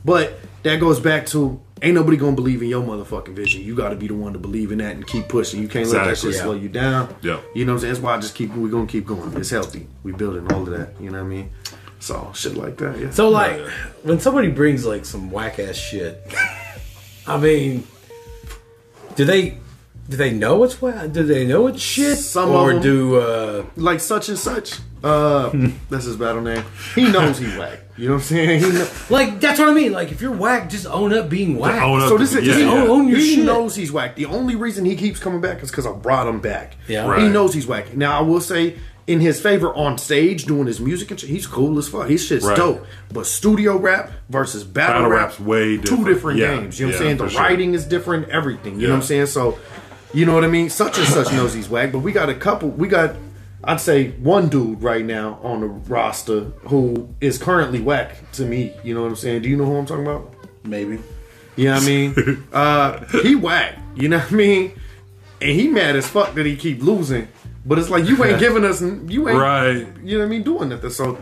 Speaker 2: But that goes back to ain't nobody gonna believe in your motherfucking vision. You got to be the one to believe in that and keep pushing. You can't let that
Speaker 3: Exactly.
Speaker 2: shit
Speaker 1: Yeah.
Speaker 2: slow you down.
Speaker 3: Yeah.
Speaker 2: You know what I'm saying? That's why I just keep. We gonna keep going. It's healthy. We building all of that. You know what I mean? So shit like that. Yeah.
Speaker 1: So like, when somebody brings like some whack ass shit, I mean, do they do they know it's whack? Do they know it's shit?
Speaker 2: Some
Speaker 1: or
Speaker 2: of 'em.
Speaker 1: do uh,
Speaker 2: like such and such. Uh, that's his battle name. He knows he whack. You know what I'm saying? He know,
Speaker 1: like that's what I mean. Like if you're whack, just own up being whack.
Speaker 3: own up.
Speaker 2: so this is
Speaker 3: Yeah,
Speaker 2: he,
Speaker 1: yeah. Own your
Speaker 2: he
Speaker 1: shit.
Speaker 2: knows he's whack. The only reason he keeps coming back is because I brought him back.
Speaker 1: Yeah.
Speaker 2: he
Speaker 3: Right.
Speaker 2: knows he's whack. Now I will say in his favor on stage doing his music and shit, he's cool as fuck. His shit's
Speaker 3: Right.
Speaker 2: dope. But studio rap versus battle,
Speaker 3: Battle
Speaker 2: rap,
Speaker 3: rap's way different.
Speaker 2: two different
Speaker 3: Yeah,
Speaker 2: games. You know
Speaker 3: yeah,
Speaker 2: what I'm saying? The
Speaker 3: for sure.
Speaker 2: writing is different. Everything. You know what I'm
Speaker 3: Yeah.
Speaker 2: saying? So you know what I mean. Such and such knows he's whack. But we got a couple. We got. I'd say one dude right now on the roster who is currently whack to me. You know what I'm saying? Do you know who I'm talking about?
Speaker 4: Maybe.
Speaker 2: You know what I mean? uh, he whack. You know what I mean? And he mad as fuck that he keep losing. But it's like you ain't giving us. You ain't.
Speaker 3: Right.
Speaker 2: You know what I mean? Doing nothing. So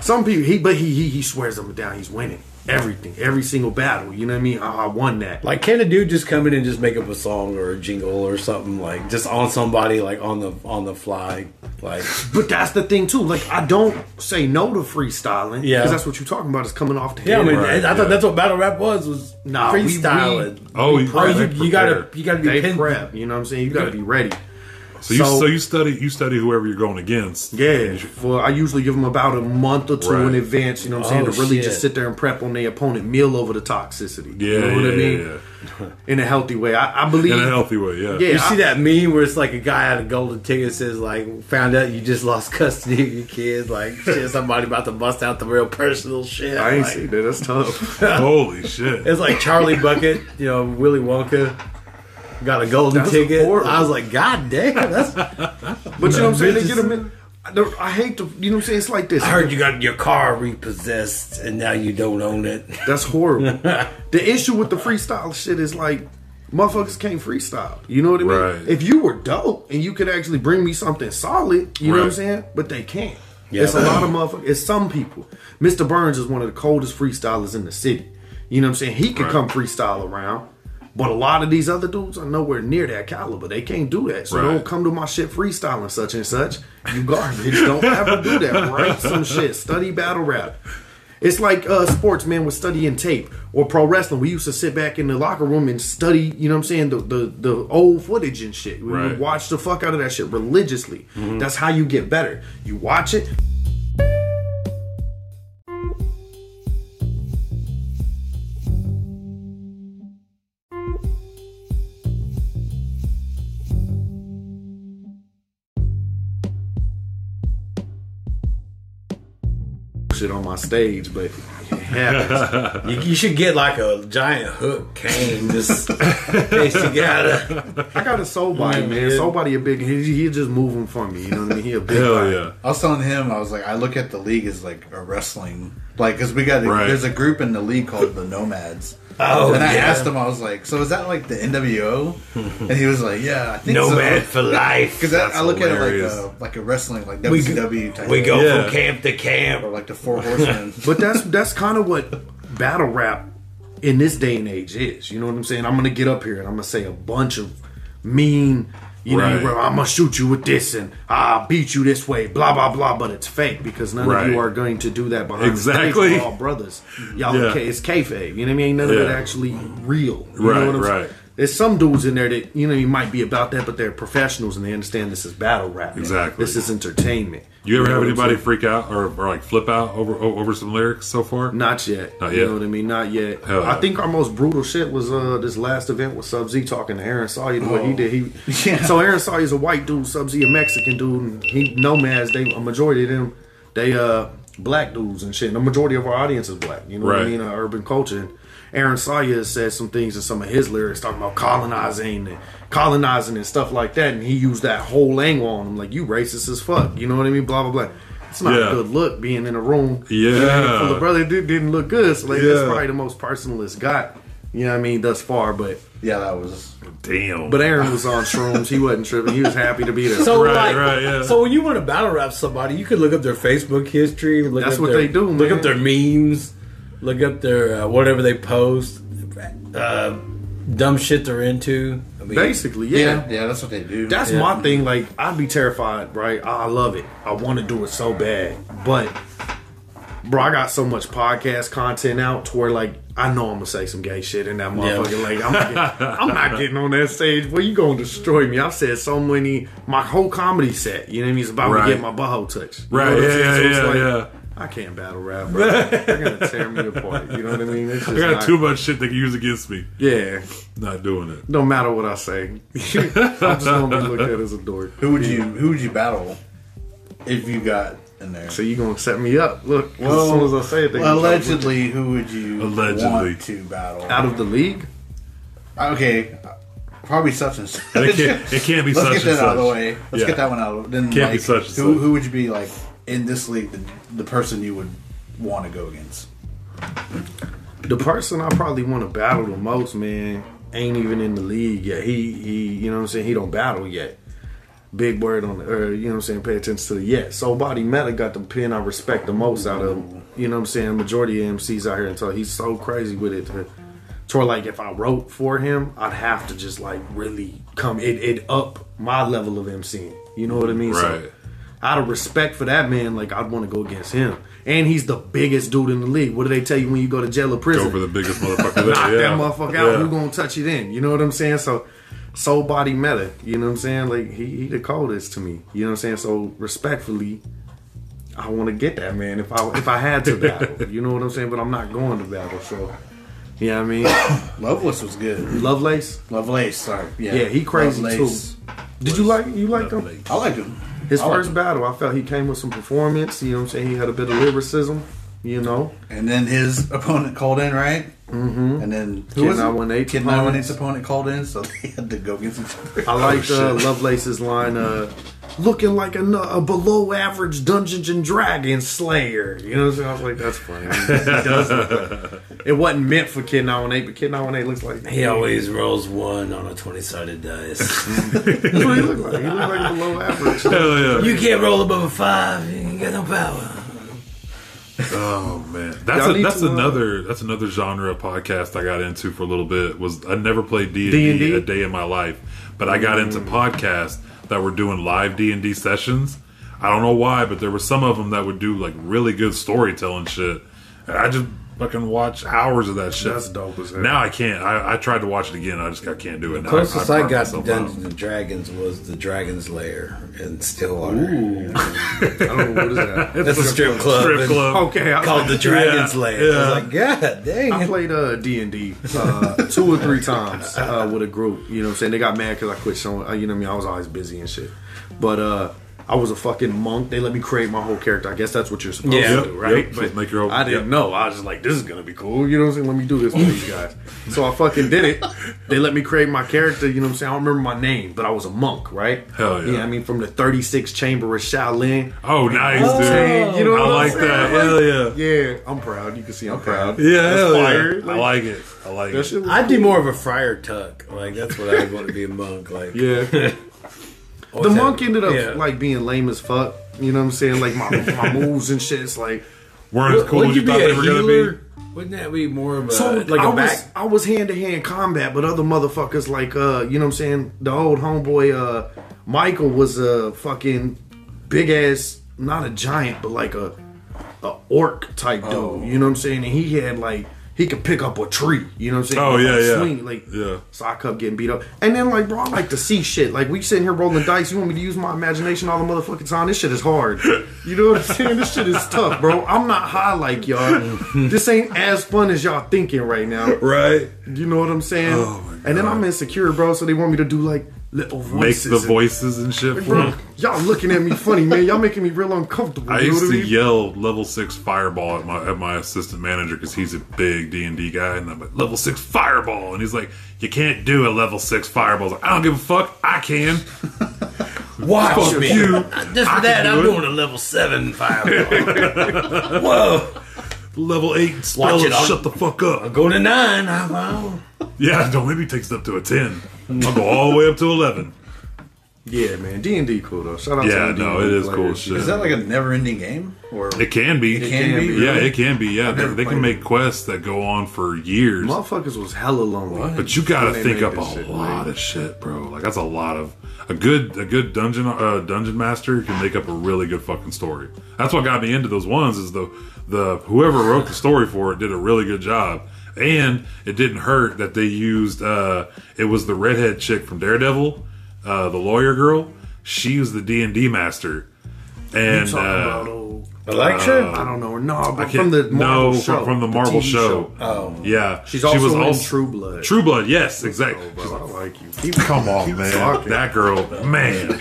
Speaker 2: some people. He but he he, he swears them down. He's winning everything, every single battle. You know what I mean? I, I won that.
Speaker 1: Like, can a dude just come in and just make up a song or a jingle or something like just on somebody like on the on the fly? Like,
Speaker 2: But that's the thing too. Like I don't say no to freestyling.
Speaker 1: Yeah.
Speaker 2: Because that's what you're talking about. Is coming off the
Speaker 1: yeah, I
Speaker 2: head.
Speaker 1: mean,
Speaker 3: Right,
Speaker 1: I
Speaker 3: yeah.
Speaker 1: thought that's what battle rap was was
Speaker 2: Nah, we- we-
Speaker 1: freestyling.
Speaker 3: Oh, you,
Speaker 1: Oh,
Speaker 3: they
Speaker 1: you, you gotta
Speaker 3: prepare.
Speaker 1: you gotta be
Speaker 2: They
Speaker 1: pin-
Speaker 2: prep. You know what I'm saying? You got to be ready.
Speaker 3: So you
Speaker 2: So-
Speaker 3: so, you study you study whoever you're going against.
Speaker 2: Yeah, well, I usually give them about a month or two in
Speaker 3: Right.
Speaker 2: advance. You know what I'm saying?
Speaker 1: Oh,
Speaker 2: to really
Speaker 1: shit.
Speaker 2: just sit there and prep on their opponent, meal over the toxicity.
Speaker 3: Yeah,
Speaker 2: you know what
Speaker 3: yeah,
Speaker 2: I mean?
Speaker 3: yeah,
Speaker 2: In a healthy way, I, I
Speaker 3: yeah.
Speaker 2: believe.
Speaker 3: In a healthy way, yeah.
Speaker 2: Yeah.
Speaker 1: You see that meme where it's like a guy had a golden ticket says like found out you just lost custody of your kids like shit somebody about to bust out the real personal shit.
Speaker 2: I ain't
Speaker 1: like,
Speaker 2: seen that. That's tough.
Speaker 3: Holy shit.
Speaker 1: It's like Charlie Bucket, you know Willy Wonka got a golden
Speaker 2: That's
Speaker 1: ticket.
Speaker 2: horrible.
Speaker 1: I was like, God damn, that's.
Speaker 2: But you know what I'm saying? They
Speaker 1: Bitches-
Speaker 2: get them in. I don't- I hate to. You know what I'm saying? It's like this.
Speaker 1: I heard you got your car repossessed and now you don't own it.
Speaker 2: That's horrible. the issue with the freestyle shit is like motherfuckers can't freestyle. You know what I mean?
Speaker 3: Right.
Speaker 2: If you were dope and you could actually bring me something solid, you know what I'm
Speaker 3: Right.
Speaker 2: saying? But they can't.
Speaker 1: Yeah.
Speaker 2: It's a lot of motherfuckers. It's some people. Mr. Burns is one of the coldest freestylers in the city. You know what I'm saying? He could
Speaker 3: Right.
Speaker 2: come freestyle around. But a lot of these other dudes are nowhere near that caliber. They can't do that. So
Speaker 3: Right.
Speaker 2: don't come to my shit freestyling such and such. You garbage. don't ever do that. Write some shit. Study battle rap. It's like uh, sports, man, with studying tape or pro wrestling. We used to sit back in the locker room and study, you know what I'm saying, the the, the old footage and shit. We would
Speaker 3: Right. Mm-hmm.
Speaker 2: watch the fuck out of that shit religiously. That's how you get better. You watch it. Shit on my stage, but it happens.
Speaker 1: You, you should get like a giant hook cane just in case you gotta.
Speaker 2: I got a soul body, man.
Speaker 1: yeah.
Speaker 2: Soul body a big. He, he just move him for me. You know what I mean? He a big. guy.
Speaker 3: Hell yeah.
Speaker 4: I was telling him, I was like, I look at the league as like a wrestling, like because we got
Speaker 3: Right.
Speaker 4: there's a group in the league called the Nomads.
Speaker 1: Oh,
Speaker 4: and I
Speaker 1: yeah.
Speaker 4: asked him, I was like, so is that like the NWO? and he was like, yeah, I think
Speaker 1: No
Speaker 4: so.
Speaker 1: man for life.
Speaker 4: Because I, I look
Speaker 3: hilarious.
Speaker 4: at it like a, like a wrestling, like
Speaker 1: We
Speaker 4: WCW
Speaker 1: go,
Speaker 4: E type.
Speaker 1: we go
Speaker 3: Yeah.
Speaker 1: from camp to
Speaker 4: or
Speaker 1: camp.
Speaker 4: like the Four Horsemen.
Speaker 2: But that's that's kind of what battle rap in this day and age is. You know what I'm saying? I'm gonna get up here and I'm gonna say a bunch of mean. You
Speaker 3: Right.
Speaker 2: know, "Well, I'm gonna shoot you with this and I'll beat you this way, blah blah blah. But it's fake because none of you
Speaker 3: Right.
Speaker 2: are going to do that behind
Speaker 3: Exactly.
Speaker 2: The stage. We're all brothers, y'all.
Speaker 3: Yeah.
Speaker 2: Okay, It's kayfabe. You know what I mean? Ain't none of it
Speaker 3: Yeah.
Speaker 2: actually real. You
Speaker 3: Right,
Speaker 2: know what I'm
Speaker 3: right.
Speaker 2: Saying? There's some dudes in there that you know you might be about that, but they're professionals and they understand this is battle rap.
Speaker 3: Exactly.
Speaker 2: This is entertainment.
Speaker 3: You ever
Speaker 2: know
Speaker 3: have
Speaker 2: what I'm
Speaker 3: anybody
Speaker 2: saying?
Speaker 3: freak out or, or like flip out over o- over some lyrics so far?
Speaker 2: Not yet.
Speaker 3: Not
Speaker 2: You
Speaker 3: yet.
Speaker 2: know what I mean? Not yet.
Speaker 3: Hell
Speaker 2: I
Speaker 3: yeah.
Speaker 2: think our most brutal shit was uh this last event with Sub Z talking to Aaron Sawyer. What he
Speaker 4: Oh.
Speaker 2: did, he
Speaker 4: Yeah.
Speaker 2: so Aaron Sawyer's a white dude, Sub Z a Mexican dude, and he nomads. They a majority of them, they uh black dudes and shit. And the majority of our audience is black. You know what I
Speaker 3: Right.
Speaker 2: mean? Uh, urban culture. And Aaron Sawyer has said some things in some of his lyrics talking about colonizing and colonizing and stuff like that. And he used that whole angle on him, like you racist as fuck. You know what I mean? Blah blah blah. It's not
Speaker 3: Yeah.
Speaker 2: a good look being in a room
Speaker 3: Yeah.
Speaker 2: full of brother did, didn't look good. So like that's
Speaker 3: Uh, Yeah.
Speaker 2: probably the most personal it's got. You know what I mean thus far, but
Speaker 4: yeah, that was.
Speaker 3: Damn.
Speaker 2: but Aaron was on shrooms. He wasn't tripping. He was happy to be there.
Speaker 1: So
Speaker 3: Right,
Speaker 1: like,
Speaker 3: right, yeah.
Speaker 1: so when you want to battle rap somebody, you could look up their Facebook history. Look
Speaker 2: That's
Speaker 1: up
Speaker 2: what
Speaker 1: their-
Speaker 2: they do,
Speaker 1: Look
Speaker 2: man.
Speaker 1: up their memes. Look up their uh, whatever they post. Uh, dumb shit they're into. I mean,
Speaker 2: basically, yeah.
Speaker 4: Yeah, yeah, that's what they do.
Speaker 2: That's
Speaker 1: Yeah.
Speaker 2: my thing. Like I'd be terrified, right? I love it. I want to do it so bad, but bro, I got so much podcast content out to where like I know I'm gonna say some gay shit in that motherfucker. Like I'm not, getting, I'm not getting on that stage. Well, you gonna destroy me? I've said so many. My whole comedy set, you know what I mean? It's about
Speaker 3: Right.
Speaker 2: to get my butthole touched. You know
Speaker 3: Right,
Speaker 2: what I'm
Speaker 3: yeah,
Speaker 2: saying?
Speaker 3: yeah,
Speaker 2: it's
Speaker 3: yeah,
Speaker 2: I can't battle rap, bro. They're gonna tear me apart. You know what I mean? It's just
Speaker 3: I got
Speaker 2: not-
Speaker 3: too much shit they can use against me.
Speaker 2: Yeah,
Speaker 3: Not doing it.
Speaker 2: no matter what I say, I'm just gonna be looked at as a dork.
Speaker 4: who would you who would you battle if you got in there?
Speaker 2: So you gonna set me up? Look, 'cause as soon as I say it, they
Speaker 4: well,
Speaker 2: gonna jump with
Speaker 4: allegedly, who would you
Speaker 3: Allegedly.
Speaker 4: want to battle?
Speaker 2: it. out of the league.
Speaker 4: okay, probably substance.
Speaker 3: And it can't, it can't be
Speaker 4: Let's
Speaker 3: such
Speaker 4: get
Speaker 3: and
Speaker 4: that out of the
Speaker 3: such.
Speaker 4: way. Let's
Speaker 3: Yeah.
Speaker 4: get that one out. of Then
Speaker 3: Can't be
Speaker 4: like,
Speaker 3: such and
Speaker 4: who
Speaker 3: such.
Speaker 4: who would you be like in this league? The, the person you would want to go against.
Speaker 2: The person I probably want to battle the most, man, ain't even in the league yet. He he, you know what I'm saying. He don't battle yet. Big word on the, or you know what I'm saying. Pay attention to the yet. So body meta got the pin I respect the most out of. him. You know what I'm saying. Majority of MCs out here, and so he's so crazy with it. To, to where, like if I wrote for him, I'd have to just like really come it it up my level of MCing. You know what I mean?
Speaker 3: Right.
Speaker 2: out of respect for that man, like I'd want to go against him. And he's the biggest dude in the league. What do they tell you when you go to jail or prison?
Speaker 3: Go for the biggest motherfucker there.
Speaker 2: knock
Speaker 3: yeah.
Speaker 2: that motherfucker out.
Speaker 3: Yeah.
Speaker 2: Who gonna touch it in? You know what I'm saying? So soul body meta. You know what I'm saying? Like he he the coldest to me. You know what I'm saying? So respectfully, I want to get that man if I if I had to battle. you know what I'm saying? But I'm not going to battle. So you know what I
Speaker 4: Loveless was good.
Speaker 2: mean? Lovelace.
Speaker 4: Lovelace, sorry. Yeah,
Speaker 2: Yeah, he crazy
Speaker 4: Lovelace.
Speaker 2: too. Did you like you liked him?
Speaker 4: I liked him.
Speaker 2: His
Speaker 4: I liked
Speaker 2: first
Speaker 4: him.
Speaker 2: battle, I felt he came with some performance. You know what I'm saying? He had a bit of lyricism. You know,
Speaker 4: And then his opponent called in, right? Mm-hmm. And then
Speaker 2: Kid
Speaker 4: was it?
Speaker 2: 918
Speaker 4: Kid 918's opponent called in, so they had to go get some.
Speaker 1: Oh,
Speaker 2: I liked uh,
Speaker 3: shit.
Speaker 2: Lovelace's line, uh, "Looking like a, nu- a below average Dungeons and Dragons slayer." You know what I'm saying? I was like, "That's funny." He does look like- it wasn't meant for Kid 918, but Kid 918 looks like
Speaker 1: He always rolls one on a twenty-sided dice.
Speaker 2: That's what he looked like. He looked like below average.
Speaker 3: Hell yeah.
Speaker 1: you can't roll above a five. You ain't got no power.
Speaker 3: Oh man, that's
Speaker 2: Y'all
Speaker 3: a,
Speaker 2: need
Speaker 3: that's
Speaker 2: to, uh,
Speaker 3: another that's another genre of podcast I got into for a little bit. Was I never played D and
Speaker 2: D&D?
Speaker 3: D a day in my life, but I got
Speaker 2: Mm.
Speaker 3: into podcasts that were doing live D and D sessions. I don't know why, but there were some of them that would do like really good storytelling shit, and I just fucking watch hours of that shit.
Speaker 2: That's dope as hell.
Speaker 3: Now I can't. I, I tried to watch it again. I just I can't do it. Now
Speaker 1: Closest I,
Speaker 3: burnt
Speaker 1: got to
Speaker 3: myself out.
Speaker 1: Dungeons and Dragons was the Dragon's Lair in Stillwater.
Speaker 2: I don't know what is that.
Speaker 1: That's a strip club.
Speaker 3: Strip
Speaker 1: in-
Speaker 3: club.
Speaker 2: Okay, I,
Speaker 1: Called the Dragon's
Speaker 3: Yeah,
Speaker 1: Lair. I was like, God dang.
Speaker 2: I
Speaker 1: it."
Speaker 2: played uh D and D uh, two or three times uh, with a group. You know what I'm saying? They got mad because I quit showing. uh, You know what I mean? I was always busy and shit. But uh, I was a fucking monk. They let me create my whole character. I guess that's what you're supposed
Speaker 1: Yeah.
Speaker 2: to do, right?
Speaker 3: Yep. Just make your own-
Speaker 2: I didn't
Speaker 3: yep.
Speaker 2: know. I was just like, this is gonna be cool. You know what I'm saying? Let me do this with these guys. So I fucking did it. They let me create my character. You know what I'm saying? I don't remember my name, but I was a monk, right?
Speaker 3: Hell yeah.
Speaker 2: I mean, from the 36th chamber of Shaolin.
Speaker 3: Oh, nice,
Speaker 2: You know what I'm saying?
Speaker 3: dude.
Speaker 2: You know
Speaker 3: I
Speaker 2: what I'm
Speaker 3: like
Speaker 2: saying?
Speaker 3: that.
Speaker 2: Like,
Speaker 3: Hell yeah.
Speaker 2: yeah, I'm proud. You can see I'm proud.
Speaker 3: Yeah, hell yeah.
Speaker 2: fire.
Speaker 3: I like it. I like
Speaker 2: That
Speaker 3: it.
Speaker 2: shit was
Speaker 1: I'd be more of a friar tuck. Like that's what I would want to be a monk. Like
Speaker 2: Yeah. the
Speaker 1: that-
Speaker 2: monk ended up
Speaker 1: yeah.
Speaker 2: like being lame as fuck. You know what I'm saying? Like my, my moves and shit. It's like
Speaker 3: Weren't as cool as you thought they were gonna be.
Speaker 1: Wouldn't that be more of a
Speaker 2: so
Speaker 1: like
Speaker 2: I
Speaker 1: a
Speaker 2: was
Speaker 1: back?
Speaker 2: I was hand to hand combat, but other motherfuckers like uh you know what I'm saying the old homeboy uh Michael was a fucking big ass not a giant but like a a orc type
Speaker 3: Oh.
Speaker 2: dude. You know what I'm saying? And he had like he could pick up a tree. You know what I'm saying?
Speaker 3: Oh,
Speaker 2: Like,
Speaker 3: yeah, yeah.
Speaker 2: Swing, like
Speaker 3: Yeah.
Speaker 2: So I kept getting beat up. And then like bro, I like to see shit. Like we sitting here rolling dice. You want me to use my imagination all the motherfucking time? This shit is hard. You know what I'm saying? This shit is tough, bro. I'm not high like y'all. this ain't as fun as y'all thinking right now.
Speaker 3: Right.
Speaker 2: You know what I'm saying?
Speaker 3: Oh, my
Speaker 2: And then
Speaker 3: God.
Speaker 2: I'm insecure, bro. So they want me to do like little
Speaker 3: Make
Speaker 2: voices.
Speaker 3: the
Speaker 2: and-
Speaker 3: voices and shit. for
Speaker 2: Bro,
Speaker 3: them.
Speaker 2: y'all looking at me funny, man. Y'all making me real uncomfortable.
Speaker 3: I
Speaker 2: you know
Speaker 3: used
Speaker 2: what
Speaker 3: to
Speaker 2: mean?
Speaker 3: yell level six fireball at my at my assistant manager because he's a big D and D guy, and I'm like level six fireball, and he's like, "You can't do a level six fireball." I, was like, I don't give a fuck. I can.
Speaker 1: Watch
Speaker 3: Fuck
Speaker 1: me.
Speaker 3: you.
Speaker 1: Just
Speaker 3: I
Speaker 1: for
Speaker 3: can
Speaker 1: that,
Speaker 3: do
Speaker 1: I'm
Speaker 3: it.
Speaker 1: doing a level seven fireball. Whoa,
Speaker 3: Level eight spell.
Speaker 1: it, I'll-
Speaker 3: shut the fuck up.
Speaker 1: go to nine. I'm out.
Speaker 3: Yeah, don't maybe take it up to a ten. I'll go all the way up to eleven.
Speaker 2: Yeah, man. D and D cool though. Shout out
Speaker 3: Yeah,
Speaker 2: to the
Speaker 3: no,
Speaker 2: D&D
Speaker 3: it is
Speaker 2: players.
Speaker 3: cool
Speaker 4: Is
Speaker 3: shit.
Speaker 4: that like a never-ending game? Or
Speaker 3: It can be.
Speaker 4: It can be,
Speaker 3: Yeah,
Speaker 4: really?
Speaker 3: it can be. Yeah, they,
Speaker 2: never
Speaker 3: they can
Speaker 2: played
Speaker 3: make quests that go on for years.
Speaker 2: Motherfuckers was hella lonely.
Speaker 3: But you got to
Speaker 2: When they
Speaker 3: think
Speaker 2: made
Speaker 3: up a
Speaker 2: this shit,
Speaker 3: lot
Speaker 2: man.
Speaker 3: of shit, bro. Like that's a lot of a good a good dungeon uh, dungeon master can make up a really good fucking story. That's what got me into those ones is the the whoever wrote the story for it did a really good job, and it didn't hurt that they used uh it was the redhead chick from Daredevil, uh the lawyer girl. She was the D and D master, and
Speaker 2: Talking about
Speaker 3: uh,
Speaker 2: old.
Speaker 1: Electra.
Speaker 2: I don't know. No, but
Speaker 3: I can't-
Speaker 2: from the Marvel
Speaker 3: no,
Speaker 2: show.
Speaker 3: from, from the Marvel
Speaker 2: TV
Speaker 3: show. Oh, yeah.
Speaker 2: She's also in True Blood. Oh,
Speaker 3: True Blood. Yes, exactly.
Speaker 2: Bro, I like you. Keep
Speaker 3: Come on, man.
Speaker 2: talking.
Speaker 3: That girl, man.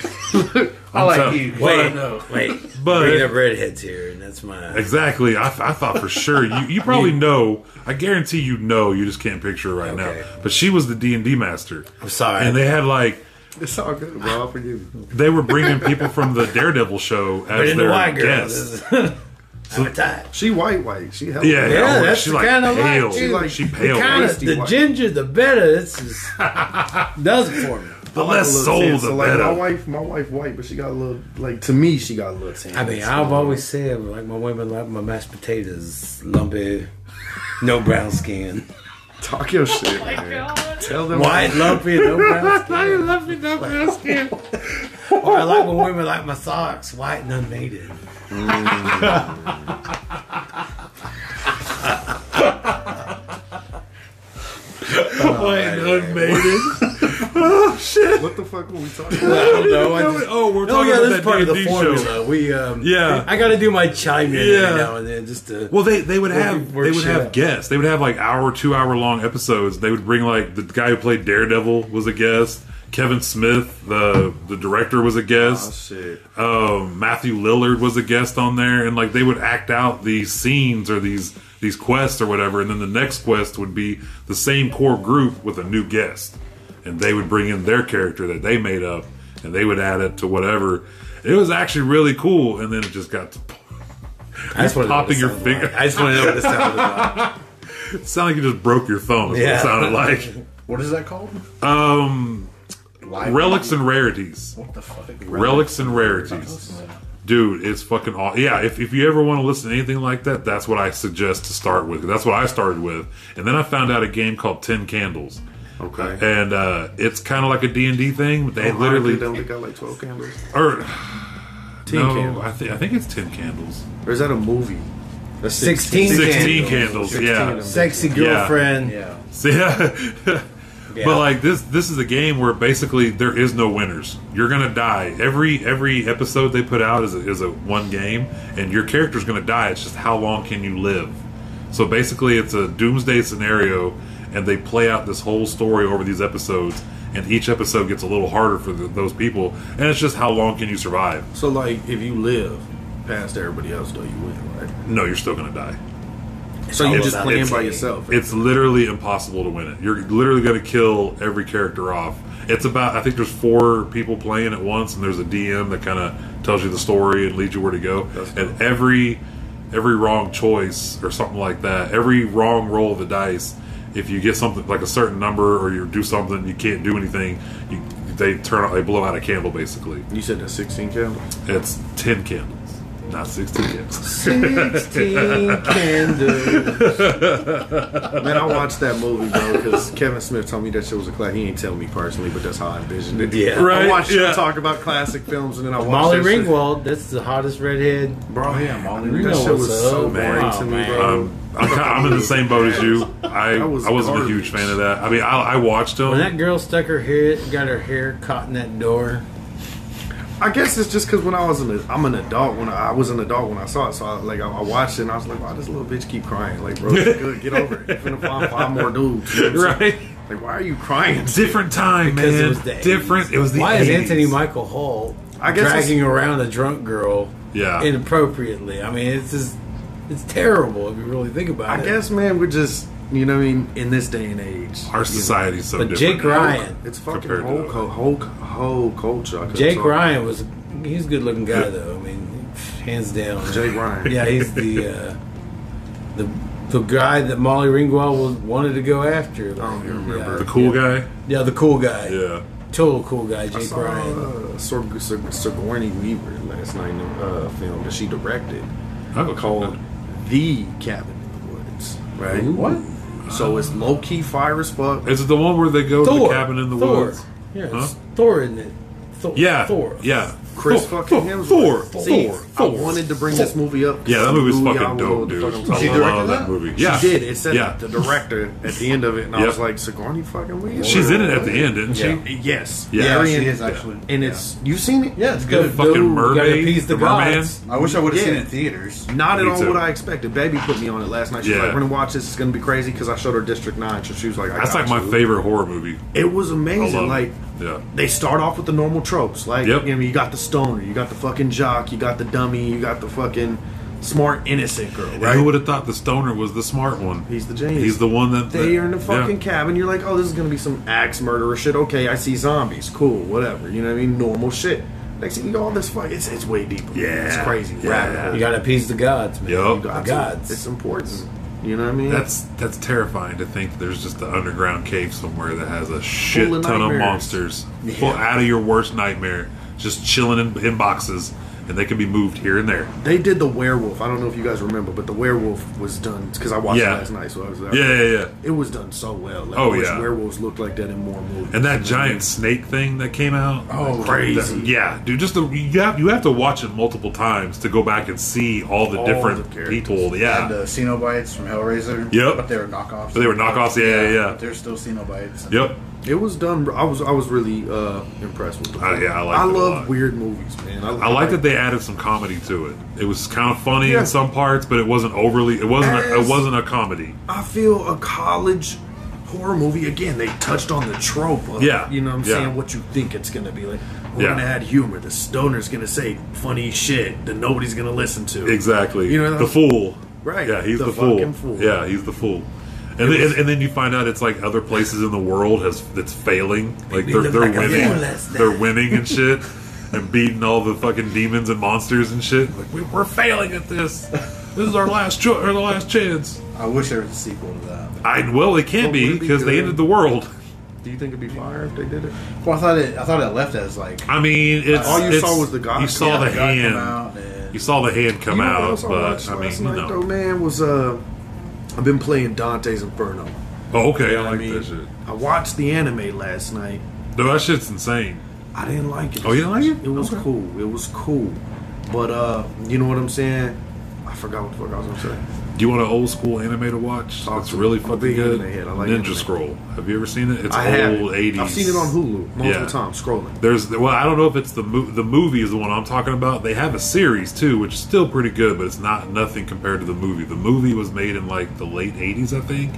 Speaker 4: I like
Speaker 3: so-
Speaker 4: you.
Speaker 1: Wait,
Speaker 4: no.
Speaker 1: wait.
Speaker 3: But-
Speaker 1: Bringing up redheads here, and that's my.
Speaker 3: Exactly. I, I thought for sure you, you probably know. I guarantee you know. You just can't picture it right
Speaker 1: Okay.
Speaker 3: now. But she was the D and D master.
Speaker 1: I'm sorry.
Speaker 3: And they had like
Speaker 2: It's all good, bro. I forgive you.
Speaker 3: they were bringing people from the Daredevil show
Speaker 1: But
Speaker 3: as
Speaker 1: in the
Speaker 3: their
Speaker 1: white girls,
Speaker 3: guests.
Speaker 1: I'm a type.
Speaker 2: She white, white. She hella
Speaker 3: Yeah,
Speaker 2: white.
Speaker 1: Yeah,
Speaker 3: yeah.
Speaker 1: that's
Speaker 3: She
Speaker 1: the
Speaker 3: like
Speaker 1: kinda like
Speaker 3: pale.
Speaker 1: you.
Speaker 3: She like she pale.
Speaker 1: Kind of
Speaker 2: Kinda-
Speaker 1: the
Speaker 2: white.
Speaker 1: ginger, the better. This is does it for me.
Speaker 3: The
Speaker 2: Like a
Speaker 3: less
Speaker 2: little
Speaker 3: soul,
Speaker 2: tan.
Speaker 3: the
Speaker 2: So, like, My
Speaker 3: better.
Speaker 2: wife, my wife, white, but she got a little. Like to me, she got a little tan.
Speaker 1: I mean, I've always said like my women like my mashed potatoes, lumpy, no brown skin,
Speaker 2: talk your shit,
Speaker 5: my
Speaker 2: man.
Speaker 5: God.
Speaker 2: Tell them
Speaker 1: white, lumpy, no brown skin. I love it, no brown skin. Or I like when women like my socks white and unmated.
Speaker 3: White unmated. oh
Speaker 2: What the fuck were we talking
Speaker 1: I
Speaker 2: about?
Speaker 1: don't know. I
Speaker 3: No,
Speaker 1: just,
Speaker 3: oh, we're
Speaker 1: oh
Speaker 3: talking
Speaker 1: yeah,
Speaker 3: about
Speaker 1: this
Speaker 3: that
Speaker 1: is part of the
Speaker 3: D&D
Speaker 1: formula.
Speaker 3: show.
Speaker 1: We um,
Speaker 3: Yeah.
Speaker 1: I got to do my chime in
Speaker 3: Yeah.
Speaker 1: every now and then just to.
Speaker 3: Well, they they would have
Speaker 1: work
Speaker 3: they would
Speaker 1: shit
Speaker 3: have
Speaker 1: out.
Speaker 3: guests. They would have like hour, two hour long episodes. They would bring like the guy who played Daredevil was a guest. Kevin Smith, the the director, was a
Speaker 2: Oh,
Speaker 3: guest.
Speaker 2: shit.
Speaker 3: um, Matthew Lillard was a guest on there, and like they would act out these scenes or these these quests or whatever, and then the next quest would be the same core group with a new guest, and they would bring in their character that they made up, and they would add it to whatever. It was actually really cool, and then it just got to
Speaker 1: I just wanna know what
Speaker 3: popping
Speaker 1: it
Speaker 3: your
Speaker 1: sounded
Speaker 3: finger.
Speaker 1: like. I just want to know what it sounded like.
Speaker 3: it sounded like you just broke your thumb. Is what it
Speaker 1: Yeah.
Speaker 3: sounded like.
Speaker 4: What is that called?
Speaker 3: Um,
Speaker 4: Live
Speaker 3: relics and rarities.
Speaker 4: What the fuck?
Speaker 3: Relics and rarities. Dude, it's fucking aw Yeah, if, if you ever want to listen to anything like that, that's what I suggest to start with. That's what I started with. And then I found out a game called Ten Candles.
Speaker 2: Okay.
Speaker 3: And uh, it's kind of like a D&D thing. but They literally...
Speaker 2: Ironically, Oh, they only got like 12 candles.
Speaker 3: Or,
Speaker 2: Ten
Speaker 3: no,
Speaker 2: candles.
Speaker 3: I, think I think it's Ten Candles.
Speaker 2: Or is that a movie? That's
Speaker 1: 16
Speaker 3: 16 candles,
Speaker 2: candles. 16
Speaker 3: yeah.
Speaker 2: of them.
Speaker 1: Sexy girlfriend.
Speaker 4: Yeah.
Speaker 3: So, yeah. But like this, this is a game where basically there is no winners. You're gonna die. Every every episode they put out is a, is a one game, and your character's gonna die. It's just how long can you live? So basically, it's a doomsday scenario, and they play out this whole story over these episodes, and each episode gets a little harder for the, those people, and it's just how long can you survive?
Speaker 2: So, like, if you live past everybody else, though, you win, right?
Speaker 3: No, you're still gonna die.
Speaker 2: So you're
Speaker 1: all
Speaker 2: just
Speaker 1: about
Speaker 2: playing by
Speaker 1: winning.
Speaker 2: yourself.
Speaker 3: It's literally impossible to win it. You're literally going to kill every character off. It's about I think there's four people playing at once, and there's a DM that kind of tells you the story and leads you where to go. And every every wrong choice or something like that, every wrong roll of the dice, if you get something like a certain number or you do something you can't do anything, you, they turn out they blow out a candle basically.
Speaker 2: you said that's 16 candles.
Speaker 3: It's ten candles, not sixteen candles.
Speaker 1: 16 candles.
Speaker 2: Man, I watched that movie, bro, because Kevin Smith told me that shit was a class. He ain't tell me personally, but that's how I envisioned it.
Speaker 1: Yeah.
Speaker 3: Right,
Speaker 2: I watched
Speaker 3: yeah.
Speaker 2: you talk about classic films, and then I watched
Speaker 1: Molly
Speaker 2: that shit.
Speaker 1: Ringwald, that's the hottest redhead.
Speaker 2: Bro, yeah, Molly Ringwald.
Speaker 1: know
Speaker 2: That shit
Speaker 1: what's
Speaker 2: was so
Speaker 1: up.
Speaker 2: boring
Speaker 1: Man.
Speaker 2: to me,
Speaker 1: Oh,
Speaker 2: bro.
Speaker 3: Um, I'm, kind I'm in the same boat as you. I,
Speaker 2: That
Speaker 3: I
Speaker 2: was
Speaker 3: wasn't a huge
Speaker 2: garbage.
Speaker 3: fan of that. I mean, I, I watched them.
Speaker 1: When that girl stuck her hair, got her hair caught in that door.
Speaker 2: I guess it's just because when I was an I'm an adult when I, I was an adult when I saw it, so I, like I, I watched it and I was like, "Why this little bitch keep crying?" Like, bro, it's good, get over it. You're finna find five more dudes, you know what I'm saying?
Speaker 3: right?
Speaker 2: Like, why are you crying?
Speaker 3: Different time,
Speaker 1: Because
Speaker 3: man.
Speaker 1: it was the 80s.
Speaker 3: Different. It was the
Speaker 1: Why is
Speaker 3: 80s.
Speaker 1: Anthony Michael Hall
Speaker 2: I guess
Speaker 1: dragging
Speaker 2: it's-
Speaker 1: around a drunk girl
Speaker 3: Yeah.
Speaker 1: inappropriately? I mean, it's just it's terrible if you really think about
Speaker 2: I
Speaker 1: it.
Speaker 2: guess, man, we're just you know what I mean in this day and age.
Speaker 3: Our society's so
Speaker 1: But
Speaker 3: different.
Speaker 1: Jake Ryan,
Speaker 2: It's fucking
Speaker 3: Compared to
Speaker 2: whole,
Speaker 3: that.
Speaker 2: co- whole co- whole culture. I couldn't
Speaker 1: Jake
Speaker 2: talk.
Speaker 1: Ryan was he's a good looking guy though. I mean, hands down.
Speaker 2: Jake Ryan.
Speaker 1: yeah, he's the uh, the the guy that Molly Ringwald was, wanted to go after.
Speaker 2: I don't even remember.
Speaker 3: the cool guy.
Speaker 1: Yeah, the cool guy.
Speaker 3: Yeah.
Speaker 1: Total cool guy,
Speaker 2: I
Speaker 1: Jake
Speaker 2: saw
Speaker 1: Ryan.
Speaker 2: uh, Sig- Sig- Sigourney Weaver last night in a uh, film that she directed
Speaker 3: Oh,
Speaker 2: called The Cabin in the Woods. Right.
Speaker 4: What?
Speaker 2: So it's low key fire as fuck.
Speaker 3: Is it the one where they go to
Speaker 1: Thor.
Speaker 3: the cabin in the
Speaker 1: Thor.
Speaker 3: woods?
Speaker 1: Yeah, it's
Speaker 3: Huh?
Speaker 1: Thor, isn't it? Thor.
Speaker 3: Yeah.
Speaker 1: Thor.
Speaker 3: Yeah.
Speaker 2: Chris
Speaker 3: Thor,
Speaker 2: fucking
Speaker 3: Thor,
Speaker 2: Hemsworth.
Speaker 3: Thor.
Speaker 2: See,
Speaker 3: Thor.
Speaker 2: I
Speaker 3: Thor.
Speaker 2: wanted to bring this movie up.
Speaker 3: Yeah, that
Speaker 2: Some
Speaker 3: movie's
Speaker 2: dude y'all
Speaker 3: fucking
Speaker 2: know
Speaker 3: dope,
Speaker 2: what the
Speaker 3: dude.
Speaker 2: fuck I'm
Speaker 3: I
Speaker 2: talking
Speaker 4: She
Speaker 2: about.
Speaker 3: love
Speaker 4: directed
Speaker 3: that
Speaker 4: that?
Speaker 3: movie. Yeah,
Speaker 2: She did. It said
Speaker 3: yeah.
Speaker 2: the director at the end of it, and I
Speaker 3: Yep.
Speaker 2: was like, Sigourney fucking Weaver.
Speaker 3: She's in it at the end, isn't
Speaker 1: Yeah.
Speaker 3: she?
Speaker 2: Yes.
Speaker 3: Yeah.
Speaker 4: Yeah,
Speaker 2: Marion-
Speaker 4: she is actually.
Speaker 2: And it's you seen it?
Speaker 4: Yeah, it's good.
Speaker 3: Fucking
Speaker 2: Dude,
Speaker 1: You gotta
Speaker 3: mermaid.
Speaker 1: appease the
Speaker 3: the merman.
Speaker 1: gods.
Speaker 4: I wish I would have seen
Speaker 2: Yeah.
Speaker 4: it in theaters.
Speaker 2: Not at
Speaker 3: Me
Speaker 2: all
Speaker 3: too.
Speaker 2: what I expected. Baby put me on it last night. She's
Speaker 3: Yeah.
Speaker 2: like, "We're gonna watch this. It's gonna be crazy." Because I showed her District Nine, so she was like, I
Speaker 3: That's
Speaker 2: got
Speaker 3: like my
Speaker 2: you.
Speaker 3: favorite horror movie.
Speaker 2: It was
Speaker 3: I
Speaker 2: amazing.
Speaker 3: love
Speaker 2: Like
Speaker 3: it. Yeah.
Speaker 2: they start off with the normal tropes. Like
Speaker 3: Yep.
Speaker 2: you know, you got the stoner, you got the fucking jock, you got the dummy, you got the fucking smart innocent girl,
Speaker 3: And Who
Speaker 2: right?
Speaker 3: would have thought the stoner was the smart one?
Speaker 2: He's the genius.
Speaker 3: He's the one that
Speaker 2: They are in the
Speaker 3: yeah.
Speaker 2: fucking cabin. You're like, oh, this is gonna be some axe murderer shit. Okay, I see zombies. Cool, whatever. You know what I mean? Normal shit. Next thing you go, all this fuck, it's it's way deeper.
Speaker 3: Yeah.
Speaker 2: it's crazy.
Speaker 3: Yeah.
Speaker 2: Rabbit hole.
Speaker 1: You gotta appease the gods, man.
Speaker 3: Yup.
Speaker 1: The
Speaker 2: Gods.
Speaker 1: gods.
Speaker 2: It's important. You know what I mean?
Speaker 3: That's that's terrifying to think there's just an underground cave somewhere that has a shit
Speaker 2: Full of
Speaker 3: ton of
Speaker 2: nightmares.
Speaker 3: monsters, full out of your worst nightmare, just chilling in, in boxes, and they can be moved here and there.
Speaker 2: They did the werewolf. I don't know if you guys remember, but the werewolf was done because I watched
Speaker 3: Yeah.
Speaker 2: it last night. So I was like,
Speaker 3: Yeah, yeah, yeah.
Speaker 2: it was done so well. Like,
Speaker 3: Oh,
Speaker 2: I wish
Speaker 3: yeah.
Speaker 2: werewolves looked like that in more movies.
Speaker 3: And that giant snake thing that came out.
Speaker 2: Oh, crazy.
Speaker 3: that- yeah, dude. Just the you have you have to watch it multiple times to go back and see all the
Speaker 2: All the
Speaker 3: different
Speaker 2: characters.
Speaker 3: people. Yeah,
Speaker 4: And uh, Cenobites from Hellraiser.
Speaker 3: Yep.
Speaker 4: But they were knockoffs.
Speaker 3: But they were knockoffs, yeah, yeah, yeah.
Speaker 4: But they're still Cenobites.
Speaker 3: yep.
Speaker 2: It was done. I was I was really uh, impressed with. The
Speaker 3: I-
Speaker 2: movie.
Speaker 3: yeah, I liked
Speaker 2: I
Speaker 3: it a
Speaker 2: love
Speaker 3: lot.
Speaker 2: weird movies, man.
Speaker 3: I like that they added some comedy to it. It was kind of funny
Speaker 2: Yeah.
Speaker 3: in some parts, but it wasn't overly. It wasn't. A,
Speaker 2: Yes.
Speaker 3: it wasn't a comedy.
Speaker 2: I feel a college horror movie again. They touched on the trope of
Speaker 3: Yeah,
Speaker 2: you know what I'm
Speaker 3: yeah.
Speaker 2: saying what you think it's gonna be like. We're
Speaker 3: Yeah.
Speaker 2: gonna add humor. The stoner's gonna say funny shit that nobody's gonna listen to.
Speaker 3: Exactly.
Speaker 2: You know-
Speaker 3: the fool.
Speaker 2: Right.
Speaker 3: Yeah, he's
Speaker 2: The
Speaker 3: the, fool.
Speaker 2: fucking fool.
Speaker 3: Yeah, he's the fool. And, then, and, and then you find out it's like other places in the world has that's failing. Like
Speaker 2: me
Speaker 3: they're,
Speaker 2: look
Speaker 3: they're
Speaker 2: like a fool
Speaker 3: winning.
Speaker 2: last
Speaker 3: They're winning and shit, and beating all the fucking demons and monsters and shit. Like we, we're failing at this. This is our last cho- our last chance.
Speaker 4: I wish there was a sequel to that.
Speaker 3: I well, it can't
Speaker 2: Well,
Speaker 3: be
Speaker 2: wouldn't it be
Speaker 3: because they
Speaker 2: good?
Speaker 3: ended the world.
Speaker 2: Do you think it'd be fire if they did it?
Speaker 4: Well, I thought it. I thought it left as like
Speaker 3: I mean, it's
Speaker 2: All you
Speaker 3: it's-
Speaker 2: saw was the God
Speaker 3: You
Speaker 2: come
Speaker 3: saw
Speaker 2: out.
Speaker 3: the
Speaker 4: God come
Speaker 3: hand.
Speaker 4: out and-
Speaker 3: You saw the hand come
Speaker 2: You know what
Speaker 3: out,
Speaker 2: else I
Speaker 3: but
Speaker 2: watched
Speaker 3: I mean,
Speaker 2: last
Speaker 3: you
Speaker 2: night, though,
Speaker 3: know.
Speaker 2: man, was uh, I've been playing Dante's Inferno.
Speaker 3: Oh, okay, I like
Speaker 2: I mean,
Speaker 3: that shit.
Speaker 2: I watched the anime last night.
Speaker 3: No, that shit's insane.
Speaker 2: I didn't like it.
Speaker 3: Oh, you didn't like it?
Speaker 2: It was
Speaker 3: Okay.
Speaker 2: cool. It was cool. But uh, you know what I'm saying? I forgot what the fuck I was gonna say.
Speaker 3: Do you want an old school anime to watch?
Speaker 2: Talk
Speaker 3: it's
Speaker 2: to
Speaker 3: really
Speaker 2: me. I'm a
Speaker 3: fucking
Speaker 2: big
Speaker 3: good.
Speaker 2: anime head. I like
Speaker 3: Ninja
Speaker 2: anime.
Speaker 3: Scroll. Have you ever seen it? It's
Speaker 2: I have.
Speaker 3: old eighties.
Speaker 2: I've seen it on Hulu multiple
Speaker 3: Yeah.
Speaker 2: times. Scrolling.
Speaker 3: There's well, I don't know if it's the mo- the movie is the one I'm talking about. They have a series too, which is still pretty good, but it's not nothing compared to the movie. The movie was made in like the late '80s, I think.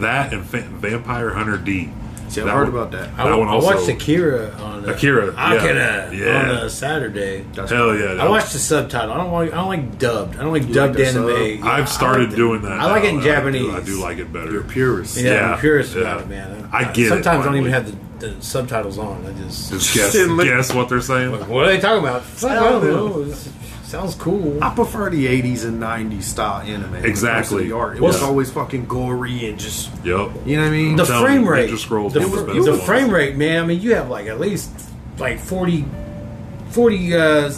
Speaker 3: That and fa- Vampire Hunter D.
Speaker 2: See, I've
Speaker 3: That
Speaker 2: heard
Speaker 3: one-
Speaker 2: about that.
Speaker 1: I,
Speaker 3: That one
Speaker 1: I
Speaker 3: also-
Speaker 1: watched Akira on a,
Speaker 3: Akira, yeah.
Speaker 1: Akira
Speaker 3: Yeah.
Speaker 1: on a Saturday.
Speaker 2: That's
Speaker 3: Hell yeah!
Speaker 1: I
Speaker 3: that-
Speaker 1: watched the subtitle. I don't like I don't like dubbed. I don't like
Speaker 2: You
Speaker 1: dubbed
Speaker 2: like the
Speaker 1: anime.
Speaker 2: sub?
Speaker 1: Yeah, I
Speaker 3: I've started
Speaker 1: like the-
Speaker 3: doing that.
Speaker 1: I like it in
Speaker 3: now.
Speaker 1: Japanese.
Speaker 3: I do, I do like it better.
Speaker 2: You're a purist.
Speaker 1: Yeah,
Speaker 3: Yeah,
Speaker 1: I'm curious
Speaker 3: yeah.
Speaker 1: about it, man.
Speaker 3: I get it,
Speaker 1: Sometimes I don't
Speaker 3: finally.
Speaker 1: even have the, the subtitles on. I just,
Speaker 3: Just guess,
Speaker 2: Didn't look-
Speaker 3: guess what they're saying.
Speaker 1: like, what are they talking about? I don't know.
Speaker 2: know.
Speaker 1: This sounds cool.
Speaker 2: I prefer the '80s and '90s style anime. when it comes to
Speaker 3: Exactly.
Speaker 2: the art. It
Speaker 3: Yeah.
Speaker 2: was always fucking gory and just.
Speaker 3: Yep.
Speaker 2: You know what I mean?
Speaker 1: the
Speaker 3: telling
Speaker 1: frame
Speaker 3: you,
Speaker 1: rate,
Speaker 3: Ninja Scroll's
Speaker 1: the,
Speaker 3: one of the
Speaker 1: fr-
Speaker 3: best
Speaker 1: the
Speaker 3: ones.
Speaker 1: frame rate, man. I mean, you have like at least like 40, 40 uh,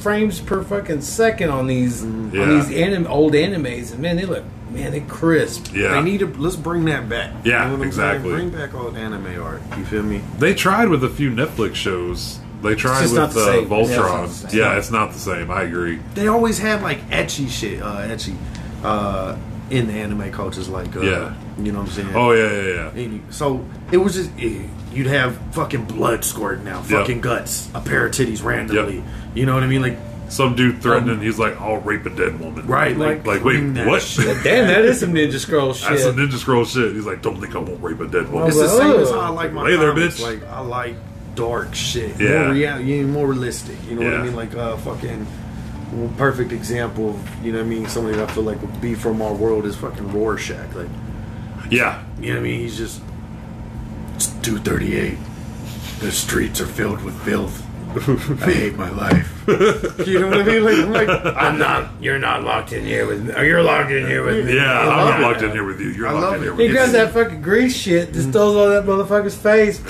Speaker 1: frames per fucking second on these
Speaker 3: Yeah.
Speaker 1: on these anim- old animes, and man, they look man, they crisp.
Speaker 3: Yeah.
Speaker 2: They need to let's bring that back.
Speaker 3: Yeah,
Speaker 2: what I'm saying?
Speaker 3: exactly.
Speaker 2: Bring back all the anime art. You feel me?
Speaker 3: They tried with a few Netflix shows. They tried
Speaker 1: just
Speaker 3: with uh,
Speaker 1: not the same.
Speaker 3: Voltron.
Speaker 4: Yeah, it's not the same.
Speaker 3: yeah, it's not the same. I agree.
Speaker 2: They always have like etchy shit, uh, etchy, uh, in the anime cultures. Like, uh,
Speaker 3: Yeah.
Speaker 2: you know what I'm saying?
Speaker 3: Oh yeah, yeah, yeah.
Speaker 2: And you- So it was just eh, you'd have fucking blood squirting out,
Speaker 3: Yep.
Speaker 2: fucking guts, a pair of titties randomly. You know what I mean? Like,
Speaker 3: Some dude threatening. he's like, "I'll rape a dead woman."
Speaker 2: right?
Speaker 3: Like,
Speaker 2: Like,
Speaker 3: like
Speaker 2: bring
Speaker 3: wait,
Speaker 2: that
Speaker 3: what?
Speaker 2: shit.
Speaker 1: Damn, that is some Ninja Scroll shit.
Speaker 3: That's some Ninja Scroll shit. He's like, "Don't think I won't rape a dead woman."
Speaker 2: It's the
Speaker 1: Well,
Speaker 2: same as how I like my
Speaker 3: hey there,
Speaker 2: comics.
Speaker 3: bitch.
Speaker 2: Like I like dark shit.
Speaker 3: Yeah.
Speaker 2: More real, you know, more realistic. You know what
Speaker 3: Yeah.
Speaker 2: I mean? Like uh fucking well, perfect example of you know what I mean, somebody that I feel like would be from our world is fucking Rorschach. Like
Speaker 3: yeah,
Speaker 2: you know what I mean? He's just It's two thirty eight. The streets are filled with filth. I hate my life. you know what I mean? Like, like
Speaker 1: I'm not. You're not locked in here with me. Or you're locked in here with me.
Speaker 3: yeah.
Speaker 1: I
Speaker 3: I'm
Speaker 1: love
Speaker 3: not
Speaker 1: it.
Speaker 3: locked in here with you. You're
Speaker 2: I
Speaker 3: locked
Speaker 2: love
Speaker 3: in
Speaker 2: it.
Speaker 3: here
Speaker 1: He
Speaker 3: with
Speaker 1: grabs
Speaker 3: me.
Speaker 1: that fucking grease shit,
Speaker 3: Mm.
Speaker 1: just throws all that motherfucker's face.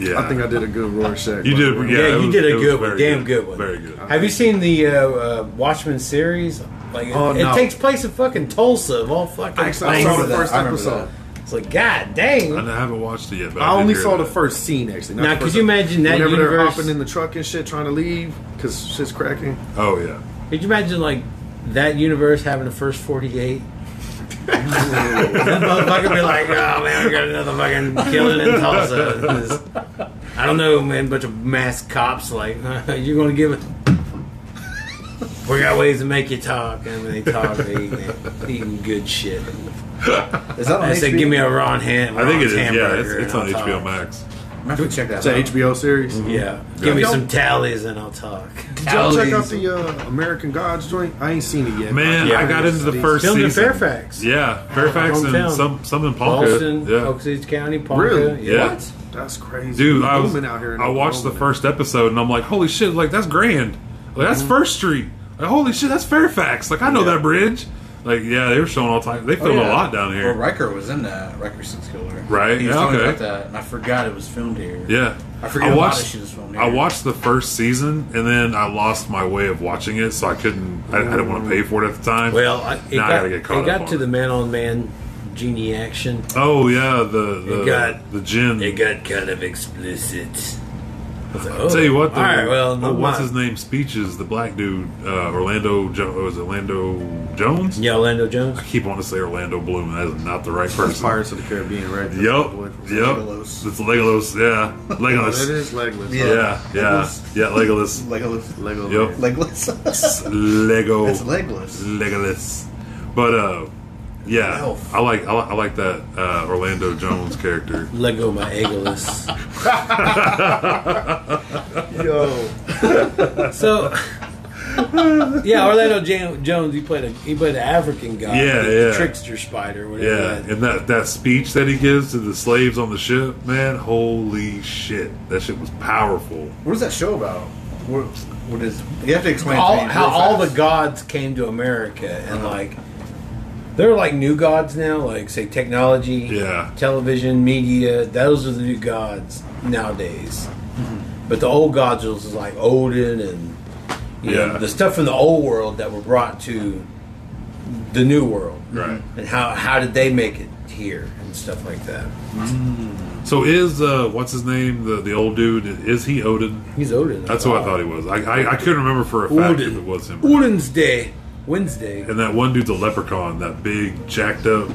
Speaker 3: Yeah,
Speaker 2: I think I did a good Rorschach.
Speaker 3: you did. Yeah,
Speaker 1: Yeah,
Speaker 3: it
Speaker 1: you
Speaker 3: was-
Speaker 1: did a
Speaker 3: it was
Speaker 1: good one,
Speaker 3: very
Speaker 1: damn good one.
Speaker 3: Very good.
Speaker 1: Have you seen the uh, uh, Watchmen series? Like, it,
Speaker 2: Oh,
Speaker 1: it
Speaker 2: no.
Speaker 1: takes place in fucking Tulsa, of all fucking
Speaker 2: I
Speaker 1: places.
Speaker 2: saw the
Speaker 4: that.
Speaker 2: first
Speaker 4: I remember
Speaker 2: episode.
Speaker 1: It's like, god dang.
Speaker 3: I haven't watched it yet. But I,
Speaker 2: I
Speaker 3: did
Speaker 2: only
Speaker 3: hear
Speaker 2: saw
Speaker 3: that.
Speaker 2: the first scene actually. not
Speaker 1: Now,
Speaker 2: the
Speaker 1: could
Speaker 2: first
Speaker 1: you
Speaker 2: episode.
Speaker 1: imagine that
Speaker 2: Whenever they're
Speaker 1: universe-
Speaker 2: hopping in the truck and shit, trying to leave because shit's cracking.
Speaker 3: Oh yeah.
Speaker 1: Could you imagine, like, that universe having the first 48? that motherfucker be like, oh man, we got another fucking killing in Tulsa. It's- I don't know, man, bunch of mass cops, like, you're gonna give it. We got ways to make you talk, and when they talk, they eating, eating good shit.
Speaker 4: Is that on
Speaker 1: I said,
Speaker 4: HBO?
Speaker 1: give me a Ron Ham.
Speaker 3: I think it is. Yeah,
Speaker 1: hamburger
Speaker 3: it's, it's
Speaker 1: and
Speaker 3: on
Speaker 1: I'll talk."
Speaker 3: HBO Max.
Speaker 4: I'm gonna have to check that
Speaker 2: It's an
Speaker 4: out.
Speaker 2: HBO series.
Speaker 1: Yeah, give me
Speaker 2: Y'all-
Speaker 1: some tallies and I'll talk.
Speaker 2: Did y'all check out
Speaker 4: Alleys.
Speaker 2: the uh, American Gods joint? I ain't seen it yet.
Speaker 3: Man,
Speaker 1: Yeah.
Speaker 3: I got into the first
Speaker 1: Filmed in
Speaker 3: season.
Speaker 1: Fairfax,
Speaker 3: Yeah, Fairfax and
Speaker 1: Hometown.
Speaker 3: some some in Ponca.
Speaker 1: Boston,
Speaker 3: yeah.
Speaker 1: Osage County, Ponca.
Speaker 2: Really?
Speaker 3: Yeah.
Speaker 1: What?
Speaker 2: that's crazy.
Speaker 3: Dude, I was,
Speaker 2: Booming out here in
Speaker 3: I watched the
Speaker 2: Oklahoma.
Speaker 3: first episode and I'm like, holy shit, like that's grand. Like that's First Street. Like holy shit, that's Fairfax. Like I know
Speaker 2: Yeah.
Speaker 3: that bridge. Like yeah, they were showing all time. They
Speaker 4: Oh,
Speaker 3: filmed
Speaker 4: yeah.
Speaker 3: a lot down here.
Speaker 4: Well, Riker was in that. Riker Six Killer.
Speaker 3: Right,
Speaker 4: He was
Speaker 3: yeah,
Speaker 4: talking
Speaker 3: okay.
Speaker 4: about that, and I forgot it was filmed here.
Speaker 3: Yeah.
Speaker 4: I forget a lot of shit is filmed here.
Speaker 3: I watched the first season and then I lost my way of watching it, so I couldn't. I, I didn't want to pay for it at the time.
Speaker 1: Well, I, it
Speaker 3: Now I
Speaker 1: got,
Speaker 3: gotta get caught
Speaker 1: it got
Speaker 3: up on
Speaker 1: to
Speaker 3: it.
Speaker 1: the man on man genie action.
Speaker 3: oh yeah, the the
Speaker 1: got-
Speaker 3: the gin.
Speaker 1: It got kind of explicit. I was like,
Speaker 3: I'll tell you what, though,
Speaker 1: All right, well,
Speaker 3: oh,
Speaker 1: no,
Speaker 3: what's his name? Speeches the black dude, uh, Orlando. Jo- was it Orlando Jones?
Speaker 1: Yeah, Orlando Jones.
Speaker 3: I keep wanting to say Orlando Bloom. That is not the right
Speaker 2: First
Speaker 3: person.
Speaker 2: Pirates of the Caribbean, right? That's
Speaker 3: Yep,
Speaker 2: the boy from-
Speaker 3: yep.
Speaker 4: Legolas.
Speaker 3: It's Legolas. Yeah,
Speaker 2: Oh, that
Speaker 3: Legolas.
Speaker 2: is Legolas.
Speaker 4: Yeah.
Speaker 3: yeah, yeah,
Speaker 4: Legolas.
Speaker 3: yeah. Legolas.
Speaker 4: Legolas.
Speaker 2: Legolas.
Speaker 3: Yep.
Speaker 4: Legless.
Speaker 3: Lego.
Speaker 4: That's legless.
Speaker 3: Legolas. But uh, yeah,
Speaker 4: Elf.
Speaker 3: I like I like, I like that uh, Orlando Jones character.
Speaker 1: Lego my egoless.
Speaker 2: Yo.
Speaker 1: So, yeah, Orlando Jan- Jones. He played a he played an African guy.
Speaker 3: Yeah,
Speaker 1: the
Speaker 3: yeah.
Speaker 1: trickster spider. Whatever
Speaker 3: Yeah,
Speaker 1: that-
Speaker 3: and that that speech that he gives to the slaves on the ship, man, holy shit, that shit was powerful.
Speaker 4: What is that show about? What, what is? You have to explain
Speaker 1: all,
Speaker 4: to me
Speaker 1: how
Speaker 4: real
Speaker 1: all the
Speaker 4: fast.
Speaker 1: gods came to America and like there are like new gods now, like say technology,
Speaker 3: Yeah.
Speaker 1: television, media. Those are the new gods nowadays.
Speaker 3: Mm-hmm.
Speaker 1: But the old gods was like Odin and you know,
Speaker 3: Yeah.
Speaker 1: the stuff from the old world that were brought to the new world.
Speaker 3: Right.
Speaker 1: And how how did they make it here and stuff like that?
Speaker 3: So is uh, what's his name the the old dude? Is he Odin?
Speaker 1: He's Odin.
Speaker 3: That's who I thought he was. I I, I couldn't remember for a fact if
Speaker 1: Odin.
Speaker 3: it was him.
Speaker 1: Odin's Day, Wednesday.
Speaker 3: And that one dude's a leprechaun, that big jacked up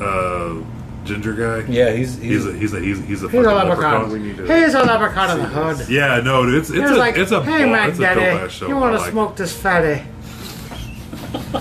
Speaker 3: uh, ginger guy.
Speaker 1: Yeah, he's
Speaker 3: he's
Speaker 1: he's,
Speaker 3: a
Speaker 1: he's,
Speaker 3: he's a he's, he's a
Speaker 1: a
Speaker 3: fucking leprechaun.
Speaker 2: We
Speaker 1: leprechaun.
Speaker 2: need to.
Speaker 1: He's a leprechaun in the hood.
Speaker 3: Yeah, no, dude, it's it's a it's a ball- it's a dope-ass show. I like it.
Speaker 1: this fatty?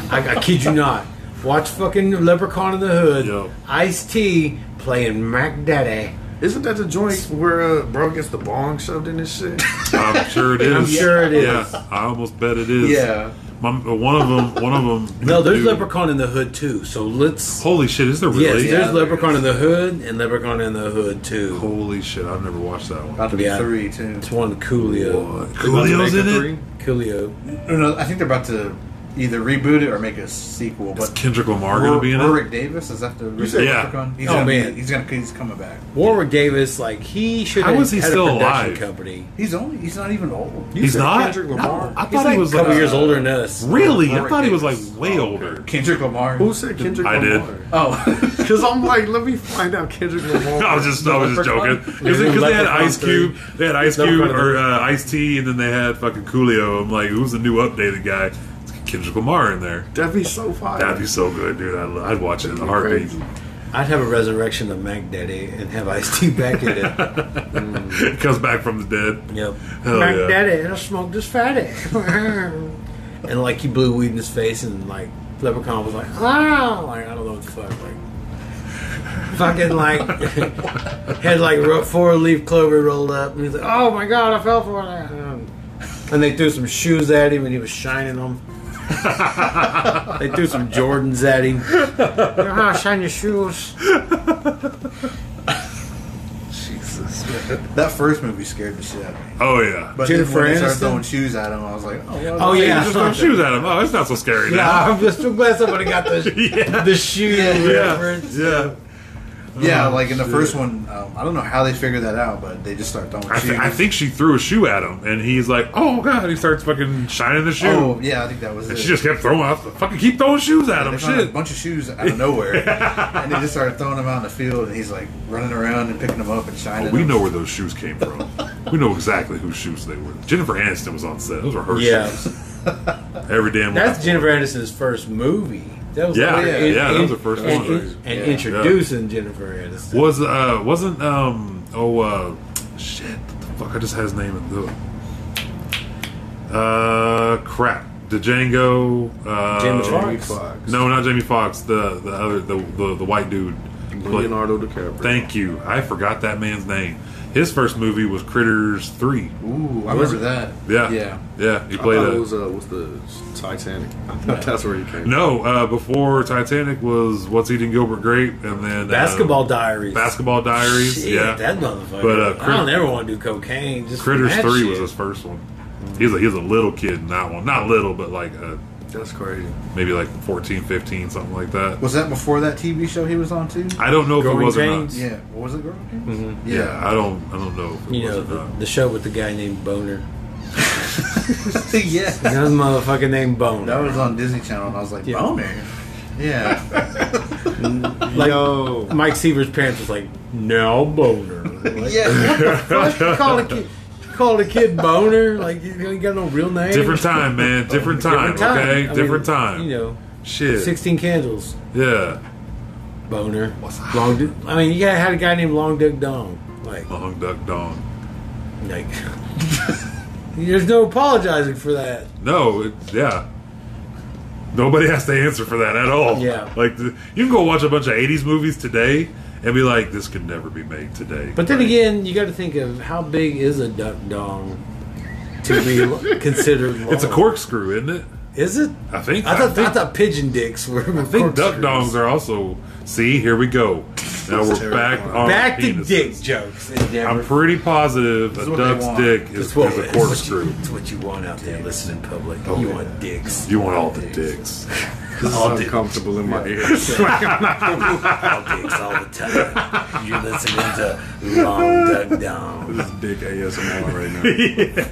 Speaker 1: I, I kid you not. Watch fucking Leprechaun in the Hood.
Speaker 3: Yep.
Speaker 1: Ice T playing Mac Daddy.
Speaker 2: Isn't that the joint where uh, bro gets the bong shoved in his shit?
Speaker 3: I'm sure it is.
Speaker 1: I'm sure it is.
Speaker 3: Yeah, I almost bet it is.
Speaker 4: Yeah.
Speaker 3: My, one of them. One of them.
Speaker 1: No, there's
Speaker 3: dude.
Speaker 1: Leprechaun in the Hood too. So let's.
Speaker 3: Holy shit! Is there
Speaker 1: Yes,
Speaker 3: really?
Speaker 1: there's
Speaker 4: there
Speaker 1: Leprechaun in the Hood and Leprechaun in the Hood too.
Speaker 3: Holy shit! I've never watched that one.
Speaker 4: about to be
Speaker 1: Yeah.
Speaker 4: three too.
Speaker 1: It's one Coolio.
Speaker 3: What? Coolio's in it.
Speaker 1: Coolio.
Speaker 4: No, no, I think they're about to either reboot it or make a sequel.
Speaker 3: Is
Speaker 4: But
Speaker 3: Kendrick Lamar going to be in it?
Speaker 4: Rick Davis is that the Rick
Speaker 2: said-
Speaker 3: Yeah.
Speaker 4: Leprechaun? He's
Speaker 1: Oh,
Speaker 4: gonna be-
Speaker 1: man.
Speaker 4: he's gonna he's coming back.
Speaker 1: Warwick Davis, like he should.
Speaker 3: How
Speaker 1: have
Speaker 3: is he
Speaker 1: had
Speaker 3: still
Speaker 1: a production
Speaker 3: alive?
Speaker 1: Company.
Speaker 4: He's only he's not even old.
Speaker 3: He's
Speaker 2: said
Speaker 3: not.
Speaker 2: Kendrick Lamar?
Speaker 3: No, I
Speaker 1: He's
Speaker 3: thought
Speaker 1: like
Speaker 3: he was
Speaker 1: a couple
Speaker 3: like,
Speaker 1: years older than us.
Speaker 3: Really? I
Speaker 4: Rick
Speaker 3: thought he was like
Speaker 4: Davis.
Speaker 3: way older.
Speaker 4: Kendrick Lamar.
Speaker 2: Who said Kendrick
Speaker 3: I did.
Speaker 2: Lamar?
Speaker 4: Oh,
Speaker 2: Because I'm like, let me find out Kendrick Lamar.
Speaker 3: I was just, I was just joking.
Speaker 2: Leprechaun?
Speaker 3: Because they, 'cause they had Ice Cube, they had Ice Cube
Speaker 1: Leprechaun.
Speaker 3: or uh, Ice T, and then they had fucking Coolio. I'm like, who's the new updated guy? It's Kendrick Lamar in there.
Speaker 2: That'd be so fire.
Speaker 3: That'd be so good, dude. I'd, I'd watch it in a heartbeat.
Speaker 2: crazy.
Speaker 1: I'd have a resurrection of Mac Daddy and have Ice T back in it.
Speaker 3: Comes back from the dead.
Speaker 1: Yep.
Speaker 3: Hell
Speaker 1: Back
Speaker 3: yeah.
Speaker 1: daddy, and I smoked this fatty. and like he blew weed in his face and like Leprechaun was like, ah like I don't know what the fuck like fucking like had like four leaf clover rolled up and he's like, Oh my god, I fell for that and they threw some shoes at him and he was shining them. they threw some Jordans at him. Ah, shine your shoes.
Speaker 2: Jesus.
Speaker 4: that first movie scared the shit out of me.
Speaker 3: Oh yeah.
Speaker 4: But then
Speaker 1: Jennifer
Speaker 4: when they started
Speaker 1: Aniston?
Speaker 4: throwing shoes at him, I was like, oh, well,
Speaker 1: Oh
Speaker 3: Hey, you just throw
Speaker 1: yeah.
Speaker 3: shoes at him. Oh, it's not so scary
Speaker 1: Yeah,
Speaker 3: now.
Speaker 1: I'm just I'm glad somebody got the
Speaker 3: Yeah.
Speaker 1: the shoe
Speaker 3: Yeah.
Speaker 1: reference.
Speaker 3: yeah. Oh.
Speaker 4: yeah. Like in the first one, um, I don't know how they figured that out, but they just start throwing
Speaker 3: I,
Speaker 4: shoes.
Speaker 3: th- I think she threw a shoe at him, and he's like, "Oh God!" He starts fucking shining the shoe.
Speaker 4: Oh yeah, I think that was it.
Speaker 3: And she just kept throwing. I fucking keep throwing shoes at
Speaker 4: They
Speaker 3: him.
Speaker 4: found a
Speaker 3: Shit.
Speaker 4: bunch of shoes out of nowhere, and they just started throwing them out in the field. And he's like running around and picking them up and shining.
Speaker 3: Oh, we
Speaker 4: them.
Speaker 3: know where those shoes came from. we know exactly whose shoes they were. Jennifer Aniston was on set. Those were her
Speaker 1: Yeah.
Speaker 3: shoes. Every damn. one.
Speaker 1: That's Jennifer Aniston's first movie. That was
Speaker 3: Yeah,
Speaker 1: like
Speaker 4: yeah,
Speaker 3: yeah, that was her first
Speaker 1: and,
Speaker 3: one.
Speaker 1: And, and
Speaker 4: Yeah.
Speaker 1: introducing Jennifer Aniston.
Speaker 3: Was uh wasn't um oh uh shit what the fuck I just had his name in the uh crap the Django uh
Speaker 1: Jamie
Speaker 2: Jamie
Speaker 1: Foxx.
Speaker 2: Fox.
Speaker 3: no not Jamie Fox the the other the the, the white dude
Speaker 2: Leonardo DiCaprio.
Speaker 3: thank you I forgot that man's name his first movie was Critters Three
Speaker 4: Ooh, I
Speaker 2: Was
Speaker 4: remember that.
Speaker 3: yeah Um,
Speaker 4: yeah.
Speaker 3: yeah he
Speaker 2: I
Speaker 3: played
Speaker 2: thought
Speaker 3: a,
Speaker 2: it was uh, what's the Titanic? I thought that's where he came.
Speaker 3: no uh before Titanic was What's Eating Gilbert Grape and then uh,
Speaker 1: Basketball Diaries.
Speaker 3: Basketball Diaries
Speaker 1: Shit,
Speaker 3: yeah
Speaker 1: that motherfucker.
Speaker 3: But, uh,
Speaker 1: I don't
Speaker 3: Crit-
Speaker 1: ever want to do cocaine. Just from
Speaker 3: Critters
Speaker 1: that
Speaker 3: Three
Speaker 1: shit.
Speaker 3: was his first one. He was a, he was a little kid in that one. Not little, but like uh,
Speaker 2: That's crazy.
Speaker 3: maybe like 14, 15, something like that.
Speaker 4: Was that before that TV show he was on too?
Speaker 3: I don't know if it
Speaker 1: Growing
Speaker 3: was or not.
Speaker 1: Pains?
Speaker 4: Yeah. What was it, girl?
Speaker 3: Yeah. I don't I don't know if it
Speaker 1: You know
Speaker 3: was or
Speaker 1: the,
Speaker 3: not.
Speaker 1: the show with the guy named Boner.
Speaker 4: Yeah. yeah.
Speaker 1: That was a motherfucker named
Speaker 4: That
Speaker 1: Boner.
Speaker 4: was on Disney Channel, and I was like,
Speaker 1: Yeah.
Speaker 4: boner. Yeah.
Speaker 1: Like
Speaker 2: Yo.
Speaker 1: Mike Seaver's parents was like, now Boner. Like,
Speaker 4: yeah.
Speaker 1: What the fuck you call a kid? Called a kid boner? Like you ain't got no real name.
Speaker 3: Different time, man. Different time.
Speaker 1: Different time.
Speaker 3: Okay,
Speaker 1: I mean,
Speaker 3: different time.
Speaker 1: You know,
Speaker 3: shit.
Speaker 1: sixteen candles.
Speaker 3: yeah,
Speaker 1: Boner. Long. Dick- I mean, you gotta had a guy named Long Dick Dong. Like,
Speaker 3: long duck dong.
Speaker 1: like. There's no apologizing for that.
Speaker 3: No, it, yeah. Nobody has to answer for that at all.
Speaker 1: Yeah.
Speaker 3: like th- you can go watch a bunch of '80s movies today and be like, this could never be made today.
Speaker 1: But then again, you got to think of how big is a duck dong to be lo- considered. Long.
Speaker 3: it's a corkscrew, isn't it?
Speaker 1: Is it?
Speaker 3: I think.
Speaker 1: I thought,
Speaker 3: think,
Speaker 1: I thought pigeon dicks were.
Speaker 3: I think duck dongs are also. See, here we go. Now we're back
Speaker 4: terrifying.
Speaker 3: on
Speaker 1: back to
Speaker 3: penises.
Speaker 1: dick jokes. endeavor.
Speaker 3: I'm pretty positive a
Speaker 4: what they
Speaker 3: duck's
Speaker 4: want.
Speaker 3: dick is,
Speaker 1: It's what,
Speaker 3: is a
Speaker 1: it's what you-
Speaker 3: corkscrew.
Speaker 1: It's what you want out there listening in public. you want dicks.
Speaker 3: You want all the dicks.
Speaker 2: This is
Speaker 1: All dicks.
Speaker 2: uncomfortable in my ears.
Speaker 1: all dicks all the time. You're listening to Long Duck Dong.
Speaker 2: This is dick ASMR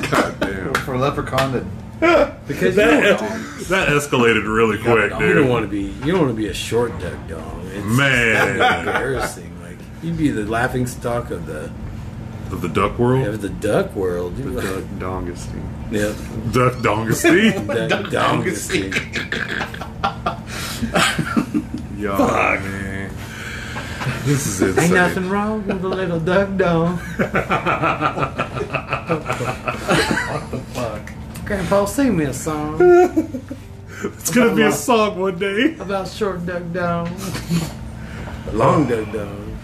Speaker 2: right now. God damn.
Speaker 4: For Leprechaun to
Speaker 1: Because you,
Speaker 3: That,
Speaker 1: don't,
Speaker 3: that escalated really quick,
Speaker 1: you don't
Speaker 3: dude.
Speaker 1: want to be you don't want to be a short duck dong. It's
Speaker 3: Man,
Speaker 1: embarrassing. Like you'd be the laughing stock of the
Speaker 3: of the duck world,
Speaker 1: of the duck world. You'd be like,
Speaker 2: Duck dongus thing.
Speaker 1: Yep.
Speaker 3: duck dongesty.
Speaker 1: Duck dong is king.
Speaker 2: Yo, man. This is insane.
Speaker 1: Ain't nothing wrong with a little duck dong.
Speaker 4: fuck.
Speaker 1: Grandpa, sing me a song
Speaker 3: It's gonna be a song one day.
Speaker 1: about short duck dong. Long duck dong.